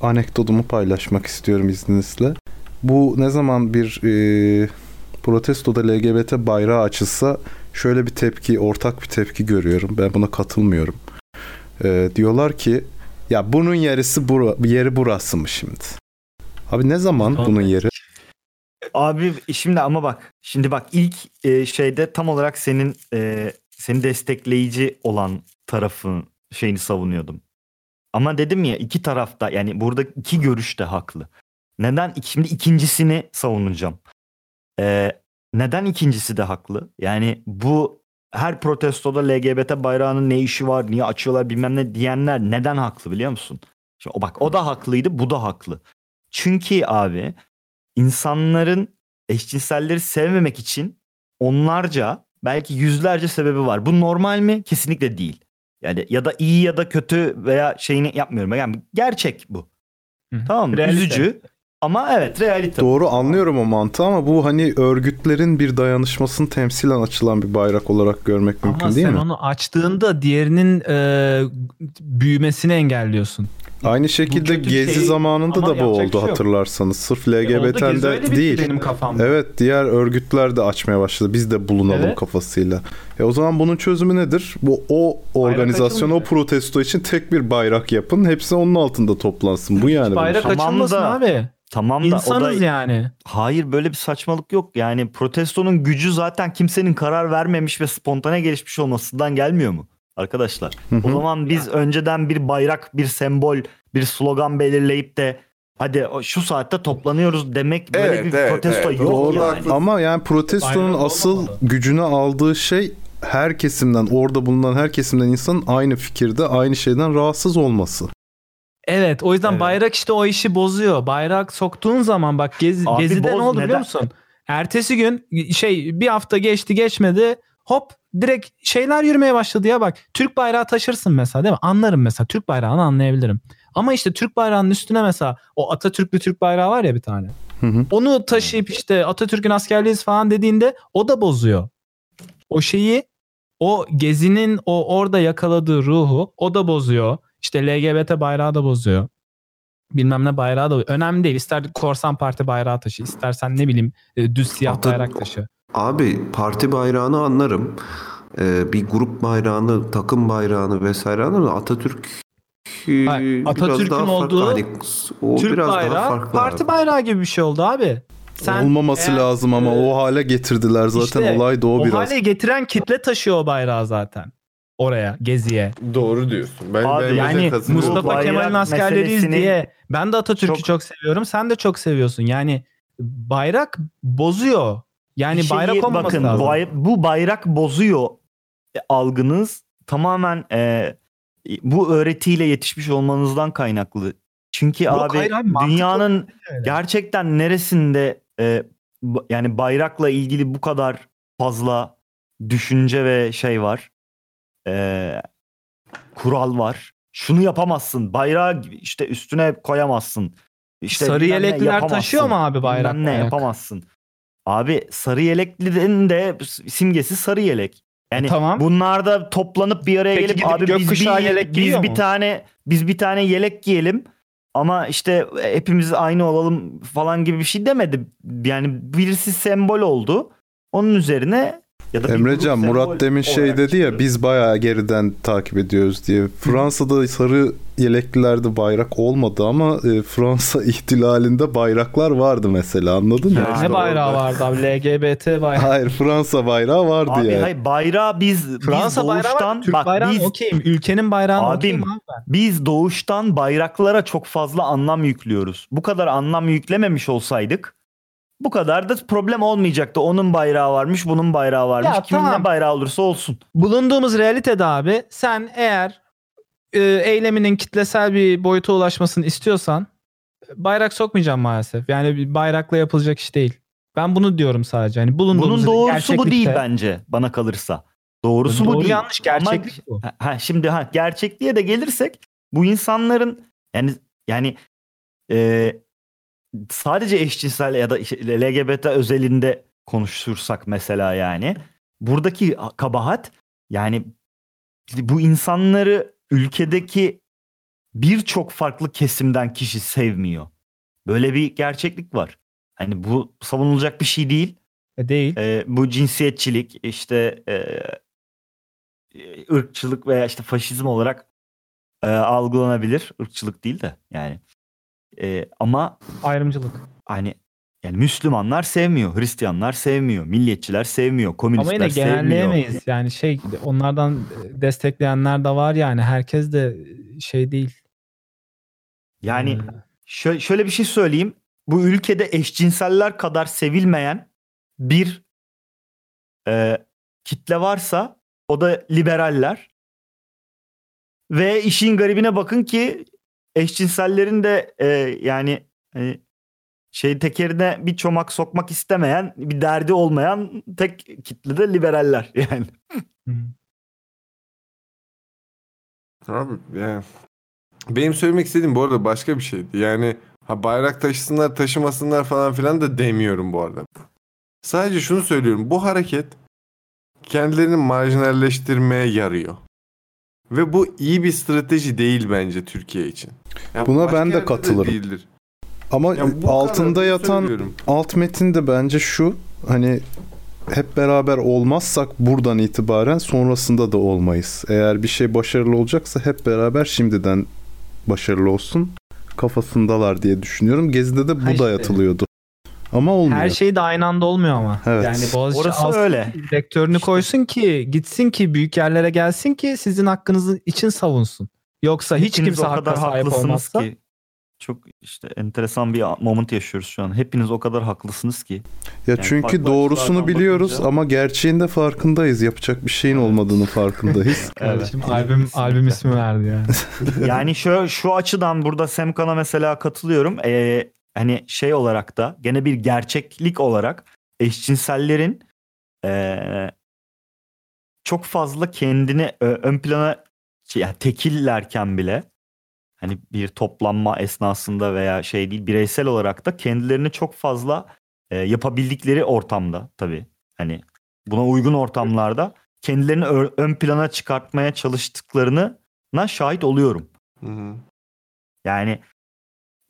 Speaker 5: anekdotumu paylaşmak istiyorum izninizle. Bu ne zaman bir e, protestoda LGBT bayrağı açılsa şöyle bir tepki, ortak bir tepki görüyorum. Ben buna katılmıyorum. E, diyorlar ki ya bunun yerisi bura, yeri burası mı şimdi? Abi ne zaman bunun yeri?
Speaker 3: Abi şimdi ama bak şimdi bak ilk e, şeyde tam olarak senin e, seni destekleyici olan tarafın şeyini savunuyordum. Ama dedim ya iki tarafta yani burada iki görüş de haklı. Neden şimdi ikincisini savunacağım? Ee, neden ikincisi de haklı? Yani bu her protestoda LGBT bayrağının ne işi var, niye açıyorlar bilmem ne diyenler neden haklı biliyor musun? Şimdi, o bak o da haklıydı, bu da haklı. Çünkü abi insanların eşcinselleri sevmemek için onlarca belki yüzlerce sebebi var. Bu normal mi? Kesinlikle değil. Yani ya da iyi ya da kötü veya şeyini yapmıyorum. Yani gerçek bu. Tamam mı?
Speaker 5: Realite.
Speaker 3: Üzücü ama evet realite.
Speaker 5: Doğru anlıyorum o mantığı ama bu hani örgütlerin bir dayanışmasını temsilen açılan bir bayrak olarak görmek mümkün
Speaker 6: Ama
Speaker 5: değil
Speaker 6: sen
Speaker 5: mi?
Speaker 6: onu açtığında diğerinin e, büyümesini engelliyorsun.
Speaker 5: Aynı şekilde
Speaker 6: kötü
Speaker 5: Gezi
Speaker 6: şey
Speaker 5: zamanında
Speaker 6: ama
Speaker 5: da bu
Speaker 6: yapacak bir şey
Speaker 5: oldu
Speaker 6: yok.
Speaker 5: hatırlarsanız. Sırf
Speaker 6: oldu, Gezi öyle
Speaker 5: LGBT'de
Speaker 6: bitti
Speaker 5: değil.
Speaker 6: benim kafamda.
Speaker 5: Evet diğer örgütler de açmaya başladı. Biz de bulunalım
Speaker 6: Evet.
Speaker 5: kafasıyla. E o zaman bunun çözümü nedir? Bu o organizasyon, o protesto için tek bir bayrak yapın. Hepsi onun altında toplansın. Bu yani.
Speaker 6: Bayrak
Speaker 5: bunun-
Speaker 6: açılmasın abi.
Speaker 3: Tamam da
Speaker 6: İnsanız
Speaker 3: o da,
Speaker 6: yani.
Speaker 3: Hayır böyle bir saçmalık yok. Yani protestonun gücü zaten kimsenin karar vermemiş ve spontane gelişmiş olmasından gelmiyor mu? Arkadaşlar o zaman biz önceden bir bayrak, bir sembol, bir slogan belirleyip de hadi o- şu saatte toplanıyoruz demek böyle bir protesto yok
Speaker 5: Doğru,
Speaker 3: yani.
Speaker 5: Ama yani protestonun asıl gücünü aldığı şey her kesimden, orada bulunan her kesimden insanın aynı fikirde, aynı şeyden rahatsız olması.
Speaker 6: Evet o yüzden bayrak işte o işi bozuyor. Bayrak soktuğun zaman bak gez,
Speaker 3: Abi
Speaker 6: gezide
Speaker 3: boz,
Speaker 6: ne oldu
Speaker 3: neden?
Speaker 6: biliyor musun? Ertesi gün şey bir hafta geçti geçmedi hop direkt şeyler yürümeye başladı ya bak. Türk bayrağı taşırsın mesela değil mi? Anlarım mesela Türk bayrağını anlayabilirim. Ama işte Türk bayrağının üstüne mesela o Atatürklü Türk bayrağı var ya bir tane. Onu taşıyıp işte Atatürk'ün askerliyiz falan dediğinde o da bozuyor. O şeyi o gezinin o orada yakaladığı ruhu o da bozuyor. İşte LGBT bayrağı da bozuyor. Bilmem ne bayrağı da önemli değil. İster korsan parti bayrağı taşı, istersen ne bileyim e, düz siyah bayrak taşı.
Speaker 1: Abi parti bayrağını anlarım. Ee, bir grup bayrağını, takım bayrağını vesaire anlarım. da Atatürk e, biraz
Speaker 6: Atatürk'ün
Speaker 1: daha farklı.
Speaker 6: olduğu
Speaker 1: Hani o
Speaker 6: Türk
Speaker 1: biraz
Speaker 6: bayrağı
Speaker 1: daha farklı.
Speaker 6: parti
Speaker 1: abi.
Speaker 6: bayrağı gibi bir şey oldu abi. Sen
Speaker 5: Olmaması
Speaker 3: e,
Speaker 6: eğer-
Speaker 5: lazım ama o hale getirdiler zaten
Speaker 6: İşte
Speaker 5: olay da o, biraz.
Speaker 6: hale getiren kitle taşıyor o bayrağı zaten. Oraya, geziye.
Speaker 4: Doğru diyorsun. Ben, ben buna
Speaker 6: yani
Speaker 4: katılıyorum.
Speaker 6: Mustafa Kemal'in askerleriyiz
Speaker 3: meselesini
Speaker 6: diye ben de Atatürk'ü çok... seviyorum. Sen de çok seviyorsun. Yani bayrak bozuyor. Yani
Speaker 3: Bir şeyi-
Speaker 6: bayrak olmaması
Speaker 3: bakın,
Speaker 6: lazım.
Speaker 3: bay- bu bayrak bozuyor e, algınız tamamen e, bu öğretiyle yetişmiş olmanızdan kaynaklı. Çünkü
Speaker 6: Yok,
Speaker 3: abi,
Speaker 6: hayır abi, mantıklı
Speaker 3: dünyanın gerçekten neresinde e, ba- yani bayrakla ilgili bu kadar fazla düşünce ve şey var. E, kural var. şunu yapamazsın. Bayrağı işte üstüne koyamazsın. İşte
Speaker 6: Sarı
Speaker 3: bilmem ne
Speaker 6: yelekliler taşıyor mu
Speaker 3: yapamazsın,
Speaker 6: abi bayrak?
Speaker 3: bilmem ne
Speaker 6: bayrak?
Speaker 3: yapamazsın. Abi sarı yeleklinin de simgesi sarı yelek.
Speaker 6: E,
Speaker 3: Yani bunlar da toplanıp bir araya
Speaker 6: Peki
Speaker 3: gelip
Speaker 6: gidip
Speaker 3: abi biz
Speaker 6: gökkuşağı
Speaker 3: bir,
Speaker 6: yelek
Speaker 3: biz
Speaker 6: giyiyor
Speaker 3: bir
Speaker 6: mu?"
Speaker 3: tane biz bir tane yelek giyelim ama işte hepimiz aynı olalım falan gibi bir şey demedi. Yani birisi sembol oldu. Onun üzerine ya da bir
Speaker 5: Emrecan
Speaker 3: grup
Speaker 5: Murat
Speaker 3: sembol
Speaker 5: demin şey
Speaker 3: olarak
Speaker 5: dedi ya biz bayağı geriden takip ediyoruz diye. Fransa'da sarı yeleklilerde bayrak olmadı ama e, Fransa ihtilalinde bayraklar vardı mesela anladın mı?
Speaker 6: Ne bayrağı vardı abi? LGBT bayrağı.
Speaker 5: Hayır Fransa bayrağı vardı
Speaker 3: Abi
Speaker 5: yani.
Speaker 3: hayır bayrağı biz
Speaker 6: Fransa
Speaker 3: biz
Speaker 6: bayrağı var,
Speaker 3: doğuştan
Speaker 6: Türk
Speaker 3: bak
Speaker 6: bayrağını
Speaker 3: biz
Speaker 6: okeyim, ülkenin bayrağını okeyim abi
Speaker 3: Biz doğuştan bayraklara çok fazla anlam yüklüyoruz. Bu kadar anlam yüklememiş olsaydık bu kadar da problem olmayacaktı. Onun bayrağı varmış, bunun bayrağı varmış.
Speaker 6: Ya
Speaker 3: Kimin
Speaker 6: tamam.
Speaker 3: ne bayrağı olursa olsun.
Speaker 6: Bulunduğumuz realitede abi sen eğer e, eyleminin kitlesel bir boyuta ulaşmasını istiyorsan e, bayrak sokmayacağım maalesef. Yani bir bayrakla yapılacak iş değil. Ben bunu diyorum sadece. Hani
Speaker 3: Bunun
Speaker 6: bulunduğumuz
Speaker 3: doğrusu bu değil
Speaker 6: gerçeklikte-
Speaker 3: bence bana kalırsa. Doğrusu bu
Speaker 6: Doğru
Speaker 3: değil.
Speaker 6: yanlış, gerçeklik
Speaker 3: Ama, Ha, Ha, şimdi ha gerçekliğe de gelirsek bu insanların yani yani e, sadece eşcinsel ya da işte LGBT özelinde konuşursak mesela yani buradaki kabahat yani bu insanları ülkedeki birçok farklı kesimden kişi sevmiyor. Böyle bir gerçeklik var. Hani bu savunulacak bir şey değil.
Speaker 6: E, değil.
Speaker 3: bu cinsiyetçilik işte e, ırkçılık veya işte faşizm olarak e, algılanabilir. Irkçılık değil de yani. E, ama
Speaker 6: ayrımcılık.
Speaker 3: Hani yani Müslümanlar sevmiyor, Hristiyanlar sevmiyor, milliyetçiler sevmiyor,
Speaker 6: Ama
Speaker 3: komünistler
Speaker 6: yine
Speaker 3: sevmiyor.
Speaker 6: genelleyemeyiz. Yani şey onlardan e, destekleyenler de var yani. Herkes de şey değil.
Speaker 3: Yani şö- şöyle bir şey söyleyeyim. Bu ülkede eşcinseller kadar sevilmeyen bir e, kitle varsa o da liberaller. Ve işin garibine bakın ki eşcinsellerin de e, yani hani şey tekerine bir çomak sokmak istemeyen bir derdi olmayan tek kitle de liberaller yani.
Speaker 4: Abi yani benim söylemek istediğim bu arada başka bir şeydi. Yani ha bayrak taşısınlar taşımasınlar falan filan da demiyorum bu arada. Sadece şunu söylüyorum. Bu hareket kendilerini marjinalleştirmeye yarıyor. Ve bu iyi bir strateji değil bence Türkiye için. Ya
Speaker 5: Buna
Speaker 4: başka
Speaker 5: ben de
Speaker 4: yerde
Speaker 5: katılırım.
Speaker 4: değildir.
Speaker 5: Ama
Speaker 4: Ya bu
Speaker 5: altında
Speaker 4: kadar
Speaker 5: yatan
Speaker 4: söylüyorum.
Speaker 5: alt metin de bence şu. Hani hep beraber olmazsak buradan itibaren sonrasında da olmayız. Eğer bir şey başarılı olacaksa hep beraber şimdiden başarılı olsun kafasındalar diye düşünüyorum. Gezide de bu
Speaker 6: işte.
Speaker 5: dayatılıyordu. Ama olmuyor.
Speaker 6: Her şey de aynı anda olmuyor ama.
Speaker 5: Evet.
Speaker 6: Yani Boğaziçi
Speaker 5: Orası
Speaker 6: alsın
Speaker 5: öyle.
Speaker 6: ki Direktörünü koysun ki gitsin ki büyük yerlere gelsin ki sizin hakkınızın için savunsun. Yoksa hiç
Speaker 3: Hepiniz
Speaker 6: kimse
Speaker 3: o kadar
Speaker 6: hakka sahip
Speaker 3: haklısınız
Speaker 6: olmazsa.
Speaker 3: ki çok işte enteresan bir moment yaşıyoruz şu an. Hepiniz o kadar haklısınız ki.
Speaker 5: Ya
Speaker 3: Yani
Speaker 5: çünkü
Speaker 3: farklı
Speaker 5: doğrusunu
Speaker 3: açılardan
Speaker 5: biliyoruz
Speaker 3: bakınca-
Speaker 5: ama gerçeğin de farkındayız. Yapacak bir şeyin olmadığını farkındayız.
Speaker 6: Kardeşim albüm, albüm ismi verdi yani.
Speaker 3: yani şu şu açıdan burada Semkan'a mesela katılıyorum. Ee, hani şey olarak da gene bir gerçeklik olarak eşcinsellerin ee, çok fazla kendini ö- ön plana şey, yani tekillerken bile hani bir toplanma esnasında veya şey değil bireysel olarak da kendilerini çok fazla e, yapabildikleri ortamda tabii hani buna uygun ortamlarda kendilerini ö- ön plana çıkartmaya çalıştıklarını na şahit oluyorum. Yani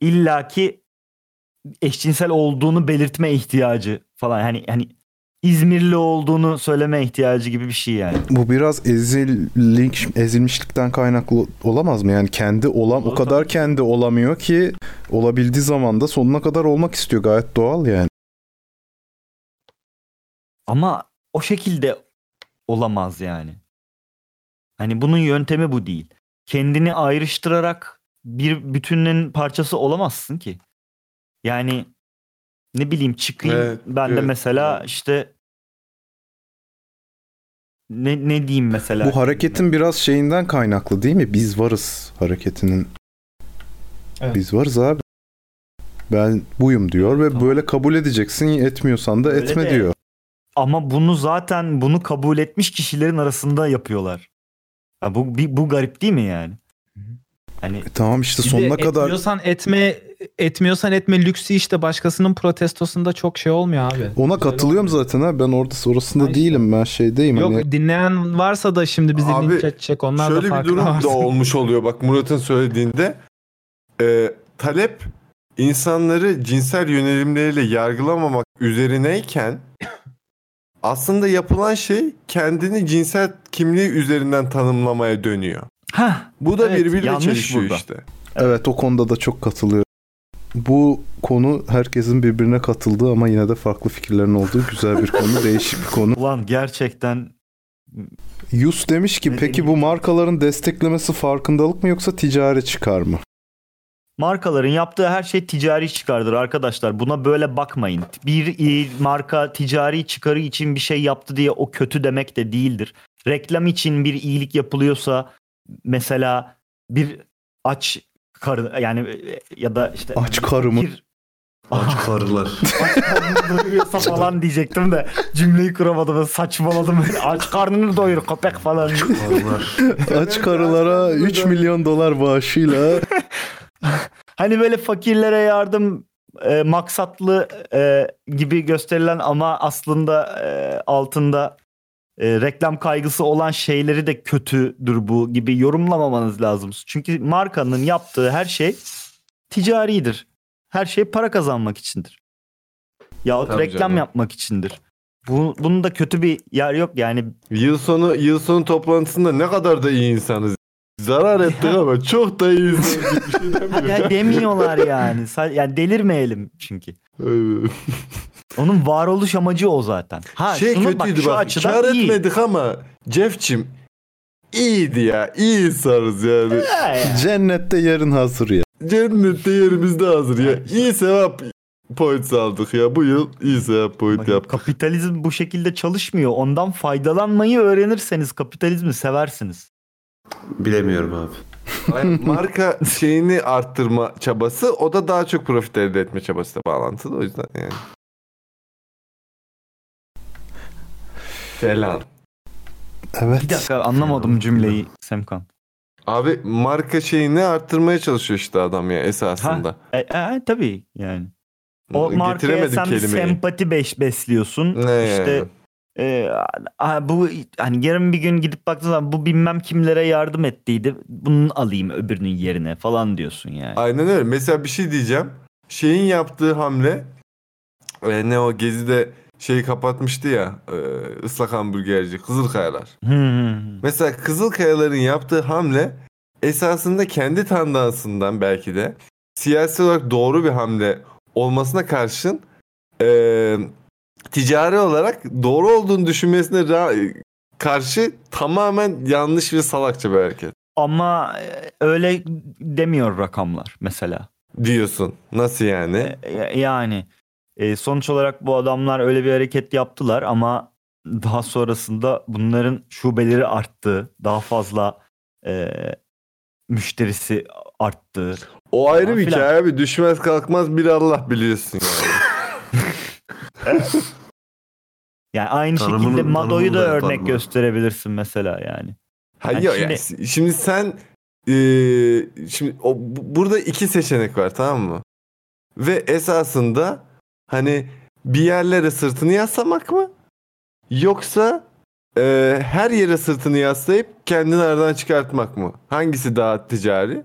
Speaker 3: illaki eşcinsel olduğunu belirtme ihtiyacı falan hani hani İzmirli olduğunu söyleme ihtiyacı gibi bir şey yani.
Speaker 5: Bu biraz ezillik, ezilmişlikten kaynaklı olamaz mı? Yani kendi olan o kadar kendi olamıyor ki olabildiği zaman da sonuna kadar olmak istiyor. Gayet doğal yani.
Speaker 3: Ama o şekilde olamaz yani. Hani bunun yöntemi bu değil. Kendini ayrıştırarak bir bütünün parçası olamazsın ki. Yani ne bileyim çıkayım
Speaker 2: Evet,
Speaker 3: ben de
Speaker 2: evet,
Speaker 3: mesela işte ne ne diyeyim mesela?
Speaker 5: Bu hareketin biraz şeyinden kaynaklı değil mi? Biz varız hareketinin.
Speaker 6: Evet.
Speaker 5: Biz varız abi. Ben buyum diyor ve böyle kabul edeceksin. Etmiyorsan da
Speaker 3: Öyle
Speaker 5: etme
Speaker 3: de-
Speaker 5: diyor.
Speaker 3: Ama bunu zaten bunu kabul etmiş kişilerin arasında yapıyorlar. Ya bu bir- bu garip değil mi yani?
Speaker 5: E
Speaker 6: Hani
Speaker 16: tamam işte
Speaker 6: Bir de
Speaker 16: sonuna kadar
Speaker 6: Etmiyorsan etme, etmiyorsan etme lüksü işte başkasının protestosunda çok şey olmuyor abi.
Speaker 16: ona katılıyorum zaten ha. Ben orada orasında değilim. Ben şeydeyim
Speaker 6: Yok
Speaker 16: hani.
Speaker 6: dinleyen varsa da şimdi bizi
Speaker 16: Abi,
Speaker 6: linç edecek onlar da
Speaker 4: Şöyle bir
Speaker 6: farkında
Speaker 4: durum da
Speaker 6: varsın.
Speaker 4: olmuş oluyor bak Murat'ın söylediğinde. Ee, talep insanları cinsel yönelimleriyle yargılamamak üzerineyken aslında yapılan şey kendini cinsel kimliği üzerinden tanımlamaya dönüyor. Bu da
Speaker 16: evet,
Speaker 4: birbiriyle
Speaker 16: yanlış
Speaker 4: çelişiyor
Speaker 16: burada.
Speaker 4: işte.
Speaker 16: Evet o konuda da çok katılıyorum. Bu konu herkesin birbirine katıldığı ama yine de farklı fikirlerin olduğu güzel bir konu, değişik bir konu.
Speaker 3: Ulan gerçekten
Speaker 16: Yus demiş ki peki bu markaların desteklemesi farkındalık mı yoksa ticari çıkar mı?
Speaker 3: Markaların yaptığı her şey ticari çıkardır arkadaşlar. Buna böyle bakmayın. Bir i- marka ticari çıkarı için bir şey yaptı diye o kötü demek de değildir. Reklam için bir iyilik yapılıyorsa mesela bir aç karı yani e, ya da işte
Speaker 16: Aç karı mı?
Speaker 1: Aç karılar.
Speaker 3: karnını doyuruyorsa falan diyecektim de cümleyi kuramadım ve saçmaladım. Aç karnını doyur köpek falan.
Speaker 16: Aç karılara 3 milyon dolar bağışıyla
Speaker 3: Hani böyle fakirlere yardım e, maksatlı e, gibi gösterilen ama aslında e, altında e, reklam kaygısı olan şeyleri de kötüdür bu gibi yorumlamamanız lazım. Çünkü markanın yaptığı her şey ticaridir. Her şey para kazanmak içindir. Yahut
Speaker 4: Tabii
Speaker 3: reklam
Speaker 4: canım.
Speaker 3: yapmak içindir. Bu, bunun da kötü bir yer yok yani.
Speaker 4: Yıl sonu yıl sonu toplantısında ne kadar da iyi insanız. Zarar ettik ama çok da iyi insanız.
Speaker 3: Ya demiyorlar yani. Sa- Yani delirmeyelim çünkü. Onun varoluş amacı o zaten. Ha,
Speaker 4: şey
Speaker 3: şunu
Speaker 4: kötüydü bak,
Speaker 3: bak, şu açıdan
Speaker 4: kar
Speaker 3: iyi.
Speaker 4: etmedik ama Cefçim iyiydi ya. iyi insanız yani.
Speaker 16: Cennette yarın hazır ya.
Speaker 4: Cennette yerimizde hazır ya. İyi sevap points aldık ya. Bu yıl iyi sevap point yaptık.
Speaker 3: Kapitalizm bu şekilde çalışmıyor. Ondan faydalanmayı öğrenirseniz kapitalizmi seversiniz.
Speaker 1: Bilemiyorum abi.
Speaker 4: Ay, marka şeyini arttırma çabası o da daha çok profit elde etme çabasıyla bağlantılı o yüzden yani. Selam.
Speaker 16: Evet.
Speaker 3: Bir dakika anlamadım cümleyi Semkan.
Speaker 4: Abi marka şeyini arttırmaya çalışıyor işte adam ya esasında.
Speaker 3: E, e, tabii yani. O
Speaker 4: Getiremedim
Speaker 3: markaya sen
Speaker 4: kelimeyi.
Speaker 3: sempati beş besliyorsun.
Speaker 4: Ne
Speaker 3: işte e, a- bu hani yarın bir gün gidip baktığın zaman bu bilmem kimlere yardım ettiydi. Bunu alayım öbürünün yerine falan diyorsun yani.
Speaker 4: Aynen öyle. Mesela bir şey diyeceğim. Şeyin yaptığı hamle e, ne o gezide şeyi kapatmıştı ya e, ıslak hamburgerci Kızılkayalar. Mesela Kızılkayaların yaptığı hamle esasında kendi tandansından belki de siyasi olarak doğru bir hamle olmasına karşın eee, ticari olarak doğru olduğunu düşünmesine ra- e, karşı tamamen yanlış ve salakça bir hareket.
Speaker 3: Ama e, öyle demiyor rakamlar mesela.
Speaker 4: Diyorsun. Nasıl yani?
Speaker 3: E, Yani e, sonuç olarak bu adamlar öyle bir hareket yaptılar ama daha sonrasında bunların şubeleri arttı. Daha fazla e, müşterisi arttı.
Speaker 4: O ayrı
Speaker 3: Falan
Speaker 4: bir
Speaker 3: filan.
Speaker 4: hikaye abi. Düşmez kalkmaz bir Allah biliyorsun yani.
Speaker 3: Yani aynı
Speaker 4: Tanımını-
Speaker 3: şekilde Mado'yu
Speaker 4: tanımını
Speaker 3: da
Speaker 4: da
Speaker 3: örnek
Speaker 4: yaparlar.
Speaker 3: gösterebilirsin mesela yani.
Speaker 4: Hayır
Speaker 3: Yani
Speaker 4: yani
Speaker 3: şimdi-
Speaker 4: şimdi, sen e, şimdi o, bu- burada iki seçenek var tamam mı? Ve esasında hani bir yerlere sırtını yaslamak mı? Yoksa e, her yere sırtını yaslayıp kendini aradan çıkartmak mı? Hangisi daha ticari?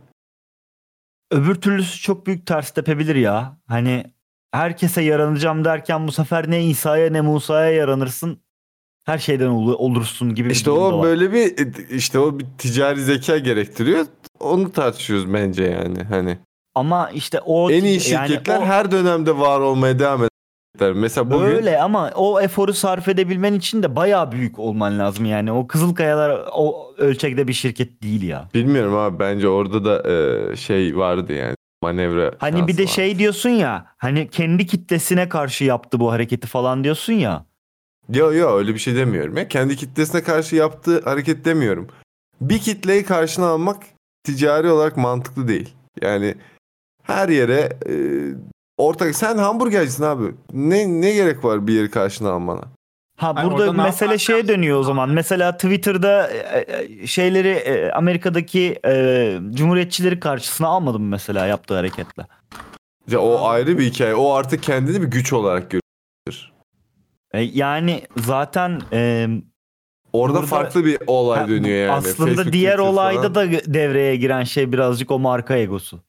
Speaker 3: Öbür türlüsü çok büyük ters tepebilir ya. Hani herkese yaranacağım derken bu sefer ne İsa'ya ne Musa'ya yaranırsın. Her şeyden ol- olursun gibi bir
Speaker 4: İşte
Speaker 3: durum da
Speaker 4: o
Speaker 3: var.
Speaker 4: böyle bir e, işte o bir ticari zeka gerektiriyor. Onu tartışıyoruz bence yani hani.
Speaker 3: Ama işte o
Speaker 4: en iyi
Speaker 3: yani
Speaker 4: şirketler
Speaker 3: o-
Speaker 4: her dönemde var olmaya devam eder. Mesela bugün
Speaker 3: Öyle ama o eforu sarf edebilmen için de bayağı büyük olman lazım yani. O Kızılkayalar o ölçekte bir şirket değil ya.
Speaker 4: Bilmiyorum abi bence orada da e, şey vardı yani manevra.
Speaker 3: Hani bir de şey diyorsun ya hani kendi kitlesine karşı yaptı bu hareketi falan diyorsun ya.
Speaker 4: Yo yo öyle bir şey demiyorum ya. Kendi kitlesine karşı yaptığı hareket demiyorum. Bir kitleyi karşına almak ticari olarak mantıklı değil. Yani her yere e, ortak sen hamburgercisin abi. Ne ne gerek var bir yeri karşına almana?
Speaker 3: Ha
Speaker 6: Hayır,
Speaker 3: burada
Speaker 6: orada ne
Speaker 3: mesele şeye dönüyor o zaman. Mesela Twitter'da e, e, şeyleri e, Amerika'daki e, cumhuriyetçileri karşısına almadım mesela yaptığı hareketle.
Speaker 4: Ya o ayrı bir hikaye. O artık kendini bir güç olarak görür.
Speaker 3: E, yani zaten e,
Speaker 4: Orada farklı bir olay dönüyor yani.
Speaker 3: Aslında
Speaker 4: Facebook,
Speaker 3: diğer
Speaker 4: Twitter
Speaker 3: olayda
Speaker 4: falan.
Speaker 3: da devreye giren şey birazcık o marka egosu.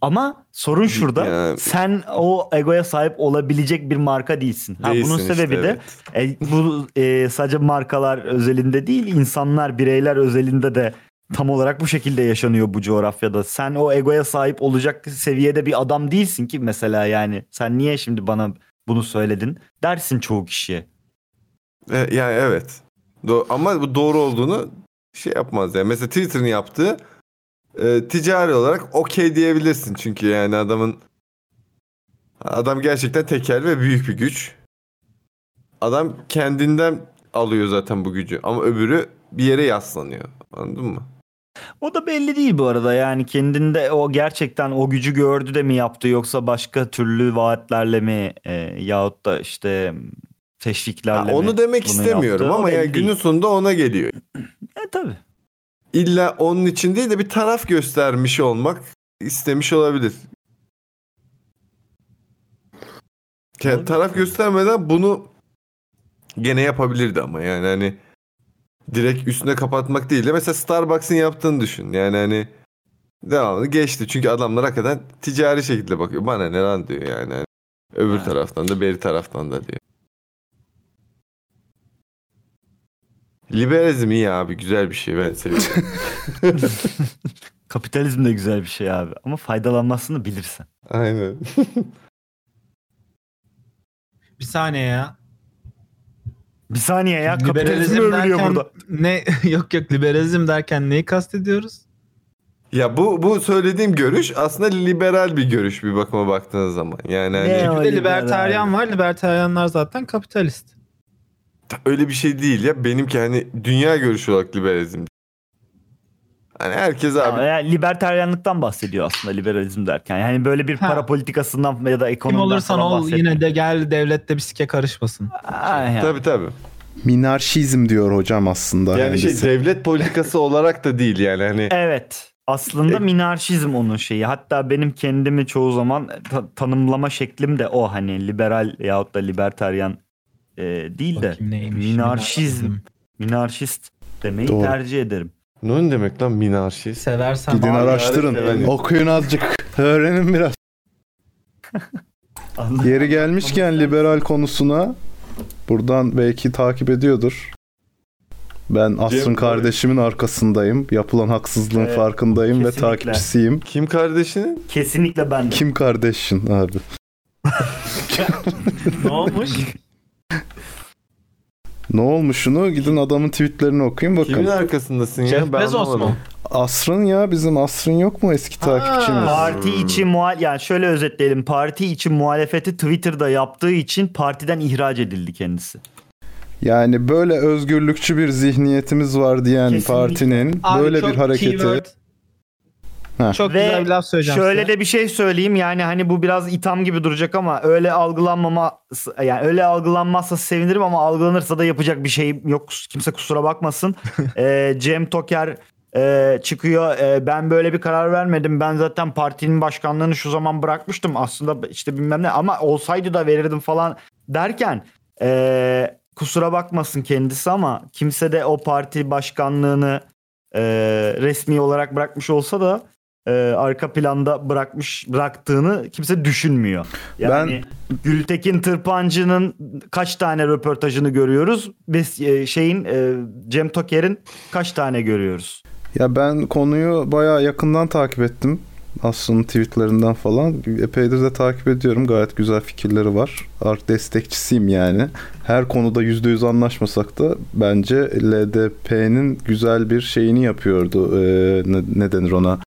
Speaker 3: Ama sorun şurada. Sen o egoya sahip olabilecek bir marka değilsin. Ha,
Speaker 6: Değilsin
Speaker 3: bunun
Speaker 6: işte,
Speaker 3: sebebi de e, bu e, sadece markalar özelinde değil, insanlar, bireyler özelinde de tam olarak bu şekilde yaşanıyor bu coğrafyada. Sen o egoya sahip olacak seviyede bir adam değilsin ki mesela yani. Sen niye şimdi bana bunu söyledin dersin çoğu kişiye.
Speaker 4: E, yani evet. Do- ama bu doğru olduğunu şey yapmaz yani. Mesela Twitter'ın yaptığı e, ticari olarak okey diyebilirsin. Çünkü yani adamın adam gerçekten tekel ve büyük bir güç. Adam kendinden alıyor zaten bu gücü. Ama öbürü bir yere yaslanıyor. Anladın mı?
Speaker 3: O da belli değil bu arada yani kendinde o gerçekten o gücü gördü de mi yaptı yoksa başka türlü vaatlerle mi e, yahut da işte teşviklerle mi
Speaker 4: Onu demek
Speaker 3: bunu
Speaker 4: istemiyorum
Speaker 3: yaptı? O
Speaker 4: ama ya
Speaker 3: belli değil.
Speaker 4: günün sonunda ona geliyor.
Speaker 3: E tabii.
Speaker 4: İlla onun için değil de bir taraf göstermiş olmak istemiş olabilir. Ya taraf göstermeden bunu gene yapabilirdi ama yani hani direkt üstüne kapatmak değil de mesela Starbucks'ın yaptığını düşün. Yani hani devamlı geçti. Çünkü adamlar hakikaten ticari şekilde bakıyor. Bana ne lan diyor yani. Hani Öbür taraftan da beri taraftan da diyor. Liberalizm iyi abi güzel bir şey ben seviyorum.
Speaker 3: Kapitalizm de güzel bir şey abi ama faydalanmasını bilirsen.
Speaker 4: Aynen.
Speaker 6: Bir saniye ya.
Speaker 3: Bir saniye ya kapitalizm
Speaker 6: Liberalizm
Speaker 3: övülüyor
Speaker 6: derken
Speaker 3: burada.
Speaker 6: ne yok yok liberalizm derken neyi kastediyoruz?
Speaker 4: ya bu bu söylediğim görüş aslında liberal bir görüş bir bakıma baktığınız zaman. Yani
Speaker 3: Ee,
Speaker 4: hani
Speaker 6: Bir de libertaryen var. Libertaryenler zaten kapitalist.
Speaker 4: öyle bir şey değil ya. Benimki hani dünya görüşü olarak liberalizm. Hani herkes abi.
Speaker 3: Ama yani libertaryenlikten bahsediyor aslında liberalizm derken. Yani böyle bir para politikasından ya da
Speaker 6: Kim
Speaker 3: ekonomiden
Speaker 6: olursan
Speaker 3: falan
Speaker 6: ol
Speaker 3: bahsetmiyor.
Speaker 6: yine de gel devlette bir sike karışmasın.
Speaker 3: Aynen.
Speaker 4: Tabii tabii.
Speaker 5: Minarşizm diyor hocam aslında.
Speaker 4: Yani şey
Speaker 5: kendisi.
Speaker 4: devlet politikası olarak da değil yani hani.
Speaker 3: Evet. Aslında minarşizm onun şeyi. Hatta benim kendimi çoğu zaman ta- tanımlama şeklim de o hani liberal yahut da libertaryen e, değil de minarşizm, minarşist demeyi
Speaker 5: Doğru.
Speaker 3: tercih ederim.
Speaker 4: Ne demek lan minarşist?
Speaker 6: Seversen.
Speaker 5: Gidin araştırın. Okuyun azıcık. Öğrenin biraz. Yeri gelmişken liberal konusuna buradan belki takip ediyordur. Ben Asrın
Speaker 4: Cem-
Speaker 5: kardeşimin arkasındayım. Yapılan haksızlığın
Speaker 4: Evet,
Speaker 5: farkındayım
Speaker 4: kesinlikle.
Speaker 5: ve takipçisiyim.
Speaker 4: Kim kardeşinin?
Speaker 3: Kesinlikle ben.
Speaker 5: Kim kardeşin abi?
Speaker 6: ne olmuş?
Speaker 5: Ne olmuşunu gidin adamın tweetlerini okuyun bakın.
Speaker 4: Kimin arkasındasın ya? Jeff Ben Bezos anlamadım. mu?
Speaker 5: Asrın ya bizim Asrın yok mu eski takipçimiz?
Speaker 3: Parti içi muhal yani şöyle özetleyelim. Parti içi muhalefeti Twitter'da yaptığı için partiden ihraç edildi kendisi.
Speaker 5: Yani böyle özgürlükçü bir zihniyetimiz var diyen partinin
Speaker 3: Abi
Speaker 5: böyle
Speaker 3: çok
Speaker 5: bir hareketi.
Speaker 3: keyword.
Speaker 5: Heh.
Speaker 3: Ve Şöyle de bir şey söyleyeyim yani hani bu biraz itham gibi duracak ama öyle algılanmama yani öyle algılanmazsa sevinirim ama algılanırsa da yapacak bir şeyim yok. Kimse kusura bakmasın. Ee, Cem Toker e, çıkıyor. e, ben böyle bir karar vermedim. Ben zaten partinin başkanlığını şu zaman bırakmıştım aslında işte bilmem ne ama olsaydı da verirdim falan derken e, kusura bakmasın kendisi ama kimse de o parti başkanlığını e, resmi olarak bırakmış olsa da e, arka planda bırakmış bıraktığını kimse düşünmüyor. Yani Gültekin Tırpancı'nın kaç tane röportajını görüyoruz? Biz e, şeyin e, Cem Toker'in kaç tane görüyoruz?
Speaker 5: Ya ben konuyu bayağı yakından takip ettim. Asrın tweetlerinden falan. Epeydir de takip ediyorum. Gayet güzel fikirleri var. Art destekçisiyim yani. Her konuda %100 anlaşmasak da bence LDP'nin güzel bir şeyini yapıyordu. Ee, ne, ne denir ona?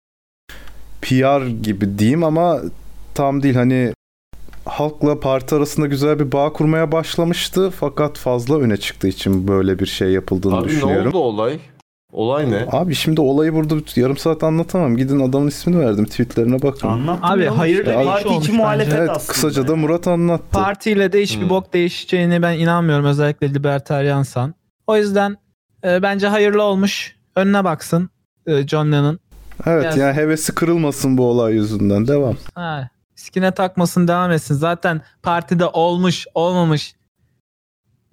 Speaker 5: PR gibi diyeyim ama tam değil hani halkla parti arasında güzel bir bağ kurmaya başlamıştı fakat fazla öne çıktığı için böyle bir şey yapıldığını
Speaker 4: Abi ne
Speaker 5: düşünüyorum.
Speaker 4: oldu olay? Olay ne?
Speaker 16: Abi şimdi olayı burada yarım saat anlatamam. Gidin adamın ismini verdim. Tweetlerine bakın.
Speaker 6: Anlattım Abi, ya. hayır
Speaker 16: Ya
Speaker 6: dedi, parti
Speaker 16: abi-
Speaker 6: içi muhalefet
Speaker 16: evet,
Speaker 6: aslında
Speaker 16: Kısaca da Murat anlattı.
Speaker 6: Partiyle de hiçbir
Speaker 16: Hmm.
Speaker 6: bok değişeceğine ben inanmıyorum özellikle libertaryansan. O yüzden e, bence hayırlı olmuş. Önüne baksın e, John Lennon.
Speaker 16: Evet
Speaker 6: Biraz-
Speaker 16: yani hevesi kırılmasın bu olay yüzünden. Devam.
Speaker 6: Ha, sikine takmasın devam etsin. Zaten partide olmuş olmamış.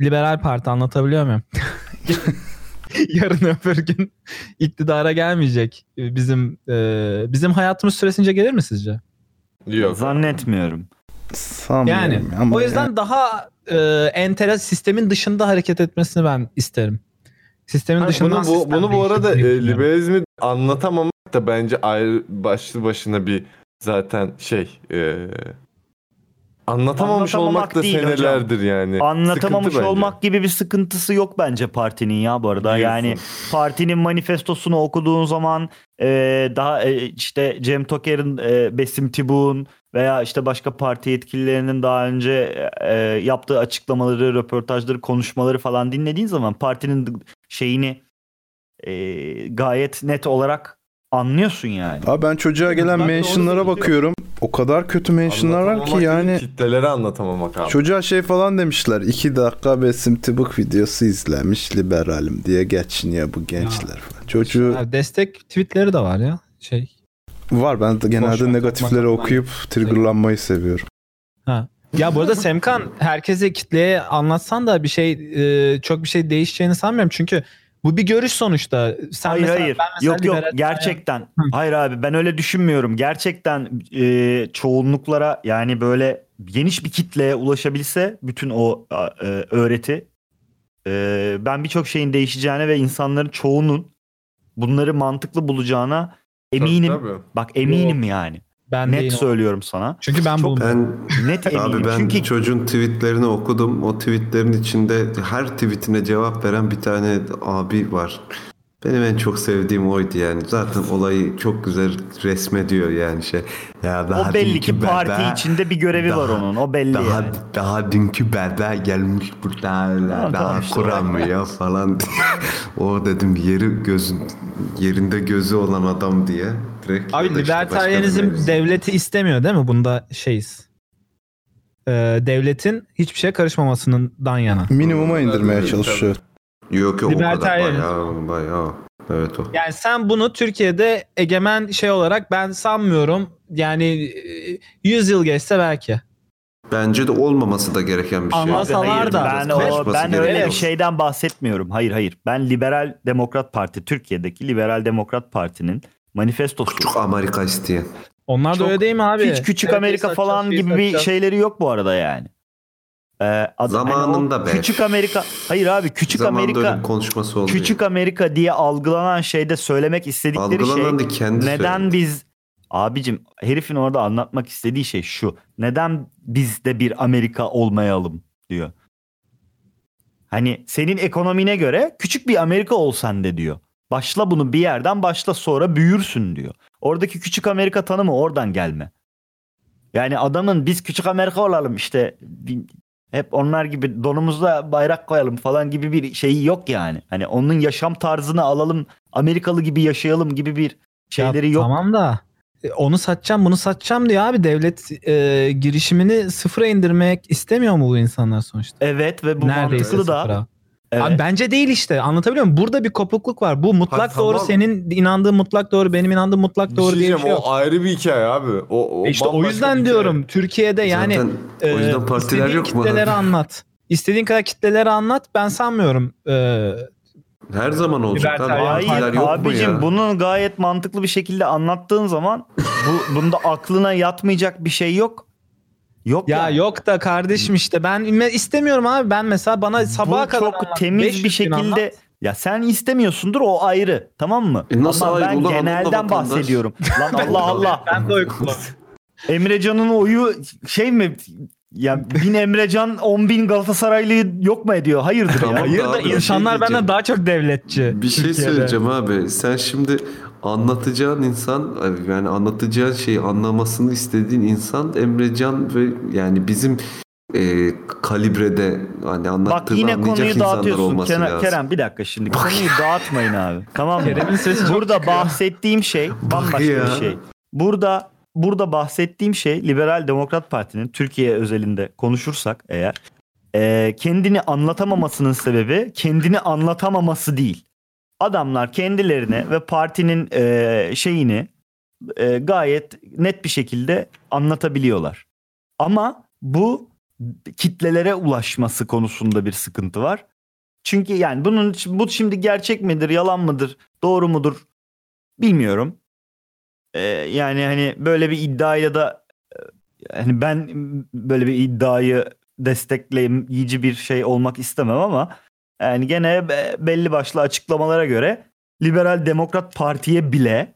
Speaker 6: Liberal parti anlatabiliyor muyum? Yarın öbür gün iktidara gelmeyecek Ee, bizim e, bizim hayatımız süresince gelir mi sizce?
Speaker 4: Yok.
Speaker 3: Zannetmiyorum.
Speaker 16: Sanmıyorum.
Speaker 6: Yani
Speaker 16: ama
Speaker 6: o yüzden
Speaker 16: yani-
Speaker 6: daha e, enteres sistemin dışında hareket etmesini ben isterim. Sistemin
Speaker 4: Ha,
Speaker 6: dışından
Speaker 4: bunu bu,
Speaker 6: sistem
Speaker 4: bunu bu
Speaker 6: değişik
Speaker 4: arada
Speaker 6: diye
Speaker 4: e,
Speaker 6: düşünüyorum.
Speaker 4: liberalizmi anlatamamak da bence ayrı başlı başına bir zaten şey e, anlatamamış
Speaker 3: Anlatamamak
Speaker 4: olmak da
Speaker 3: değil hocam.
Speaker 4: senelerdir yani.
Speaker 3: Anlatamamış
Speaker 4: Sıkıntı bence.
Speaker 3: olmak gibi bir sıkıntısı yok bence partinin ya bu arada. Yani partinin manifestosunu okuduğun zaman e, daha e, işte Cem Toker'in, e, Besim Tibu'nun veya işte başka parti yetkililerinin daha önce e, yaptığı açıklamaları, röportajları, konuşmaları falan dinlediğin zaman partinin şeyini e, gayet net olarak anlıyorsun yani.
Speaker 16: Abi ben çocuğa gelen mentionlara bakıyorum. O kadar kötü mentionlar var ki
Speaker 4: Anlatamamak
Speaker 16: yani
Speaker 4: değil, kitleleri anlatamamak abi.
Speaker 16: çocuğa şey falan demişler. 2 dakika Besim Tıbık videosu izlemiş liberalim diye geçiniyor bu gençler falan. Çocuğu
Speaker 6: Ha, destek tweetleri de var ya. Şey.
Speaker 16: var ben de genelde negatifleri okuyup triggerlanmayı seviyorum.
Speaker 6: Ha. Ya bu arada Semkan herkese kitleye anlatsan da bir şey e, çok bir şey değişeceğini sanmıyorum. Çünkü bu bir görüş sonuçta. Sen
Speaker 3: hayır
Speaker 6: mesela-
Speaker 3: hayır.
Speaker 6: ben mesela
Speaker 3: yok yok
Speaker 6: liberal-
Speaker 3: gerçekten. Hayır abi ben öyle düşünmüyorum. Gerçekten e, çoğunluklara yani böyle geniş bir kitleye ulaşabilse bütün o a, e, öğreti e, ben birçok şeyin değişeceğine ve insanların çoğunun bunları mantıklı bulacağına eminim.
Speaker 1: tabii.
Speaker 3: Bak eminim yani.
Speaker 6: Ben
Speaker 3: net
Speaker 1: değil.
Speaker 3: söylüyorum sana.
Speaker 6: Çünkü ben
Speaker 3: Çok
Speaker 1: Ben
Speaker 3: net eminim.
Speaker 1: Abi ben
Speaker 3: Çünkü
Speaker 1: çocuğun tweetlerini okudum. O tweetlerin içinde her tweetine cevap veren bir tane abi var. Benim en çok sevdiğim oydu yani. Zaten olayı çok güzel resmediyor yani şey. Ya
Speaker 3: o belli ki
Speaker 1: dünkü
Speaker 3: parti
Speaker 1: berber-
Speaker 3: içinde bir görevi var
Speaker 1: Daha-
Speaker 3: onun. O belli
Speaker 1: daha,
Speaker 3: yani.
Speaker 1: Daha dünkü berber gelmiş burada öyle
Speaker 3: Tamam,
Speaker 1: daha
Speaker 3: tamam işte.
Speaker 1: kuramıyor falan. o dedim yeri gözün yerinde gözü olan adam diye. Direkt
Speaker 6: Abi
Speaker 1: ya da işte başka bir
Speaker 6: libertaryanizm
Speaker 3: şey.
Speaker 1: mevzu.
Speaker 6: devleti istemiyor değil mi? Bunda şeyiz. E, devletin hiçbir şeye karışmamasından yana.
Speaker 16: Minimuma indirmeye çalışıyor.
Speaker 1: Yok yok o kadar
Speaker 6: Libertarian.
Speaker 1: bayağı bayağı. Evet o.
Speaker 6: Yani sen bunu Türkiye'de egemen şey olarak ben sanmıyorum. Yani e, 100 yıl geçse belki.
Speaker 1: Bence de olmaması da gereken bir şey.
Speaker 6: Anlasalar da-
Speaker 3: ben, o,
Speaker 1: Konuşması
Speaker 3: ben öyle
Speaker 1: gerekiyor.
Speaker 3: bir şeyden bahsetmiyorum. Hayır hayır. Ben Liberal Demokrat Parti, Türkiye'deki Liberal Demokrat Parti'nin manifestosu. Küçük
Speaker 1: Amerika isteyen.
Speaker 6: Onlar da öyle değil mi abi?
Speaker 3: Hiç küçük
Speaker 6: Herkes
Speaker 3: Amerika
Speaker 6: satacak,
Speaker 3: falan
Speaker 6: şey
Speaker 3: gibi bir
Speaker 6: satacak.
Speaker 3: şeyleri yok bu arada yani. Ee, adı- hani o
Speaker 1: Zamanında be.
Speaker 3: Küçük Amerika. Hayır abi küçük
Speaker 1: Zamanında
Speaker 3: Amerika.
Speaker 1: öyle bir konuşması oldu.
Speaker 3: Küçük Amerika diye algılanan şeyde söylemek istedikleri
Speaker 1: Algılanan
Speaker 3: şey
Speaker 1: da kendi
Speaker 3: neden biz abicim herifin orada anlatmak istediği şey şu. Neden biz de bir Amerika olmayalım diyor. Hani senin ekonomine göre küçük bir Amerika ol sen de diyor. Başla bunu bir yerden başla sonra büyürsün diyor. Oradaki küçük Amerika tanımı oradan gelme. Yani adamın biz küçük Amerika olalım işte bi- hep onlar gibi donumuzda bayrak koyalım falan gibi bir şeyi yok yani. Hani onun yaşam tarzını alalım Amerikalı gibi yaşayalım gibi bir şeyleri yok.
Speaker 6: Tamam da e, onu satacağım bunu satacağım diyor abi devlet e, girişimini sıfıra indirmek istemiyor mu bu insanlar sonuçta?
Speaker 3: Evet ve bu
Speaker 6: Neredeyse
Speaker 3: mantıklı da.
Speaker 6: sıfıra. Abi bence değil işte anlatabiliyor muyum? Burada bir kopukluk var. Bu mutlak
Speaker 4: tamam.
Speaker 6: doğru senin inandığın mutlak doğru benim inandığım mutlak
Speaker 4: Bir
Speaker 6: doğru
Speaker 4: şey
Speaker 6: diye bir
Speaker 4: diyeceğim,
Speaker 6: şey yok.
Speaker 4: o ayrı bir hikaye abi. O, o
Speaker 6: işte o
Speaker 4: bambaşka bir
Speaker 6: yüzden
Speaker 4: hikaye.
Speaker 6: diyorum Türkiye'de yani
Speaker 4: Zaten o yüzden
Speaker 6: e,
Speaker 4: partiler
Speaker 6: istediğin
Speaker 4: yok mu?
Speaker 6: kitleleri anlat. İstediğin kadar kitleleri anlat ben sanmıyorum. e,
Speaker 1: Her zaman olacak. Abi,
Speaker 6: Libertarian
Speaker 1: partiler
Speaker 6: parti.
Speaker 1: yok mu
Speaker 3: Abicim
Speaker 1: ya?
Speaker 3: bunu gayet mantıklı bir şekilde anlattığın zaman bu, bunda aklına yatmayacak bir şey yok. Yok
Speaker 6: ya yok da kardeşim işte ben me- istemiyorum abi ben mesela bana sabaha
Speaker 3: Bu
Speaker 6: kadar
Speaker 3: çok
Speaker 6: anlat,
Speaker 3: temiz
Speaker 6: 500
Speaker 3: bir
Speaker 6: bin
Speaker 3: şekilde
Speaker 6: anlat.
Speaker 3: ya sen istemiyorsundur o ayrı tamam mı?
Speaker 1: E nasıl
Speaker 3: Ama
Speaker 1: ayrı?
Speaker 3: ben
Speaker 1: Ulan anlatma
Speaker 3: genelden
Speaker 1: vatandaş.
Speaker 3: bahsediyorum. Lan
Speaker 1: Ben-
Speaker 3: Allah Allah.
Speaker 6: Ben de uykulu.
Speaker 3: Emrecan'ın oyu şey mi? Ya bin Emrecan 10 bin Galatasaraylı yok mu ediyor? Hayırdır
Speaker 1: Tamam
Speaker 3: ya?
Speaker 1: da Hayır da abi, bir şey insanlar benden diyeceğim.
Speaker 6: daha çok devletçi.
Speaker 1: Bir şey
Speaker 6: Türkiye'de.
Speaker 1: söyleyeceğim abi. Sen şimdi anlatacağın insan yani anlatacağın şeyi anlamasını istediğin insan Emrecan ve yani bizim e, kalibrede hani
Speaker 3: Bak
Speaker 1: anlattığını
Speaker 3: yine
Speaker 1: anlayacak
Speaker 3: konuyu
Speaker 1: insanlar
Speaker 3: dağıtıyorsun.
Speaker 1: olması
Speaker 3: Kerem,
Speaker 1: lazım.
Speaker 3: Kerem bir dakika şimdi. Konuyu dağıtmayın abi. Tamam mı?
Speaker 6: Kerem'in sesi çok
Speaker 3: Burada bahsettiğim şey bambaşka
Speaker 1: ya.
Speaker 3: bir şey. Burada burada bahsettiğim şey Liberal Demokrat Parti'nin Türkiye özelinde konuşursak eğer e, kendini anlatamamasının sebebi kendini anlatamaması değil. Adamlar kendilerine ve partinin e, şeyini e, gayet net bir şekilde anlatabiliyorlar. Ama bu kitlelere ulaşması konusunda bir sıkıntı var. Çünkü yani bunun bu şimdi gerçek midir, yalan mıdır, doğru mudur bilmiyorum. Ee, yani hani böyle bir iddiayla da e, hani ben böyle bir iddiayı destekleyici bir şey olmak istemem ama yani gene be- belli başlı açıklamalara göre Liberal Demokrat Parti'ye bile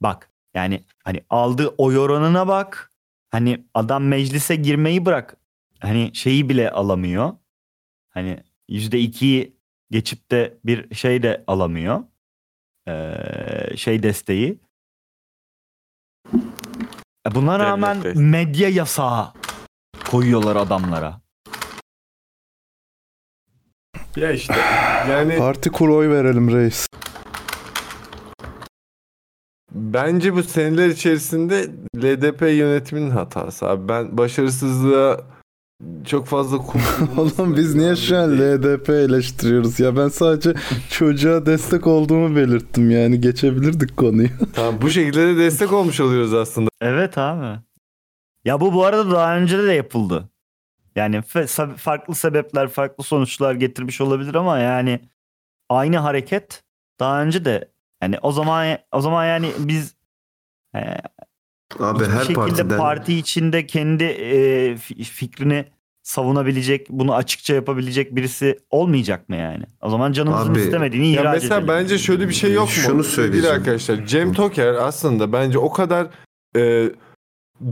Speaker 3: bak yani hani aldığı oy oranına bak. Hani adam meclise girmeyi bırak. Hani şeyi bile alamıyor. Hani %2'yi geçip de bir şey de alamıyor. Ee, şey desteği. E Buna rağmen medya yasağı koyuyorlar adamlara.
Speaker 17: Ya işte yani
Speaker 5: Parti kur oy verelim reis.
Speaker 4: Bence bu seneler içerisinde LDP yönetiminin hatası abi. Ben başarısızlığa çok fazla kum
Speaker 5: Oğlum biz niye şu an LDP eleştiriyoruz ya ben sadece çocuğa destek olduğumu belirttim yani geçebilirdik konuyu.
Speaker 4: Tamam bu şekilde de destek olmuş oluyoruz aslında.
Speaker 3: Evet abi. Ya bu bu arada daha önce de yapıldı. Yani fe- sa- farklı sebepler, farklı sonuçlar getirmiş olabilir ama yani aynı hareket daha önce de yani o zaman o zaman yani biz e,
Speaker 1: Abi
Speaker 3: hiçbir
Speaker 1: her
Speaker 3: şekilde
Speaker 1: partiden-
Speaker 3: parti içinde kendi e, fi- fikrini savunabilecek, bunu açıkça yapabilecek birisi olmayacak mı yani? O zaman canımızın istemediğini
Speaker 4: ya
Speaker 3: ihraç
Speaker 4: mesela
Speaker 3: edelim.
Speaker 4: bence şöyle bir şey yok mu?
Speaker 1: Şunu
Speaker 4: Bir
Speaker 1: söyleyeceğim.
Speaker 4: arkadaşlar Cem Toker aslında bence o kadar e,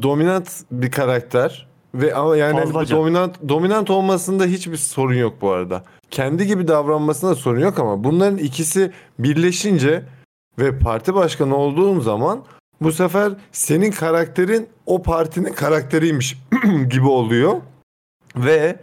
Speaker 4: dominant bir karakter ve ama yani hani bu
Speaker 3: Fazlaca.
Speaker 4: dominant dominant olmasında hiçbir sorun yok bu arada. Kendi gibi davranmasında da sorun yok ama bunların ikisi birleşince ve parti başkanı olduğun zaman bu sefer senin karakterin o partinin karakteriymiş gibi oluyor. Ve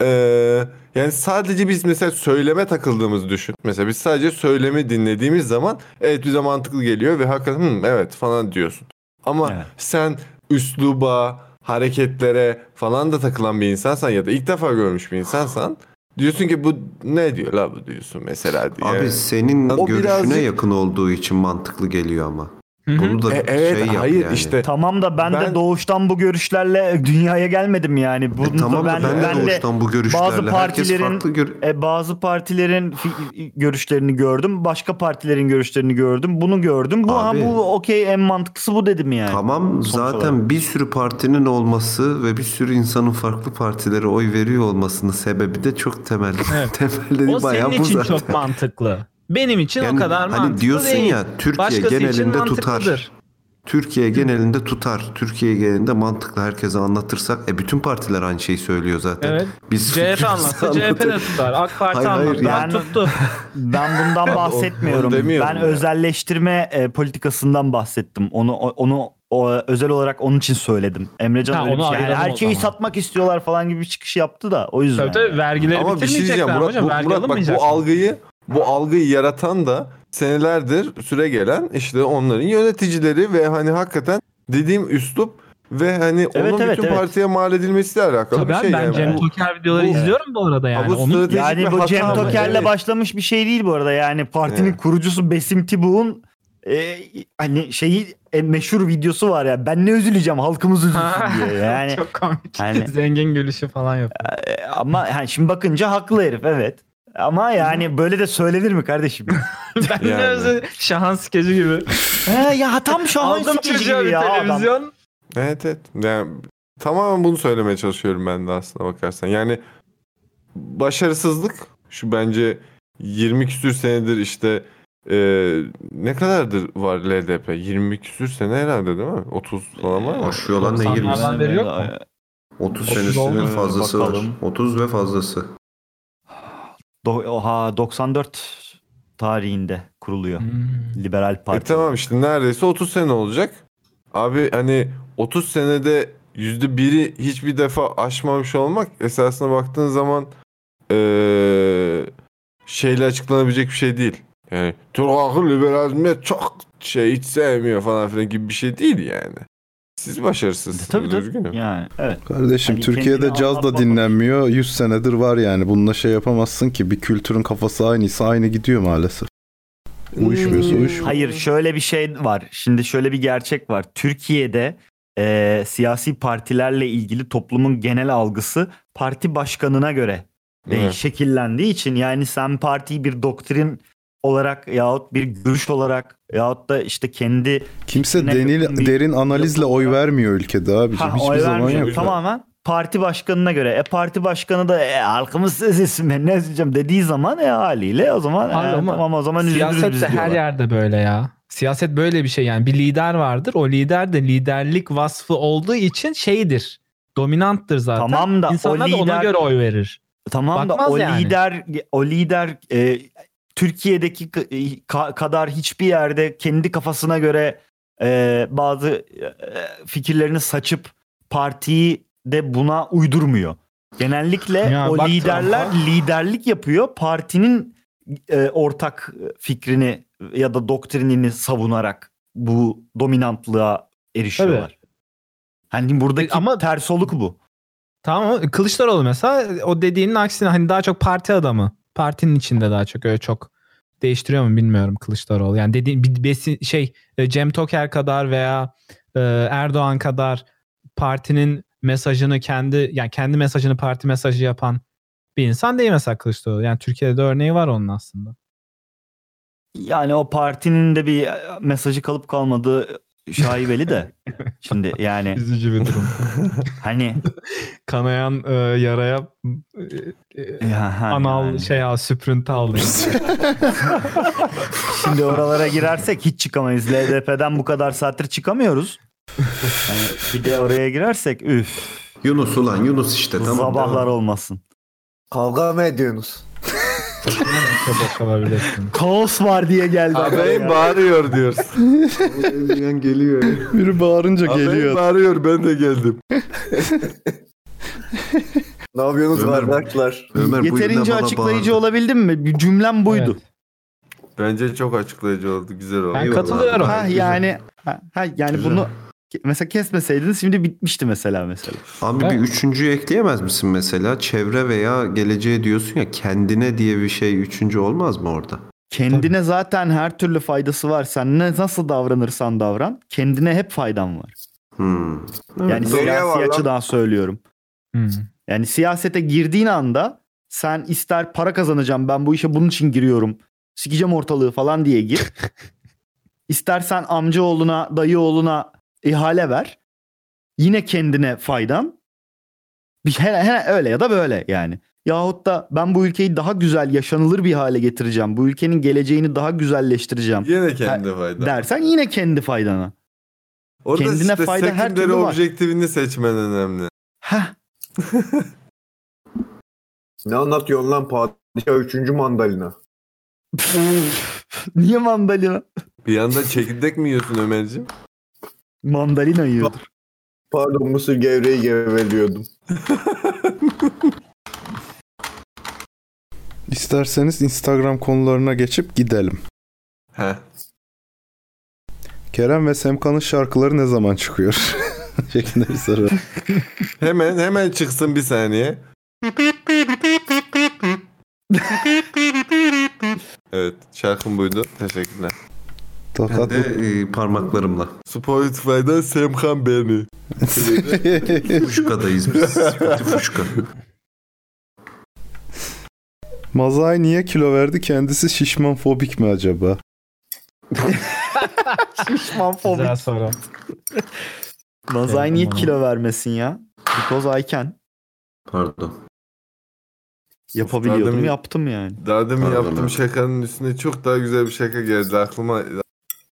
Speaker 4: eee, Ee, yani sadece biz mesela söyleme takıldığımızı düşün. Mesela biz sadece söylemi dinlediğimiz zaman evet bize mantıklı geliyor ve hakikaten "Hmm, evet falan diyorsun. Ama sen üsluba, hareketlere falan da takılan bir insansan ya da ilk defa görmüş bir insansan diyorsun ki bu ne diyor la bu diyorsun mesela diye.
Speaker 1: Abi senin
Speaker 4: O
Speaker 1: görüşüne
Speaker 4: birazcık-
Speaker 1: yakın olduğu için mantıklı geliyor ama. Bunu
Speaker 6: E,
Speaker 4: E,
Speaker 1: da şey yap yani.
Speaker 3: Tamam da ben, de doğuştan bu görüşlerle dünyaya gelmedim yani. Bunu
Speaker 1: E, tamam da
Speaker 3: ben,
Speaker 1: ben de doğuştan bu görüşlerle.
Speaker 3: Bazı
Speaker 1: Herkes
Speaker 3: partilerin
Speaker 1: farklı
Speaker 3: e, bazı partilerin fi- görüşlerini gördüm, başka partilerin görüşlerini gördüm. Bunu gördüm. Bu ha,
Speaker 1: Abi.
Speaker 3: bu okey en mantıklısı bu dedim yani.
Speaker 1: Tamam
Speaker 3: Sonuç
Speaker 1: zaten
Speaker 3: olarak.
Speaker 1: bir sürü partinin olması ve bir sürü insanın farklı partilere oy veriyor olmasının sebebi de çok temel.
Speaker 6: Evet.
Speaker 1: Temelde
Speaker 6: O
Speaker 1: bayağı
Speaker 6: senin
Speaker 1: bu
Speaker 6: için
Speaker 1: zaten.
Speaker 6: çok mantıklı. Benim için
Speaker 1: Yani
Speaker 6: o kadar
Speaker 1: hani
Speaker 6: mantıklı
Speaker 1: diyorsun
Speaker 6: değil.
Speaker 1: ya Türkiye
Speaker 6: Başkası için
Speaker 1: genelinde
Speaker 6: mantıklıdır.
Speaker 1: tutar. Türkiye genelinde tutar. Türkiye genelinde mantıklı herkese anlatırsak e bütün partiler aynı şeyi söylüyor zaten.
Speaker 6: Evet. CHP anlatsa CHP de tutar. AK Parti
Speaker 1: Hayır, hayır,
Speaker 6: anlatsa
Speaker 1: yani-
Speaker 6: tuttu.
Speaker 3: Ben bundan bahsetmiyorum.
Speaker 6: demiyorum
Speaker 3: ben
Speaker 6: ya.
Speaker 3: özelleştirme e, politikasından bahsettim. Onu o- onu o, özel olarak onun için söyledim. Emrecan
Speaker 6: Ha,
Speaker 3: öyle bir
Speaker 6: onu
Speaker 3: şey- yani
Speaker 6: ayıralım o
Speaker 3: her şeyi
Speaker 6: zaman.
Speaker 3: satmak istiyorlar falan gibi bir çıkış yaptı da o yüzden.
Speaker 6: Tabii tabii vergileri
Speaker 4: Ama bir şey
Speaker 6: bitirmeyecekler
Speaker 4: diyeceğim
Speaker 6: mi
Speaker 4: Murat,
Speaker 6: hocam.
Speaker 4: bu,
Speaker 6: Vergi
Speaker 4: Murat bak
Speaker 6: alınmayacak.
Speaker 4: bu algıyı bu algıyı yaratan da senelerdir süre gelen işte onların yöneticileri ve hani hakikaten dediğim üslup ve hani
Speaker 6: Evet,
Speaker 4: onun
Speaker 6: evet,
Speaker 4: bütün
Speaker 6: evet.
Speaker 4: partiye mal edilmesiyle alakalı
Speaker 6: Tabii
Speaker 4: bir
Speaker 6: abi,
Speaker 4: şey.
Speaker 6: ben
Speaker 4: yani.
Speaker 6: Cem
Speaker 4: Bu-
Speaker 6: Toker videoları
Speaker 4: bu-
Speaker 6: izliyorum bu arada yani.
Speaker 4: bu
Speaker 6: Onun,
Speaker 4: stratejik
Speaker 3: Yani bu Cem Toker'le başlamış bir şey değil bu arada. Yani partinin kurucusu Besim Tibu'nun e, hani şeyi e, meşhur videosu var ya. Ben ne üzüleceğim halkımız üzülsün diye. Yani
Speaker 6: şey. Çok komik.
Speaker 3: Yani-
Speaker 6: Zengin gülüşü falan yapıyor.
Speaker 3: e, ama yani şimdi bakınca haklı herif evet. Ama yani böyle de söylenir mi kardeşim?
Speaker 6: ben de öyle şahan skeci gibi.
Speaker 3: He ya tam şahan
Speaker 6: Aldım
Speaker 3: skeci
Speaker 6: çocuğa
Speaker 3: gibi
Speaker 6: bir
Speaker 3: ya adam.
Speaker 6: televizyon.
Speaker 4: Evet evet. Yani, tamamen bunu söylemeye çalışıyorum ben de aslına bakarsan. Yani başarısızlık şu bence 20 küsür senedir işte e, ne kadardır var LDP? 20 küsür sene herhalde değil mi? 30 falan var mı?
Speaker 1: Aşıyor lan ne 90'lardan 20'si? beri yok mu? 30 senesinin fazlası var. 30 ve fazlası.
Speaker 3: Do- oha 94 tarihinde kuruluyor. Liberal
Speaker 4: E
Speaker 3: Parti.
Speaker 4: tamam işte neredeyse 30 sene olacak. Abi hani 30 senede yüzde biri hiçbir defa aşmamış olmak esasına baktığın zaman eee, şeyle açıklanabilecek bir şey değil. Yani Turgak'ın liberalizme çok şey hiç sevmiyor falan filan gibi bir şey değil yani. Siz başarısızsınız.
Speaker 3: E,
Speaker 5: E,
Speaker 3: Tabii tabii.
Speaker 4: üzgünüm.
Speaker 3: Yani evet.
Speaker 5: Kardeşim
Speaker 3: Hani
Speaker 5: Türkiye'de
Speaker 3: kendini
Speaker 5: caz da
Speaker 3: anlatmamak-
Speaker 5: dinlenmiyor. 100 senedir var yani. Bununla şey yapamazsın ki. Bir kültürün kafası aynıysa aynı gidiyor maalesef. Hmm. Uyuşmuyorsa uyuşmuyor.
Speaker 3: Hayır şöyle bir şey var. Şimdi şöyle bir gerçek var. Türkiye'de e, siyasi partilerle ilgili toplumun genel algısı parti başkanına göre e,
Speaker 18: Evet.
Speaker 3: şekillendiği için yani sen partiyi bir doktrin olarak yahut bir görüş olarak yahut da işte kendi
Speaker 5: Kimse
Speaker 3: fikrine
Speaker 5: denil,
Speaker 3: yakın bir-
Speaker 5: derin analizle oy vermiyor ülkede abicim.
Speaker 3: Ha,
Speaker 5: Hiçbir
Speaker 3: oy
Speaker 5: zaman
Speaker 3: vermiyor.
Speaker 5: yok.
Speaker 3: Tamamen parti başkanına göre. E parti başkanı da e, halkımız sesisin ben ne diyeceğim dediği zaman e haliyle o zaman e,
Speaker 6: Abi ama
Speaker 3: tamam o zaman üzülürüz
Speaker 6: siyaset
Speaker 3: biz
Speaker 6: de her
Speaker 3: diyorlar.
Speaker 6: yerde böyle ya. Siyaset böyle bir şey yani bir lider vardır. O lider de liderlik vasfı olduğu için şeydir. Dominanttır zaten.
Speaker 3: Tamam da o
Speaker 6: İnsanlar da ona
Speaker 3: lider-
Speaker 6: göre oy verir.
Speaker 3: Tamam da
Speaker 6: Bakmaz
Speaker 3: o
Speaker 6: yani.
Speaker 3: lider o lider e, Türkiye'deki ka- kadar hiçbir yerde kendi kafasına göre e, bazı e, fikirlerini saçıp partiyi de buna uydurmuyor. Genellikle
Speaker 6: Ya
Speaker 3: o
Speaker 6: bak
Speaker 3: liderler
Speaker 6: Trump'a.
Speaker 3: liderlik yapıyor. Partinin e, ortak fikrini ya da doktrinini savunarak bu dominantlığa erişiyorlar. Hani buradaki ters oluk bu.
Speaker 6: Tamam ama Kılıçdaroğlu mesela o dediğinin aksine hani daha çok parti adamı. Partinin içinde daha çok öyle çok değiştiriyor mu bilmiyorum Kılıçdaroğlu. Yani dediğin bir besin, şey e, Cem Toker kadar veya e, Erdoğan kadar partinin mesajını kendi yani kendi mesajını parti mesajı yapan bir insan değil mesela Kılıçdaroğlu. Yani Türkiye'de de örneği var onun aslında.
Speaker 3: Yani o partinin de bir e, mesajı kalıp kalmadığı şaibeli de. Şimdi yani.
Speaker 6: Üzücü bir durum.
Speaker 3: hani.
Speaker 6: Kanayan e, yaraya e, e, anal şey al süprüntü aldı.
Speaker 3: Şimdi oralara girersek hiç çıkamayız. LDP'den bu kadar saattir çıkamıyoruz. Yani bir de oraya girersek üf.
Speaker 1: Yunus ulan Yunus işte E, tamam.
Speaker 3: Sabahlar
Speaker 1: devam.
Speaker 3: olmasın.
Speaker 12: Kavga mı ediyorsunuz?
Speaker 3: Kaos var diye geldi.
Speaker 4: Ağabey bağırıyor diyoruz.
Speaker 1: geliyor.
Speaker 5: Biri bağırınca
Speaker 4: Ağabey
Speaker 5: geliyor.
Speaker 4: bağırıyor ben de geldim.
Speaker 12: Ne yapıyorsunuz bardaklar?
Speaker 3: Yeterince açıklayıcı olabildim mi? Bir cümlem buydu.
Speaker 4: Bence çok açıklayıcı oldu. Güzel oldu.
Speaker 3: Ben katılıyorum. Ha, yani ha, ha, yani
Speaker 4: Güzel.
Speaker 3: bunu ke- mesela kesmeseydiniz şimdi bitmişti mesela mesela.
Speaker 1: Abi bir üçüncüyü ekleyemez misin mesela? Çevre veya geleceğe diyorsun ya kendine diye bir şey üçüncü olmaz mı orada?
Speaker 3: Kendine zaten her türlü faydası var. Sen ne nasıl davranırsan davran, kendine hep faydan var.
Speaker 1: Hmm.
Speaker 3: Yani
Speaker 12: Nereye var
Speaker 3: siyasi
Speaker 12: lan?
Speaker 3: açıdan söylüyorum.
Speaker 6: Hmm.
Speaker 3: Yani siyasete girdiğin anda sen ister para kazanacağım ben bu işe bunun için giriyorum. Sikeceğim ortalığı falan diye gir. İstersen amca oğluna, dayı oğluna ihale ver. Yine kendine faydan. Bir he, he- öyle ya da böyle yani. Yahut da ben bu ülkeyi daha güzel yaşanılır bir hale getireceğim. Bu ülkenin geleceğini daha güzelleştireceğim.
Speaker 4: Yine kendi faydan.
Speaker 3: Dersen yine kendi faydana.
Speaker 4: Orada
Speaker 3: Kendine
Speaker 4: işte
Speaker 3: fayda her
Speaker 4: sekünder
Speaker 3: türlü var.
Speaker 4: objektifini seçmen önemli.
Speaker 12: Ne anlatıyorsun lan padişah 3. mandalina?
Speaker 3: Niye mandalina?
Speaker 4: Bir yandan çekirdek mi yiyorsun Ömerciğim?
Speaker 3: Mandalina yiyordur.
Speaker 12: Pardon mısır gevreği geveliyordum.
Speaker 5: İsterseniz Instagram konularına geçip gidelim.
Speaker 4: He.
Speaker 5: Kerem ve Semkan'ın şarkıları ne zaman çıkıyor? şeklinde bir soru.
Speaker 4: Hemen hemen çıksın bir saniye. Evet şarkım buydu. Teşekkürler.
Speaker 1: Ben de e, parmaklarımla.
Speaker 4: Spotify'dan Semkan beni.
Speaker 1: Fuşkadayız biz. Spotify Fuşka.
Speaker 5: Mazai niye kilo verdi? Kendisi şişman fobik mi acaba?
Speaker 3: Şişman fobik. Güzel
Speaker 6: soru.
Speaker 3: Mazai niye
Speaker 6: Eyvallah.
Speaker 3: kilo vermesin ya? Because I can.
Speaker 1: Pardon.
Speaker 3: Yapabiliyordum
Speaker 4: Zaten-
Speaker 3: yaptım yani.
Speaker 4: Daha demin
Speaker 3: Pardon
Speaker 4: yaptığım
Speaker 3: abi.
Speaker 4: şakanın üstüne çok daha güzel bir şaka geldi. Aklıma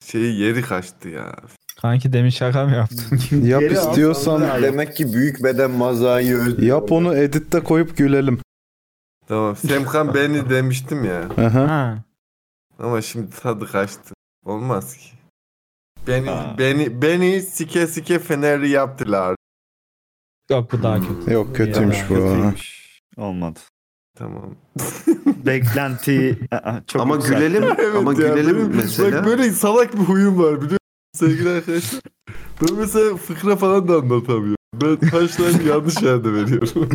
Speaker 4: şeyi yeri kaçtı ya.
Speaker 6: Kanki demin şaka mı yaptın?
Speaker 5: Yap istiyorsan
Speaker 12: Demek ki büyük beden mazayı öldü.
Speaker 5: yap onu editte koyup gülelim.
Speaker 4: Tamam. Semkan beni demiştim ya.
Speaker 5: Aha.
Speaker 4: Ama şimdi tadı kaçtı. Olmaz ki. Beni beni beni sike sike feneri yaptılar.
Speaker 6: Yok bu daha kötü.
Speaker 5: Yok kötüymüş
Speaker 6: Ya,
Speaker 5: bu.
Speaker 6: kötüymüş.
Speaker 3: Olmadı.
Speaker 4: Tamam.
Speaker 3: Beklenti Aa, çok
Speaker 1: Ama
Speaker 3: yükseltti.
Speaker 1: gülelim, ama gülelim mesela.
Speaker 4: Bak böyle salak bir huyum var biliyor musun sevgili arkadaşlar? Ben mesela fıkra falan da anlatamıyorum. Ben taşlarını yanlış yerde veriyorum.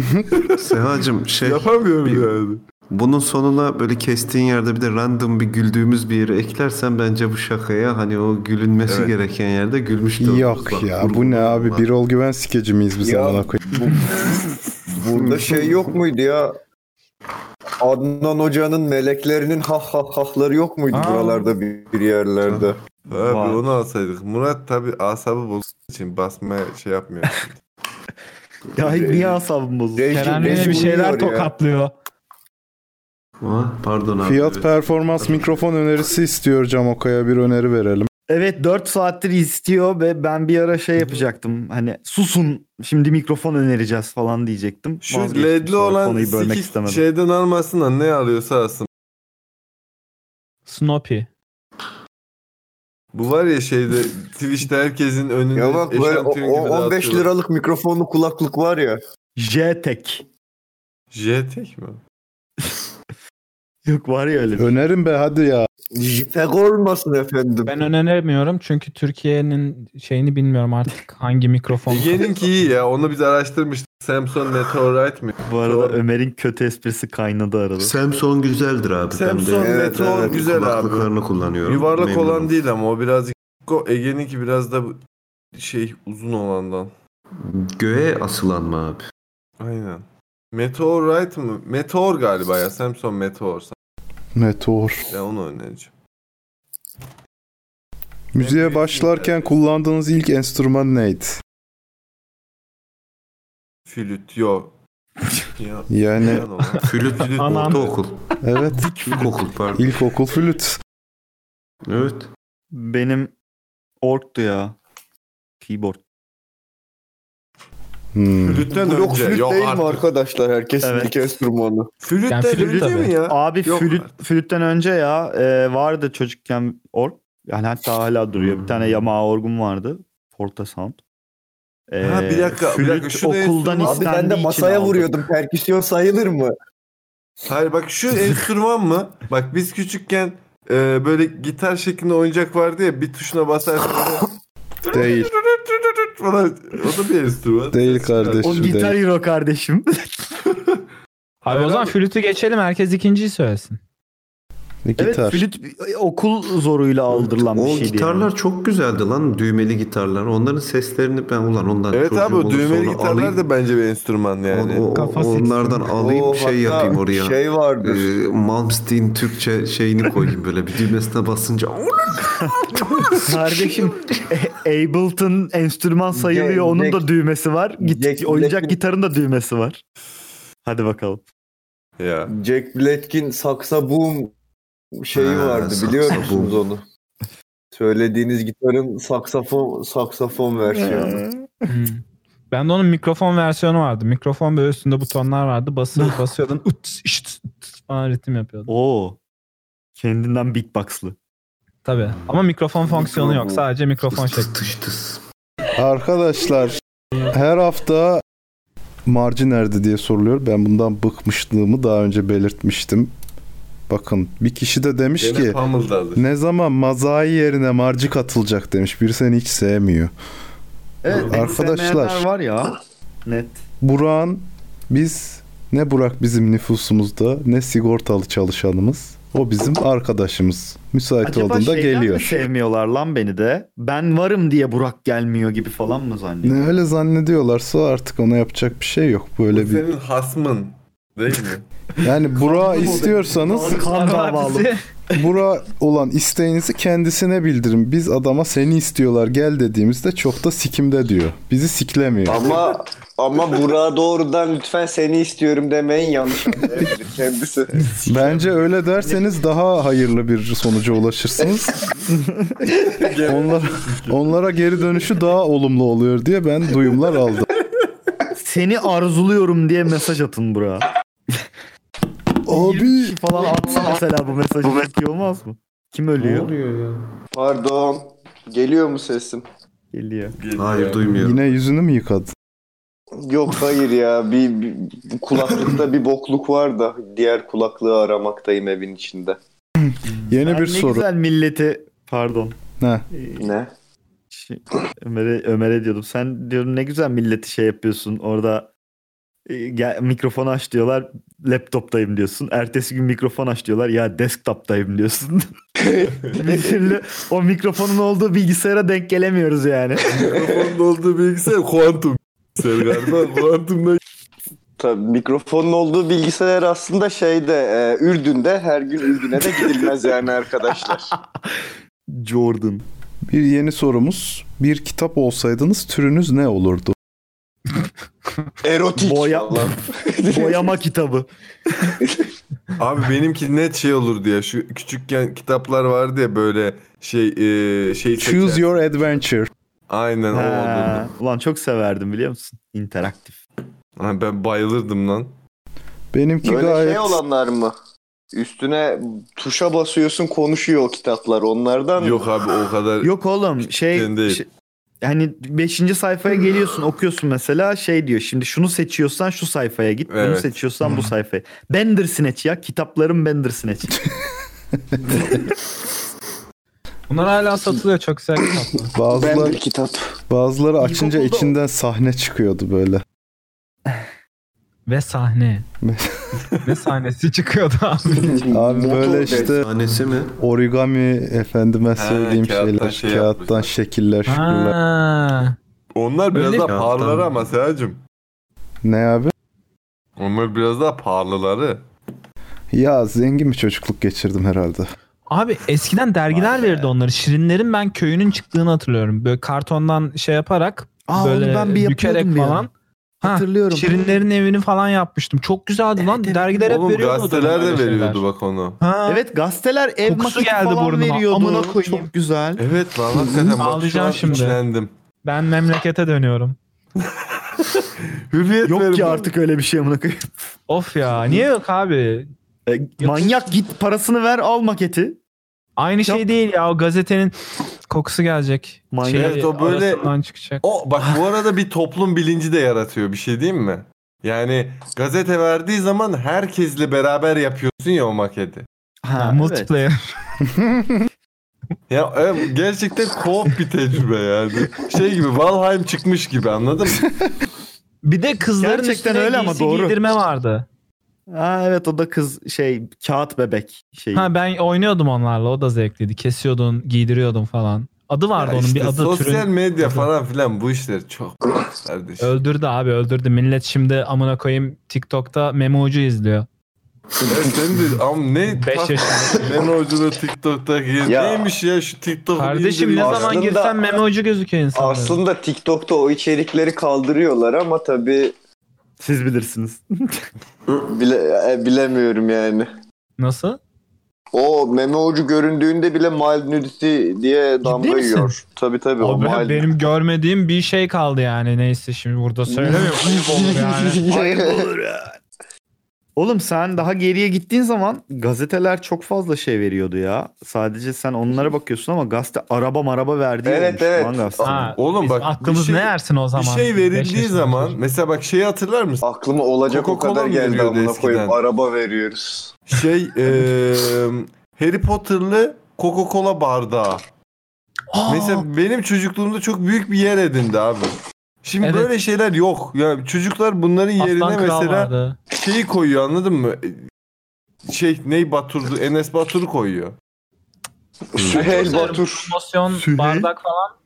Speaker 1: Sehacım şey...
Speaker 4: Yapamıyorum yani.
Speaker 1: Bunun sonuna böyle kestiğin yerde bir de random bir güldüğümüz bir yere eklersen bence bu şakaya hani o gülünmesi
Speaker 5: Evet.
Speaker 1: gereken yerde gülmüş de oluruz.
Speaker 5: Yok
Speaker 1: Bak,
Speaker 5: ya bu ne abi bir ol güven skeci miyiz biz
Speaker 1: Ya,
Speaker 5: amına koyayım?
Speaker 18: Burada şey yok muydu ya? Adnan Hoca'nın meleklerinin ha ha hahları yok muydu buralarda bir, bir yerlerde?
Speaker 4: Abi onu alsaydık. Murat tabi asabı bozduğu için basmaya şey yapmıyor.
Speaker 3: ya niye asabım bozuldu?
Speaker 6: Kerem yine bir şeyler tokatlıyor.
Speaker 1: Pardon abi.
Speaker 5: Fiyat performans mikrofon önerisi istiyor Camoka'ya bir öneri verelim.
Speaker 3: Evet 4 saattir istiyor ve ben bir ara şey yapacaktım. Hani susun şimdi mikrofon önereceğiz falan diyecektim.
Speaker 4: Şu
Speaker 3: Vazgeçtim
Speaker 4: ledli
Speaker 3: sonra
Speaker 4: olan
Speaker 3: konuyu bölmek
Speaker 18: şey-
Speaker 4: sikik
Speaker 3: istemedim.
Speaker 4: şeyden almasın da ne alıyorsa alsın.
Speaker 6: Snoopy.
Speaker 4: Bu var ya şeyde Twitch'te herkesin önünde
Speaker 18: Ya bak böyle o-
Speaker 4: eşantiyon gibi
Speaker 18: o- 15
Speaker 4: dağıtıyorlar.
Speaker 18: liralık mikrofonlu kulaklık var ya.
Speaker 3: J-Tek.
Speaker 4: J-Tek mi?
Speaker 3: Yok var ya öyle.
Speaker 5: Önerim be hadi ya.
Speaker 18: JPEG olmasın efendim.
Speaker 6: Ben öneremiyorum çünkü Türkiye'nin şeyini bilmiyorum artık hangi mikrofon.
Speaker 4: Ege'ninki iyi ya. Onu biz araştırmıştık. Samsung Meteorite mi?
Speaker 3: Bu arada Ömer'in kötü esprisi kaynadı arada.
Speaker 1: Samsung güzeldir abi. Ben de
Speaker 4: Samsung Meteor güzel abi.
Speaker 1: kulaklıklarını kullanıyorum.
Speaker 4: Yuvarlak
Speaker 1: Memnunum.
Speaker 4: olan değil ama o birazcık o Ege'ninki biraz da bu- şey uzun olandan.
Speaker 1: Göğe asılan mı abi?
Speaker 4: Aynen. Meteorite mı? Meteor galiba ya. Samsung Meteor.
Speaker 5: Meteor.
Speaker 4: Ya onu önereceğim.
Speaker 5: Müziğe başlarken kullandığınız ilk enstrüman neydi?
Speaker 4: Flüt yok. Ya.
Speaker 5: Yani
Speaker 4: Piyano lan.
Speaker 1: Flüt, flüt
Speaker 4: Anam.
Speaker 1: ortaokul.
Speaker 5: Evet.
Speaker 1: İlkokul pardon.
Speaker 5: İlkokul flüt.
Speaker 1: Evet.
Speaker 3: Benim orktu ya. Keyboard.
Speaker 5: Hmm.
Speaker 4: Flütten
Speaker 18: Blok
Speaker 4: önce.
Speaker 18: flüt
Speaker 4: Yok
Speaker 18: değil mi
Speaker 4: artık.
Speaker 18: arkadaşlar? Herkesin
Speaker 3: Evet.
Speaker 18: ilk enstrümanı.
Speaker 4: Flüt
Speaker 3: Yani flüt tabii. Abi flüt, flütten önce ya e, vardı çocukken org. Yani hatta hala duruyor. Bir
Speaker 18: Hmm.
Speaker 3: tane Yamaha orgum vardı. Porta Sound. E,
Speaker 1: Ee,
Speaker 18: Ha, bir dakika, bir
Speaker 3: flüt
Speaker 18: dakika. Şu da
Speaker 3: okuldan
Speaker 18: enstrüman- Abi ben de
Speaker 3: istendiği
Speaker 18: masaya vuruyordum. Perküsyon sayılır mı?
Speaker 4: Hayır bak şu enstrüman mı? Bak biz küçükken e, böyle gitar şeklinde oyuncak vardı ya bir tuşuna basarsın.
Speaker 5: Değil.
Speaker 4: Falan. O da bir enstrüman.
Speaker 5: Değil kardeşim.
Speaker 3: O gitar
Speaker 5: değil.
Speaker 3: hero kardeşim.
Speaker 6: Abi o zaman flütü geçelim herkes ikinciyi söylesin.
Speaker 3: Evet flüt okul zoruyla aldırılan bir şey
Speaker 1: O
Speaker 3: şeydi.
Speaker 1: gitarlar çok güzeldi lan düğmeli gitarlar. Onların seslerini ben ulan ondan
Speaker 4: Evet
Speaker 1: çocuğum
Speaker 4: abi
Speaker 1: olur
Speaker 4: o düğmeli
Speaker 1: sonra
Speaker 4: gitarlar
Speaker 1: alayım.
Speaker 4: da bence bir enstrüman yani.
Speaker 1: O- onlardan alayım
Speaker 4: O
Speaker 1: şey
Speaker 4: hatta
Speaker 1: yapayım oraya.
Speaker 4: şey vardır.
Speaker 1: Ee, Malmsteen Türkçe şeyini koyayım böyle bir düğmesine basınca.
Speaker 3: Kardeşim e- Ableton enstrüman sayılıyor.
Speaker 1: Jack-
Speaker 3: Onun da düğmesi var. Git, oyuncak gitarın da düğmesi var. Hadi bakalım.
Speaker 4: Ya.
Speaker 18: Jack Black'in saksa boom şeyi
Speaker 3: Ha,
Speaker 18: vardı biliyor musunuz onu? Söylediğiniz gitarın saksafon saksafon
Speaker 3: Ee,
Speaker 18: versiyonu.
Speaker 6: Ben de onun mikrofon versiyonu vardı. Mikrofon böyle üstünde butonlar vardı. Basıyor, basıyordun. Üt, şşt, üt falan ritim yapıyordun.
Speaker 3: Oo. Kendinden beatboxlı.
Speaker 6: Tabii. Ama mikrofon fonksiyonu yok.
Speaker 5: Mikrofon.
Speaker 6: Sadece mikrofon şekli.
Speaker 5: Arkadaşlar her hafta marji nerede diye soruluyor. Ben bundan bıkmışlığımı daha önce belirtmiştim. Bakın bir kişi de demiş
Speaker 4: Gene
Speaker 5: ki
Speaker 4: Pummel'dadır.
Speaker 5: ne zaman mazai yerine marci katılacak demiş. Biri seni hiç sevmiyor.
Speaker 3: Evet,
Speaker 5: Arkadaşlar
Speaker 3: sevmeyenler var ya. Net.
Speaker 5: Burak'ın biz ne Burak bizim nüfusumuzda ne sigortalı çalışanımız. O bizim arkadaşımız. Müsait olduğunda
Speaker 3: şeyden mi
Speaker 5: geliyor.
Speaker 3: sevmiyorlar lan beni de? Ben varım diye Burak gelmiyor gibi falan mı zannediyor?
Speaker 5: Ne öyle zannediyorlarsa artık ona yapacak bir şey yok. Böyle bir
Speaker 4: Senin hasmın değil mi?
Speaker 5: Yani bura istiyorsanız
Speaker 3: kan davalı.
Speaker 5: bura olan isteğinizi kendisine bildirin. Biz adama seni istiyorlar gel dediğimizde çok da sikimde diyor. Bizi siklemiyor.
Speaker 18: ama ama Burak'a doğrudan lütfen seni istiyorum demeyin yanlış anlayabilir kendisi.
Speaker 5: Bence öyle derseniz daha hayırlı bir sonuca ulaşırsınız. onlara, onlara geri dönüşü daha olumlu oluyor diye ben duyumlar aldım.
Speaker 3: Seni arzuluyorum diye mesaj atın Burak'a. Abi falan atsa mesela bu mesajı bu olmaz mı? Kim ölüyor?
Speaker 18: ya? Pardon. Geliyor mu sesim?
Speaker 3: Geliyor.
Speaker 1: Hayır duymuyorum.
Speaker 5: Yine yüzünü mü yıkadın?
Speaker 4: Yok hayır ya bir, bir- bu kulaklıkta bir bokluk var da diğer kulaklığı aramaktayım evin içinde.
Speaker 5: Yeni
Speaker 3: Sen
Speaker 5: bir
Speaker 3: ne
Speaker 5: soru.
Speaker 3: güzel milleti pardon. Ee,
Speaker 5: Ne?
Speaker 4: Ne?
Speaker 3: Şey, Ömer'e, Ömer'e diyordum. Sen diyorum ne güzel milleti şey yapıyorsun orada e, gel, mikrofonu aç diyorlar laptoptayım diyorsun. Ertesi gün mikrofon aç diyorlar ya desktoptayım diyorsun. bir türlü o mikrofonun olduğu bilgisayara denk gelemiyoruz yani.
Speaker 7: Mikrofonun olduğu bilgisayar kuantum bilgisayar galiba. Kuantumdan
Speaker 4: Tabii mikrofonun olduğu bilgisayar aslında şeyde e, Ürdün'de her gün Ürdün'e de gidilmez yani arkadaşlar.
Speaker 3: Jordan.
Speaker 5: Bir yeni sorumuz. Bir kitap olsaydınız türünüz ne olurdu?
Speaker 4: Erotik.
Speaker 3: Boya, boyama kitabı.
Speaker 7: Abi benimki net şey olurdu ya. Şu küçükken kitaplar vardı ya böyle şey e, şey
Speaker 5: Choose your adventure.
Speaker 7: Aynen o
Speaker 3: Ha,
Speaker 7: olurdu.
Speaker 3: ulan çok severdim biliyor musun? İnteraktif.
Speaker 7: Ha, ben bayılırdım lan.
Speaker 5: Benimki
Speaker 4: Böyle şey olanlar mı? Üstüne tuşa basıyorsun konuşuyor o kitaplar onlardan mı?
Speaker 7: Yok abi o kadar
Speaker 3: Yok oğlum şey, şey hani 5. sayfaya geliyorsun okuyorsun mesela şey diyor şimdi şunu seçiyorsan şu sayfaya git bunu
Speaker 7: Evet.
Speaker 3: seçiyorsan bu sayfaya. Bandersnatch ya kitapların Bandersnatch.
Speaker 6: Bunlar hala satılıyor çok güzel kitaplar.
Speaker 5: Bazıları, Bazıları açınca
Speaker 6: İlkokulda-
Speaker 5: içinden sahne çıkıyordu böyle.
Speaker 6: Ve sahne. Ve sahnesi çıkıyordu abi.
Speaker 5: Abi böyle işte origami efendime söyleyeyim
Speaker 7: kağıttan
Speaker 5: şeyler.
Speaker 7: şey
Speaker 5: kağıttan şekiller, şükürler.
Speaker 7: Onlar biraz
Speaker 6: Öyle-
Speaker 7: daha
Speaker 6: Kağıttan.
Speaker 7: parlaları ama Selacığım.
Speaker 5: Ne abi?
Speaker 7: Onlar biraz daha parlaları.
Speaker 5: Ya zengin bir çocukluk geçirdim herhalde.
Speaker 6: Abi eskiden dergiler verirdi onları. Şirinlerin ben köyünün çıktığını hatırlıyorum. Böyle kartondan şey yaparak
Speaker 3: Aa, onu
Speaker 6: böyle
Speaker 3: ben bir
Speaker 6: bükerek
Speaker 3: yapıyordum bir
Speaker 6: falan.
Speaker 3: ara. Hatırlıyorum.
Speaker 6: Şirinlerin evini falan yapmıştım. Çok güzeldi lan. Dergiler hep
Speaker 7: Oğlum
Speaker 6: veriyordu. o
Speaker 7: gazeteler
Speaker 6: dönemde
Speaker 7: de
Speaker 6: şeyler.
Speaker 7: veriyordu bak onu.
Speaker 6: Ha.
Speaker 3: Evet gazeteler ev
Speaker 6: Kokusu
Speaker 3: maketi
Speaker 6: geldi
Speaker 3: falan
Speaker 6: burnuma.
Speaker 3: veriyordu.
Speaker 6: Amına
Speaker 3: koyayım. Çok güzel.
Speaker 7: Evet lan hakikaten bak şu
Speaker 6: Ağlayacağım
Speaker 7: an
Speaker 6: şimdi.
Speaker 7: içlendim.
Speaker 6: Ben memlekete dönüyorum.
Speaker 7: Hürriyet
Speaker 3: Yok ki artık öyle bir şey amına koyayım. E,
Speaker 6: Of ya niye yok abi?
Speaker 3: manyak git parasını ver al maketi.
Speaker 6: Aynı şey değil ya o gazetenin kokusu gelecek.
Speaker 3: Manyak.
Speaker 6: Şey,
Speaker 7: Evet, o böyle-
Speaker 6: arasından çıkacak.
Speaker 7: O bak bu arada bir toplum bilinci de yaratıyor bir şey diyeyim mi? Yani gazete verdiği zaman herkesle beraber yapıyorsun ya o maketi.
Speaker 3: Ha,
Speaker 6: multiplayer.
Speaker 7: Ya e, gerçekten co-op bir tecrübe yani. Şey gibi Valheim çıkmış gibi anladın mı?
Speaker 6: Bir de kızların
Speaker 3: Gerçekten
Speaker 6: üstüne
Speaker 3: öyle ama
Speaker 6: giysi
Speaker 3: doğru.
Speaker 6: giydirme vardı.
Speaker 3: Ha evet o da kız şey kağıt bebek şey.
Speaker 6: Ha ben oynuyordum onlarla o da zevkliydi. Kesiyordun, giydiriyordun falan. Adı vardı
Speaker 7: Ya
Speaker 6: onun
Speaker 7: işte
Speaker 6: bir adı.
Speaker 7: sosyal
Speaker 6: türün-
Speaker 7: medya falan filan bu işler çok kardeş.
Speaker 6: Öldürdü abi öldürdü. Millet şimdi amına koyayım TikTok'ta Memo'cu izliyor.
Speaker 7: Ya sen de am ne
Speaker 6: Beş
Speaker 7: tak-
Speaker 6: yaşında.
Speaker 7: Ben hocada TikTok'ta gir-
Speaker 4: Ya.
Speaker 7: Neymiş ya şu TikTok'u
Speaker 6: Kardeşim ne
Speaker 7: indireyim.
Speaker 6: zaman girsen Memo'cu gözüküyor insanlar.
Speaker 4: Aslında TikTok'ta o içerikleri kaldırıyorlar ama tabii
Speaker 3: Siz bilirsiniz.
Speaker 4: bile, e, bilemiyorum yani.
Speaker 6: Nasıl?
Speaker 4: O meme ucu göründüğünde bile mild nudity diye damga
Speaker 6: misin?
Speaker 4: yiyor. Tabii tabii o
Speaker 6: Abi
Speaker 4: mild.
Speaker 6: benim görmediğim bir şey kaldı yani. Neyse şimdi burada söylemiyorum. Ayıp olur yani.
Speaker 3: Oğlum sen daha geriye gittiğin zaman gazeteler çok fazla şey veriyordu ya. Sadece sen onlara bakıyorsun ama gazete araba maraba verdiği
Speaker 7: Evet,
Speaker 3: olmuş
Speaker 7: evet.
Speaker 3: lan gazete.
Speaker 6: Ha,
Speaker 7: Oğlum
Speaker 6: biz
Speaker 7: bak, bir
Speaker 6: aklımız
Speaker 7: şey-
Speaker 6: ne yersin o
Speaker 7: Bir
Speaker 6: zaman? Beş
Speaker 7: şey verildiği
Speaker 6: yaşında
Speaker 7: zaman
Speaker 6: çocuk.
Speaker 7: mesela bak şeyi hatırlar mısın?
Speaker 4: Aklıma olacak o
Speaker 7: Coca-Cola
Speaker 4: kadar
Speaker 7: mı
Speaker 4: geldi
Speaker 7: veriyordu
Speaker 4: amına
Speaker 7: eskiden?
Speaker 4: koyayım. Araba veriyoruz.
Speaker 7: Şey eee, Harry Potter'lı Coca-Cola bardağı. Mesela benim çocukluğumda çok büyük bir yer edindi abi. Şimdi
Speaker 6: Evet.
Speaker 7: böyle şeyler yok. Ya çocuklar bunların yerine
Speaker 6: Aslan Kral
Speaker 7: mesela
Speaker 6: vardı.
Speaker 7: şeyi koyuyor anladın mı? Şey ney Batur'du? Enes Batur'u koyuyor.
Speaker 4: Süheyl Batur.
Speaker 6: Promosyon, bardak falan.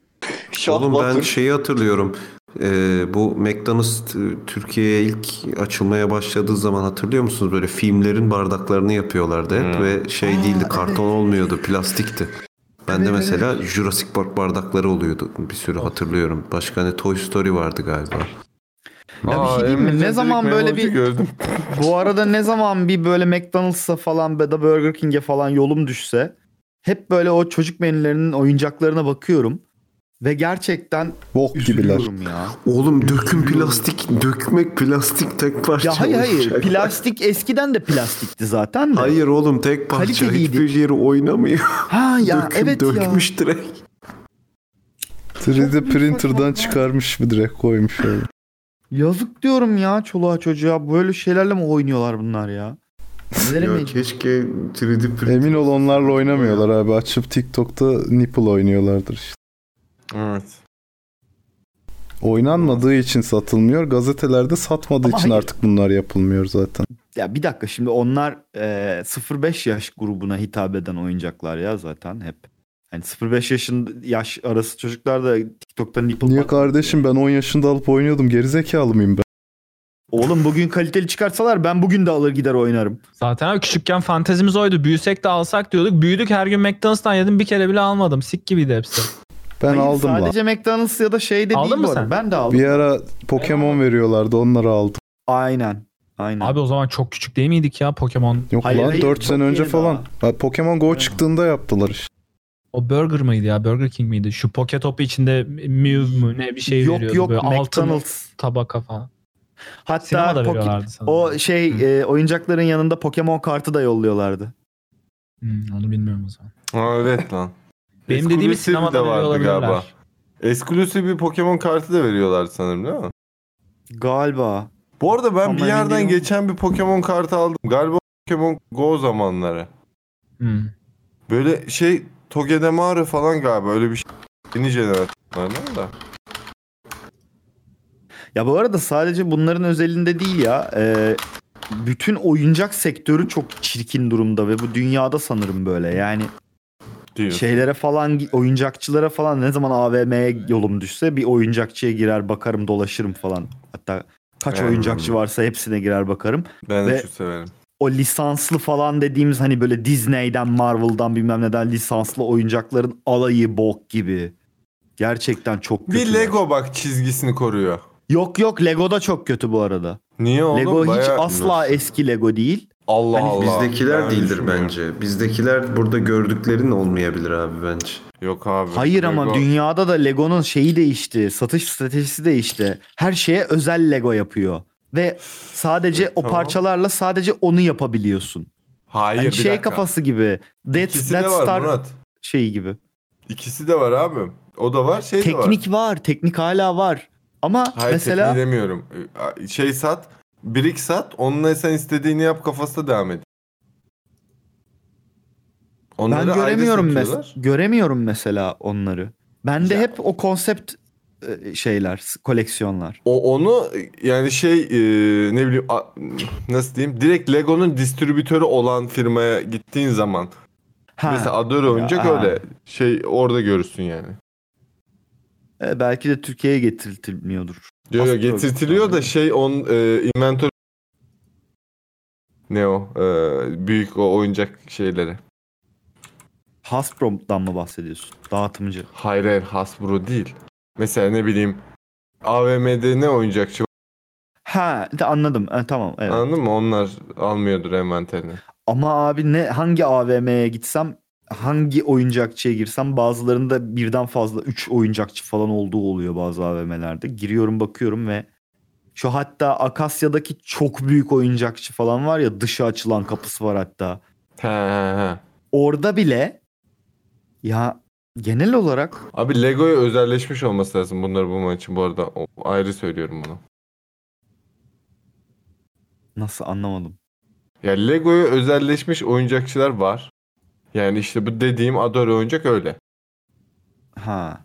Speaker 4: Şah
Speaker 1: Oğlum ben
Speaker 4: Batur.
Speaker 1: şeyi hatırlıyorum. Ee, bu McDonald's e, Türkiye'ye ilk açılmaya başladığı zaman hatırlıyor musunuz? Böyle filmlerin bardaklarını yapıyorlardı hep ve şey değildi karton olmuyordu plastikti. Ben de mesela Jurassic Park bardakları oluyordu bir sürü hatırlıyorum. Başka ne Toy Story vardı galiba.
Speaker 3: Ya bir şey diyeyim mi?
Speaker 7: Emre'den
Speaker 3: Ne zaman
Speaker 7: direkt
Speaker 3: böyle
Speaker 7: memoji
Speaker 3: bir-
Speaker 7: gördüm.
Speaker 3: Bu arada ne zaman bir böyle McDonald's'a falan ya da Burger King'e falan yolum düşse hep böyle o çocuk menülerinin oyuncaklarına bakıyorum ve gerçekten
Speaker 5: Bok
Speaker 3: üzülüyorum
Speaker 5: gibiler.
Speaker 3: ya.
Speaker 1: Oğlum dökün plastik, dökmek plastik tek parça.
Speaker 3: Ya hayır hayır
Speaker 1: olacak.
Speaker 3: plastik eskiden de plastikti zaten de.
Speaker 1: Hayır oğlum tek parça
Speaker 3: Kaliteliydi.
Speaker 1: hiçbir yeri oynamıyor.
Speaker 3: Ha ya
Speaker 1: Döküm
Speaker 3: evet
Speaker 1: dökmüş direkt.
Speaker 5: 3D printer'dan çıkarmış bir direkt koymuş öyle.
Speaker 3: Yazık diyorum ya çoluğa çocuğa. Böyle şeylerle mi oynuyorlar bunlar ya?
Speaker 5: Ya
Speaker 1: keşke 3D print.
Speaker 5: Emin ol onlarla oynamıyorlar abi. Açıp TikTok'ta nipple oynuyorlardır işte.
Speaker 7: Evet.
Speaker 5: Oynanmadığı için satılmıyor. Gazetelerde satmadığı
Speaker 3: Ama
Speaker 5: için
Speaker 3: hayır.
Speaker 5: artık bunlar yapılmıyor zaten.
Speaker 3: Ya bir dakika şimdi onlar e, 0-5 yaş grubuna hitap eden oyuncaklar ya zaten hep. Yani 0-5 yaşın yaş arası çocuklar da TikTok'tan nipple
Speaker 5: Niye kardeşim ben 10 yaşında alıp oynuyordum. Gerizekalı mıyım ben?
Speaker 3: Oğlum bugün kaliteli çıkarsalar ben bugün de alır gider oynarım.
Speaker 6: Zaten abi küçükken fantezimiz oydu. Büyüsek de alsak diyorduk. Büyüdük her gün McDonald's'tan yedim. Bir kere bile almadım. Sik gibiydi hepsi.
Speaker 3: Hmm.
Speaker 5: Ben aldım lan.
Speaker 3: Sadece McDonald's ya da şey de
Speaker 6: Aldın
Speaker 3: değil
Speaker 6: mı
Speaker 3: bu arada.
Speaker 6: sen?
Speaker 3: Ben de aldım.
Speaker 5: Bir ara Pokemon veriyorlardı onları aldım.
Speaker 3: Aynen. Aynen.
Speaker 6: Abi o zaman çok küçük değil miydik ya Pokemon?
Speaker 5: Yok lan 4 sene önce falan. Ha, Pokemon Go çıktığında yaptılar işte.
Speaker 6: O Burger mıydı ya? Burger King miydi? Şu poket topu içinde Mew mu ne bir şey
Speaker 3: Yok,
Speaker 6: veriyordu.
Speaker 3: yok,
Speaker 6: böyle altın
Speaker 3: McDonald's.
Speaker 6: tabaka falan.
Speaker 3: Hatta
Speaker 6: Sinemada
Speaker 3: Poke-
Speaker 6: veriyorlardı sanırım.
Speaker 3: o şey e, oyuncakların yanında Pokemon kartı da yolluyorlardı.
Speaker 6: Hmm, onu bilmiyorum o zaman.
Speaker 7: Aa, evet lan.
Speaker 6: Benim
Speaker 7: Exclusive
Speaker 6: dediğimi sinemada
Speaker 7: de vardı
Speaker 6: veriyor olabilirler.
Speaker 7: galiba. Exclusive bir Pokemon kartı da veriyorlar sanırım değil mi?
Speaker 3: Galiba.
Speaker 7: Bu arada ben
Speaker 3: Tam
Speaker 7: bir
Speaker 3: emin
Speaker 7: yerden
Speaker 3: değilim.
Speaker 7: geçen bir Pokemon kartı aldım. Galiba Pokemon Go zamanları.
Speaker 6: Hmm.
Speaker 7: Böyle şey Togedemaru falan galiba öyle bir şey. Yeni jenerasyonlardan da.
Speaker 3: Ya bu arada sadece bunların özelinde değil ya. e, bütün oyuncak sektörü çok çirkin durumda ve bu dünyada sanırım böyle. Yani şeylere falan oyuncakçılara falan ne zaman AVM'ye yolum düşse bir oyuncakçıya girer bakarım dolaşırım falan. Hatta kaç
Speaker 7: Ben-
Speaker 3: oyuncakçı varsa hepsine girer bakarım.
Speaker 7: Ben de
Speaker 3: Ve
Speaker 7: çok severim.
Speaker 3: o lisanslı falan dediğimiz hani böyle Disney'den Marvel'dan bilmem neden lisanslı oyuncakların alayı bok gibi. Gerçekten çok kötü.
Speaker 7: Bir Lego bak çizgisini koruyor.
Speaker 3: Yok yok Lego da çok kötü bu arada.
Speaker 7: Niye oğlum?
Speaker 3: Lego hiç
Speaker 7: Bayağı-
Speaker 3: asla Hani eski Lego değil.
Speaker 7: Allah
Speaker 1: Bizdekiler değildir bence. Bizdekiler burada gördüklerin olmayabilir abi bence.
Speaker 7: Yok abi.
Speaker 3: Hayır ama dünyada da Lego'nun şeyi değişti. Satış stratejisi değişti. Her şeye özel Lego yapıyor. Ve sadece o
Speaker 7: Tamam.
Speaker 3: parçalarla sadece onu yapabiliyorsun.
Speaker 7: Hayır
Speaker 3: Yani
Speaker 7: bir
Speaker 3: şey
Speaker 7: dakika.
Speaker 3: kafası gibi. Death,
Speaker 7: İkisi de
Speaker 3: Death
Speaker 7: var
Speaker 3: Star
Speaker 7: Murat.
Speaker 3: şeyi gibi.
Speaker 7: İkisi de var abi. O da var şey de var.
Speaker 3: teknik var. Teknik hala var. Ama
Speaker 7: Hayır
Speaker 3: mesela
Speaker 7: tekniği demiyorum. Şey sat. Birik sat. Onunla sen istediğini yap kafasına devam et. Onları
Speaker 3: ben
Speaker 7: ayrı
Speaker 3: göremiyorum mesela.
Speaker 7: satıyorlar.
Speaker 3: Göremiyorum mesela onları. Bende hep o konsept e, şeyler, s- koleksiyonlar.
Speaker 7: O onu yani şey e, ne bileyim a- nasıl diyeyim direkt Lego'nun distribütörü olan firmaya gittiğin zaman mesela Adore oyuncak
Speaker 3: Ya.
Speaker 7: öyle şey orada görürsün yani.
Speaker 3: E, belki de Türkiye'ye getirilmiyordur.
Speaker 7: Yo, yo,
Speaker 3: Aslında-
Speaker 7: getirtiliyor da şey on e, inventory ne o E, büyük o oyuncak şeyleri.
Speaker 3: Hasbro'dan mı bahsediyorsun? Dağıtımcı.
Speaker 7: Hayır hayır Hasbro değil. Mesela ne bileyim AVM'de ne oyuncakçı var?
Speaker 3: Ha de anladım. E, tamam evet.
Speaker 7: Anladın mı? Onlar almıyordur envanterini.
Speaker 3: Ama abi ne hangi AVM'ye gitsem hangi oyuncakçıya girsem bazılarında birden fazla 3 oyuncakçı falan olduğu oluyor bazı AVM'lerde. Giriyorum bakıyorum ve şu hatta Akasya'daki çok büyük oyuncakçı falan var ya dışı açılan kapısı var hatta.
Speaker 7: He he he.
Speaker 3: Orada bile ya genel olarak
Speaker 7: Abi Lego'ya özelleşmiş olması lazım bunları bulman için bu arada. O- ayrı söylüyorum bunu.
Speaker 3: nasıl anlamadım.
Speaker 7: Ya Lego'ya özelleşmiş oyuncakçılar var. Yani işte bu dediğim Adore oyuncak öyle.
Speaker 3: Ha.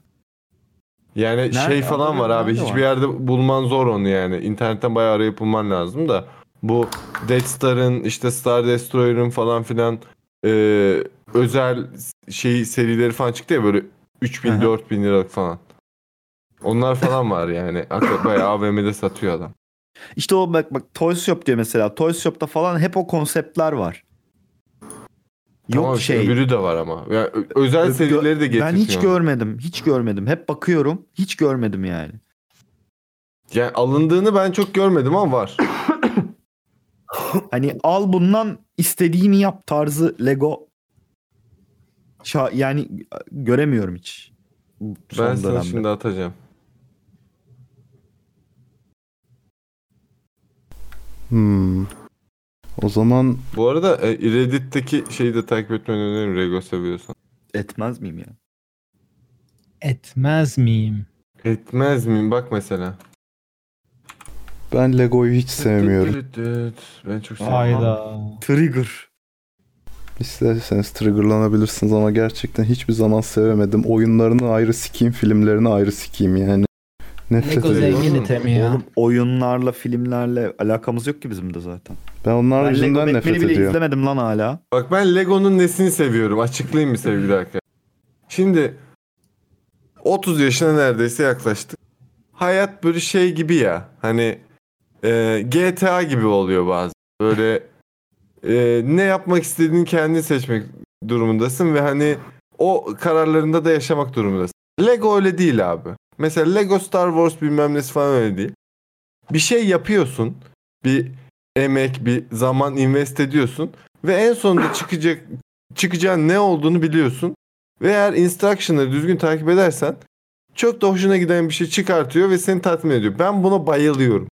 Speaker 7: Yani şey falan var
Speaker 3: Adore
Speaker 7: abi.
Speaker 3: nerede
Speaker 7: Hiçbir
Speaker 3: var?
Speaker 7: yerde bulman zor onu yani. İnternetten bayağı arayıp bulman lazım da. Bu Death Star'ın işte Star Destroyer'ın falan filan e, özel şey serileri falan çıktı ya böyle 3000 4000 liralık falan. Onlar falan var yani. Hakikaten Bayağı AVM'de satıyor adam.
Speaker 3: İşte o bak bak Toys Shop diyor mesela. Toys Shop'ta falan hep o konseptler var. Yok
Speaker 7: Tamam işte
Speaker 3: şey.
Speaker 7: Öbürü de var ama. Yani ö- özel
Speaker 3: Gö-
Speaker 7: serileri de getiriyor.
Speaker 3: Ben hiç görmedim. Hiç görmedim. Hep bakıyorum. Hiç görmedim yani.
Speaker 7: Yani alındığını ben çok görmedim ama var.
Speaker 3: hani al bundan istediğini yap tarzı Lego. Şa- yani göremiyorum hiç. Son
Speaker 7: Ben sana
Speaker 3: dönemde.
Speaker 7: şimdi atacağım.
Speaker 5: Hmm. O zaman
Speaker 7: Bu arada e, Reddit'teki şeyi de takip etmeni öneririm Rego seviyorsan.
Speaker 3: Etmez miyim ya?
Speaker 6: Etmez miyim?
Speaker 7: Etmez miyim? Bak mesela.
Speaker 5: Ben Lego'yu hiç sevmiyorum.
Speaker 19: Ben çok
Speaker 6: Hayda.
Speaker 3: Trigger.
Speaker 5: İsterseniz triggerlanabilirsiniz ama gerçekten hiçbir zaman sevemedim. Oyunlarını ayrı sikeyim, filmlerini ayrı sikeyim yani. Nefret
Speaker 6: Lego
Speaker 5: ediyorum.
Speaker 6: zengin itemi ya.
Speaker 3: Oğlum oyunlarla, filmlerle alakamız yok ki bizim de zaten.
Speaker 5: Ben onlar
Speaker 3: Ben Lego
Speaker 5: yüzünden
Speaker 3: Batman'i
Speaker 5: nefret
Speaker 3: bile
Speaker 5: ediyorum.
Speaker 3: izlemedim lan hala.
Speaker 7: Bak ben Lego'nun nesini seviyorum. Açıklayayım mı sevgili arkadaşlar? Şimdi 30 yaşına neredeyse yaklaştık. Hayat böyle şey gibi ya. Hani e, GTA gibi oluyor bazen. Böyle e, ne yapmak istediğini kendin seçmek durumundasın ve hani o kararlarında da yaşamak durumundasın. Lego öyle değil abi. Mesela Lego Star Wars bilmem nesi falan öyle değil. Bir şey yapıyorsun. Bir emek, bir zaman invest ediyorsun ve en sonunda çıkacak çıkacağın ne olduğunu biliyorsun. Ve eğer instruction'ları düzgün takip edersen çok da hoşuna giden bir şey çıkartıyor ve seni tatmin ediyor. Ben buna bayılıyorum.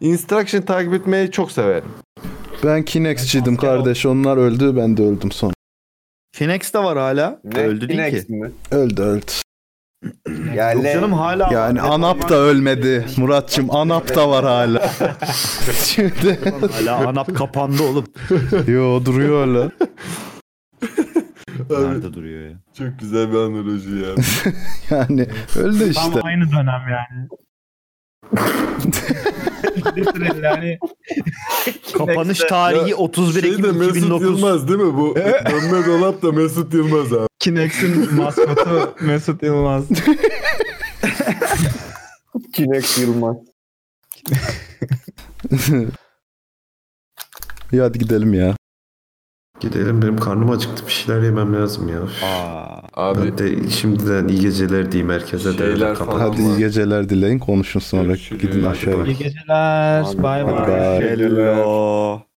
Speaker 7: Instruction takip etmeyi çok severim.
Speaker 5: Ben Kinex'ciydim kardeş. Onlar öldü, ben de öldüm sonra.
Speaker 3: Kinex de var hala. Öldü değil
Speaker 5: Kinex
Speaker 3: ki.
Speaker 5: Öldü öldü.
Speaker 3: Yani Yok canım hala
Speaker 5: Yani
Speaker 3: var.
Speaker 5: Anap da ölmedi Muratçım. Anap da var hala. Şimdi.
Speaker 3: Hala Anap kapandı oğlum.
Speaker 5: Yo duruyor öyle.
Speaker 3: Nerede duruyor ya?
Speaker 7: Çok güzel bir analoji ya.
Speaker 5: yani öldü işte.
Speaker 6: Tam aynı dönem yani. İkili süreli yani.
Speaker 3: Kapanış tarihi 31
Speaker 7: şey
Speaker 3: Ekim
Speaker 7: de Mesut
Speaker 3: 2009.
Speaker 7: Yılmaz değil mi bu? Dönme dolap da Mesut Yılmaz abi.
Speaker 6: Kinex'in maskotu Mesut Yılmaz.
Speaker 20: Kinex Yılmaz.
Speaker 5: İyi hadi gidelim ya.
Speaker 1: Gidelim benim karnım acıktı bir şeyler yemem lazım ya.
Speaker 7: Abi.
Speaker 1: Ben de şimdiden iyi geceler diyeyim herkese de. öyle kapatayım.
Speaker 5: Hadi iyi geceler dileyin konuşun sonra. Gidin aşağıya.
Speaker 6: İyi geceler. Bay
Speaker 5: Hadi bay.
Speaker 6: bay.
Speaker 3: Hello.